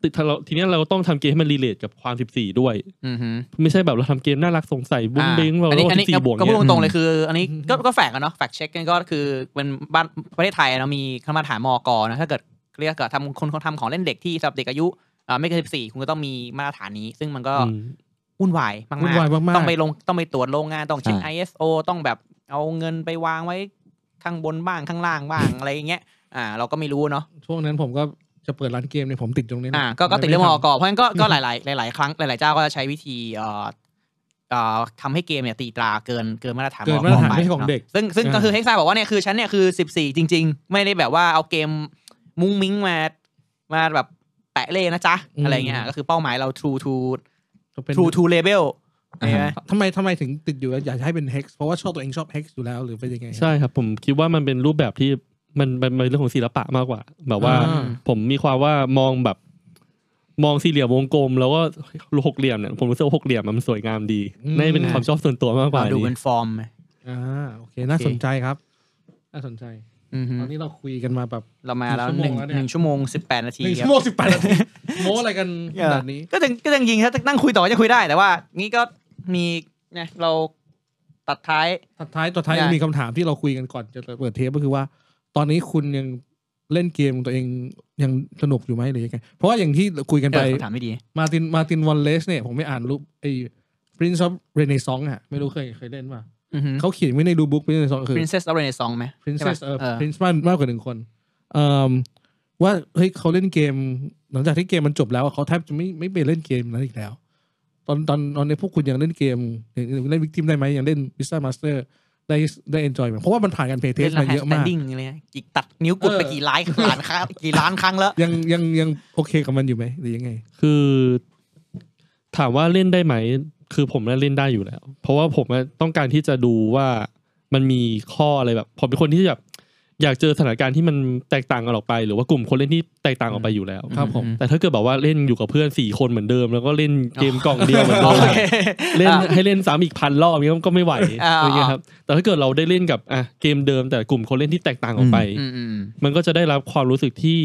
ติดทะเลาะทีเนี้ยเราต้องทำเกมให้มันรีเลทกับความสิบสี่ด้วย อือฮึ ไม่ใช่แบบเราทำเกมน่ารักสงสัยบุ้งเบ้งเรา อัน เรา นี้อันนี้สิบสี่บวก ก็พูด เนี่ย ตรงๆเลยคือ อันนี้ก็ก็แฝงกันเนาะแฝงเช็คกันก็คือเป็นบ้านประเทศไทยเรามีคณะมาตรฐานมอกรนะถ้าเกิดเรียกกับทำคนเขาทำของเล่นเด็กที่สำหรับเด็กอายุอ่าไม่เกินสิบสี่คุณก็ต้องมีมาตรฐานนี้ ซึ่งมันก็ อืม วุ่นวายมาก วุ่นวายมากๆ ต้องไปลงต้องไปตรวจโรงงานต้องเช็ค ใช่ ISO ต้องแบบเอาเงินไปวางไว้ข้างบนบ้างข้างล่างบ้าง อะไรอย่างเงี้ยอ่าเราก็ไม่รู้เนาะ ช่วงนั้นผมก็จะเปิดร้านเกมเนี่ยผมติดตรงนี้นะ อ่าก็ก็ติดเรื่องมอไทำกรเพราะฉะนั้นก็ก็หลายๆหลาย ๆ ครั้งหลายๆเจ้าก็จะใช้วิธีเอ่อเอ่อทำให้เกมเนี่ยตีตราเกินเกินมาตรฐาน เกิด ม มาตรฐาน ไป ไม่ใช่ของ นะ เด็ก ซึ่งซึ่ง อ่า ก็คือเฮกซ่าบอกว่าเนี่ยคือฉันเนี่ยคือ 14 จริง ๆ ไม่ได้แบบว่าเอาเกมมุ้งมิ้งมามาแบบแปะเล่นะจ๊ะ อะไรเงี้ยก็คือเป้าหมายเรา true to จะเป็น true to label ใช่ไหม ทำไมทำไมถึงติดอยู่อยากจะให้เป็น hex เพราะว่าชอบตัวเองชอบ hex อยู่แล้วหรือเป็นยังไง ใช่ครับผมคิดว่ามันเป็นรูปแบบที่มันมันมันเป็นเรื่องของศิลปะมากกว่า แบบว่า อ่า ผมมีความว่ามองแบบ มองสี่เหลี่ยมวงกลม แล้วก็หกเหลี่ยมเนี่ยผมรู้สึกว่าหกเหลี่ยมมันสวยงามดี อืม น่าจะเป็นความชอบส่วนตัวมากกว่า เอาดู นี้ เป็นฟอร์มไหม อ่าโอเคน่าสนใจครับ น่าสนใจ อือฮึ ตอนนี้เราคุยกันมาแบบ เรามาแล้วหนึ่ง ชั่วโมงแล้วเนี่ย หนึ่งชั่วโมงสิบแปดนาที หนึ่ง ค ชั่ รับ วโมงสิบแปดนา ทีโม้อะไรกัน เอ ข อ นาดนี้ ก็ยังก็ยังยิงถ้านั่งคุยต่อจะคุยได้แต่ว่า นี่ก็มีเนี่ยเราตัดท้าย สุดท้ายตัวท้าย ได้ มีคำถามที่เราคุยกันก่อนจะเปิดเทปก็คือว่า ตอนนี้คุณยังเล่นเกมตัวเองยังสนุกอยู่ไหมหรือยังไงเพราะว่าอย่างที่คุยกัน เอ ไป อคำถามไม่ดี มาตินมาตินวอลเลสเนี่ยผมไม่อ่านรูปไอ้ Prince of Renaissance อะไม่รู้เคยเคยเล่นป่ะ อือฮึ เขาเขียนไว้ในดูบุ๊ก Prince of Renaissance คือ Princess of Renaissance ไหม Princess เออ เออ Prince มากมากกว่าหนึ่งคนเอ่อว่าเฮ้ยเขาเล่นเกม หลังจากที่เกมมันจบแล้วอะเขาแทบจะไม่ไม่ไปเล่นเกมนั้นอีกแล้ว ตอนตอนตอนนี้พวกคุณยังเล่นเกมยังยังเล่นวิกติมได้ไหมยังเล่นวิสตามาสเตอร์ได้ได้เอนจอยไหมเพราะว่ามันผ่านการเพย์เทส เล่นร มา หัส เยอะมาก standing อะไรเงี้ยกี่ตัดนิ้วกดไป เออ กี่ล้านล้านครั้งกี่ล้านครั้งแล้ว ยังยังยังโอเคกับมันอยู่ไหมหรือยังไง คือถามว่าเล่นได้ไหม คือผมน่ะเล่นได้อยู่แล้ว เพราะว่าผมน่ะต้องการที่จะดูว่ามันมีข้ออะไรแบบ ผมเป็นคนที่แบบอยากเจอสถานการณ์ที่มันแตกต่างกันออกไป หรือว่ากลุ่มคนเล่นที่แตกต่างออกไปอยู่แล้ว ครับผม แต่ถ้าเกิดแบบว่าเล่นอยู่กับเพื่อนสี่คนเหมือนเดิม แล้วก็เล่นเกมกล่องเดียวเหมือน เดิม โอเค เล่นให้เล่นซ้ำอีกพันรอบเนี้ยก็ไม่ไหว อ่า อะไรเงี้ยครับแต่ถ้าเกิดเราได้เล่นกับอ่ะเกมเดิม แต่กลุ่มคนเล่นที่แตกต่างออกไป อืมอืม มันก็จะได้รับความรู้สึกที่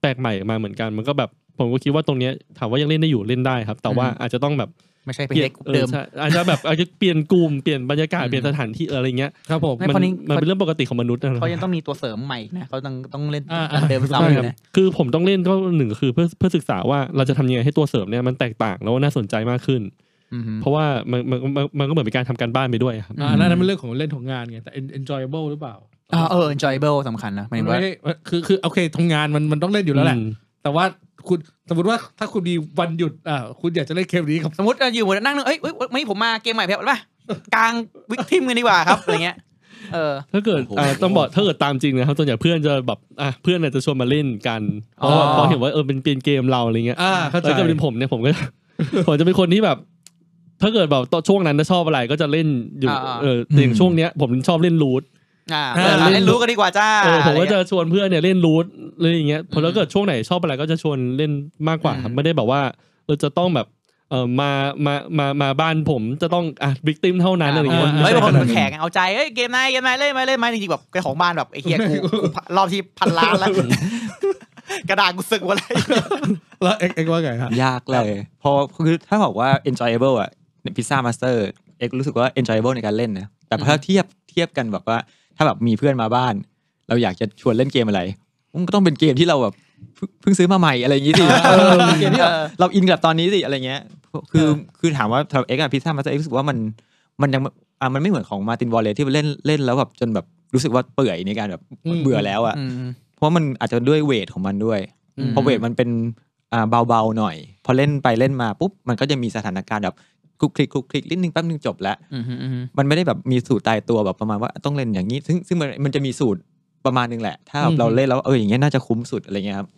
แปลกใหม่มาเหมือนกัน มันก็แบบผมก็คิดว่าตรงเนี้ยถามว่ายังเล่นได้อยู่เล่นได้ครับ แต่ว่าอาจจะต้องแบบ ไม่ใช่เป็น เปลี่ยน เด็กกลุ่มเดิม ออใช่อาจจะแบบอาจจะเปลี่ยนกลุ่มเปลี่ยนบรรยากาศ อืม เปลี่ยนสถานที่อะไรเงี้ย ครับผม ไม่ มัน เพราะนี่ มันเป็นเรื่องปกติของมนุษย์นะ เขายังต้องมีตัวเสริมใหม่นะเขาต้องต้องเล่น อ่า อันเดิมซ้ำ ใช่ อ คยู่รับ นะ คือผมต้องเล่นก็หนึ่งคือเพื่อเพื่อศึกษาว่าเราจะทำยังไงให้ตัวเสริมเนี่ยมันแตกต่างแล้วน่าสนใจมากขึ้น อือฮึ เพราะว่ามันมันมันมันก็เหมือนเป็นการทำการบ้านไปด้วยครับ อ่า อืม นั่นนั้นเป็นเรื่องของเล่นของงานไงแต่ enjoyable หรือเปล่า อ่าเออ enjoyable สำคัญนะหมายถึง ไม่ ว่า ได้คือคือโอเคทำงานมันมันต้องเล่นอยู่แล้วแหละ แต่ว่าคุณสมมติว่าถ้าคุณมีวันหยุดอ่าคุณอยากจะเล่นเกมนี้กับ สมมติเอ่ออยู่หมดนั่งนึงเอ้ยเอ้ยไม่ผมมาเกมใหม่เพียบป่ะกลางวิกทิมกันดีกว่าครับอะไรเงี้ยเออ ถ้าเกิด โอ้โห อ่าต้องบอกถ้าเกิดตามจริงนะครับส่วนใหญ่เพื่อนจะแบบอ่ะเพื่อนอาจจะชวนมาเล่นกันเพราะว่า อ๋อ เพราะเห็นว่าเออเป็นเป็นเกมเราอะไรเงี้ย อ่าเข้าใจ ถ้าเกิดเป็นผมเนี่ยผมก็ ผมจะเป็น คนที่แบบ ถ้าเกิดแบบตอนช่วงนั้นถ้าชอบอะไรก็จะเล่นอยู่ อ่าอ่า เออแต่อย่าง อืม ช่วงเนี้ยผมชอบเล่นรูท อ่า อ่า เออเราเล่นรู้กันดีกว่าจ้า เออผม อะไร ก็จะ เงี้ย ชวนเพื่อนเนี่ยเล่นรูทอะไรอย่างเงี้ยพอ อืม ถ้าเกิดช่วงไหนชอบอะไรก็จะชวนเล่นมากกว่าครับ อืม ไม่ได้แบบว่าเออจะต้องแบบเออมามามามาบ้านผมจะต้องอ่ะบิ๊กติมเท่านั้นอะไรอย่างเงี้ย อ่า เฮ้ย ไม่ บาง ใช่ คน ขนาด มัน นั้น แข่งเอาใจเอ้ยเกมไหนเกมไหนเล่นไหมเล่นไหมจริงๆแบบไอ้ของบ้านแบบไอ้เฮียกูกูรอบที่พันล้านแล้วกระดาษกูสึกหมดเลย แล้วเอ็กเอ็กว่าไงฮะ ยากเลยเพอคือถ้าบอกว่า enjoyable อ่ะพิซซ่ามาสเตอร์เอกรู้สึกว่า enjoyable ในการเล่นนะแต่ อืม ถ้าเทียบเทียบกันแบบว่า ถ้าแบบมีเพื่อนมาบ้าน เราอยากจะชวนเล่นเกมอะไรมันก็ต้องเป็นเกมที่เราแบบเพิ่งเพิ่งซื้อมาใหม่อะไรอย่าง งี้สิเออเกมที่แบบเราอินกับตอนนี้สิอะไรเงี้ยคือคือถามว่าสำหรับเอกอะพิซซ่ามาสเตอร์เอกรู้สึกว่ามันมันยังอ่ะมันไม่เหมือนของมาตินวอลเลที่เล่นเล่นแล้วแบบจนแบบรู้สึกว่าเปื่อยในการแบบ อืม เบื่อแล้วอ่ะ อืม เพราะมันอาจจะด้วยเวทของมันด้วย อืม พอเวทมันเป็นอ่าเบาๆหน่อย พอเล่นไปเล่นมาปุ๊บ มันก็จะมีสถานการณ์แบบคลุกคลิกคลุกคลิกนิดนึงแป๊บนึงจบแล้ว อืมอืมอืม มันไม่ได้แบบมีสูตรตายตัวแบบประมาณว่าต้องเล่นอย่างนี้ ซึ่งซึ่งมันมันจะมีสูตรประมาณนึงแหละ ถ้าแบบ อืม เราเล่นแล้วเอออย่างเงี้ยน่าจะคุ้มสุดอะไรเงี้ยครับ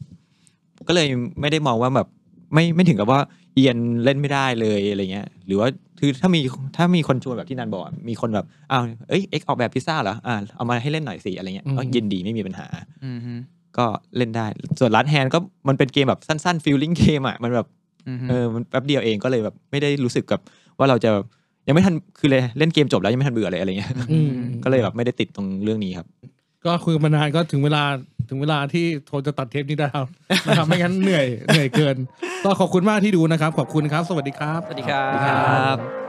ก็เลยไม่ได้มองว่าแบบไม่ไม่ถึงกับว่าเอียนเล่นไม่ได้เลยอะไรเงี้ย หรือว่าคือถ้ามีถ้ามีคนชวนแบบที่นันบอกอะมีคนแบบอ้าวเอ้ยเอ็กออกแบบพิซซ่าเหรออ่าเอามาให้เล่นหน่อยสิอะไรเงี้ยก็ยินดีไม่มีปัญหา อืมอืม ก็เล่นได้ ส่วนลัดแฮนก็มันเป็นเกมแบบสั้นๆฟิลลิ่งเกมอ่ะ มันแบบ อืม เออมันแป๊บเดียวเองก็เลยแบบไม่ได้รู้สึกกับว่าเราจะยังไม่ทันคือเลยเล่นเกมจบแล้วยังไม่ทันเบื่อเลยอะไรเงี้ย อืม ก็เลยแบบไม่ได้ติดตรงเรื่องนี้ครับ ก็คุยกันมานานก็ถึงเวลาถึงเวลาที่โทรจะตัดเทปนี้ได้แล้วนะครับ ไม่งั้นเหนื่อยเหนื่อยเกิน ก็ขอบคุณมากที่ดูนะครับ ขอบคุณครับ สวัสดีครับ สวัสดีครับ ครับ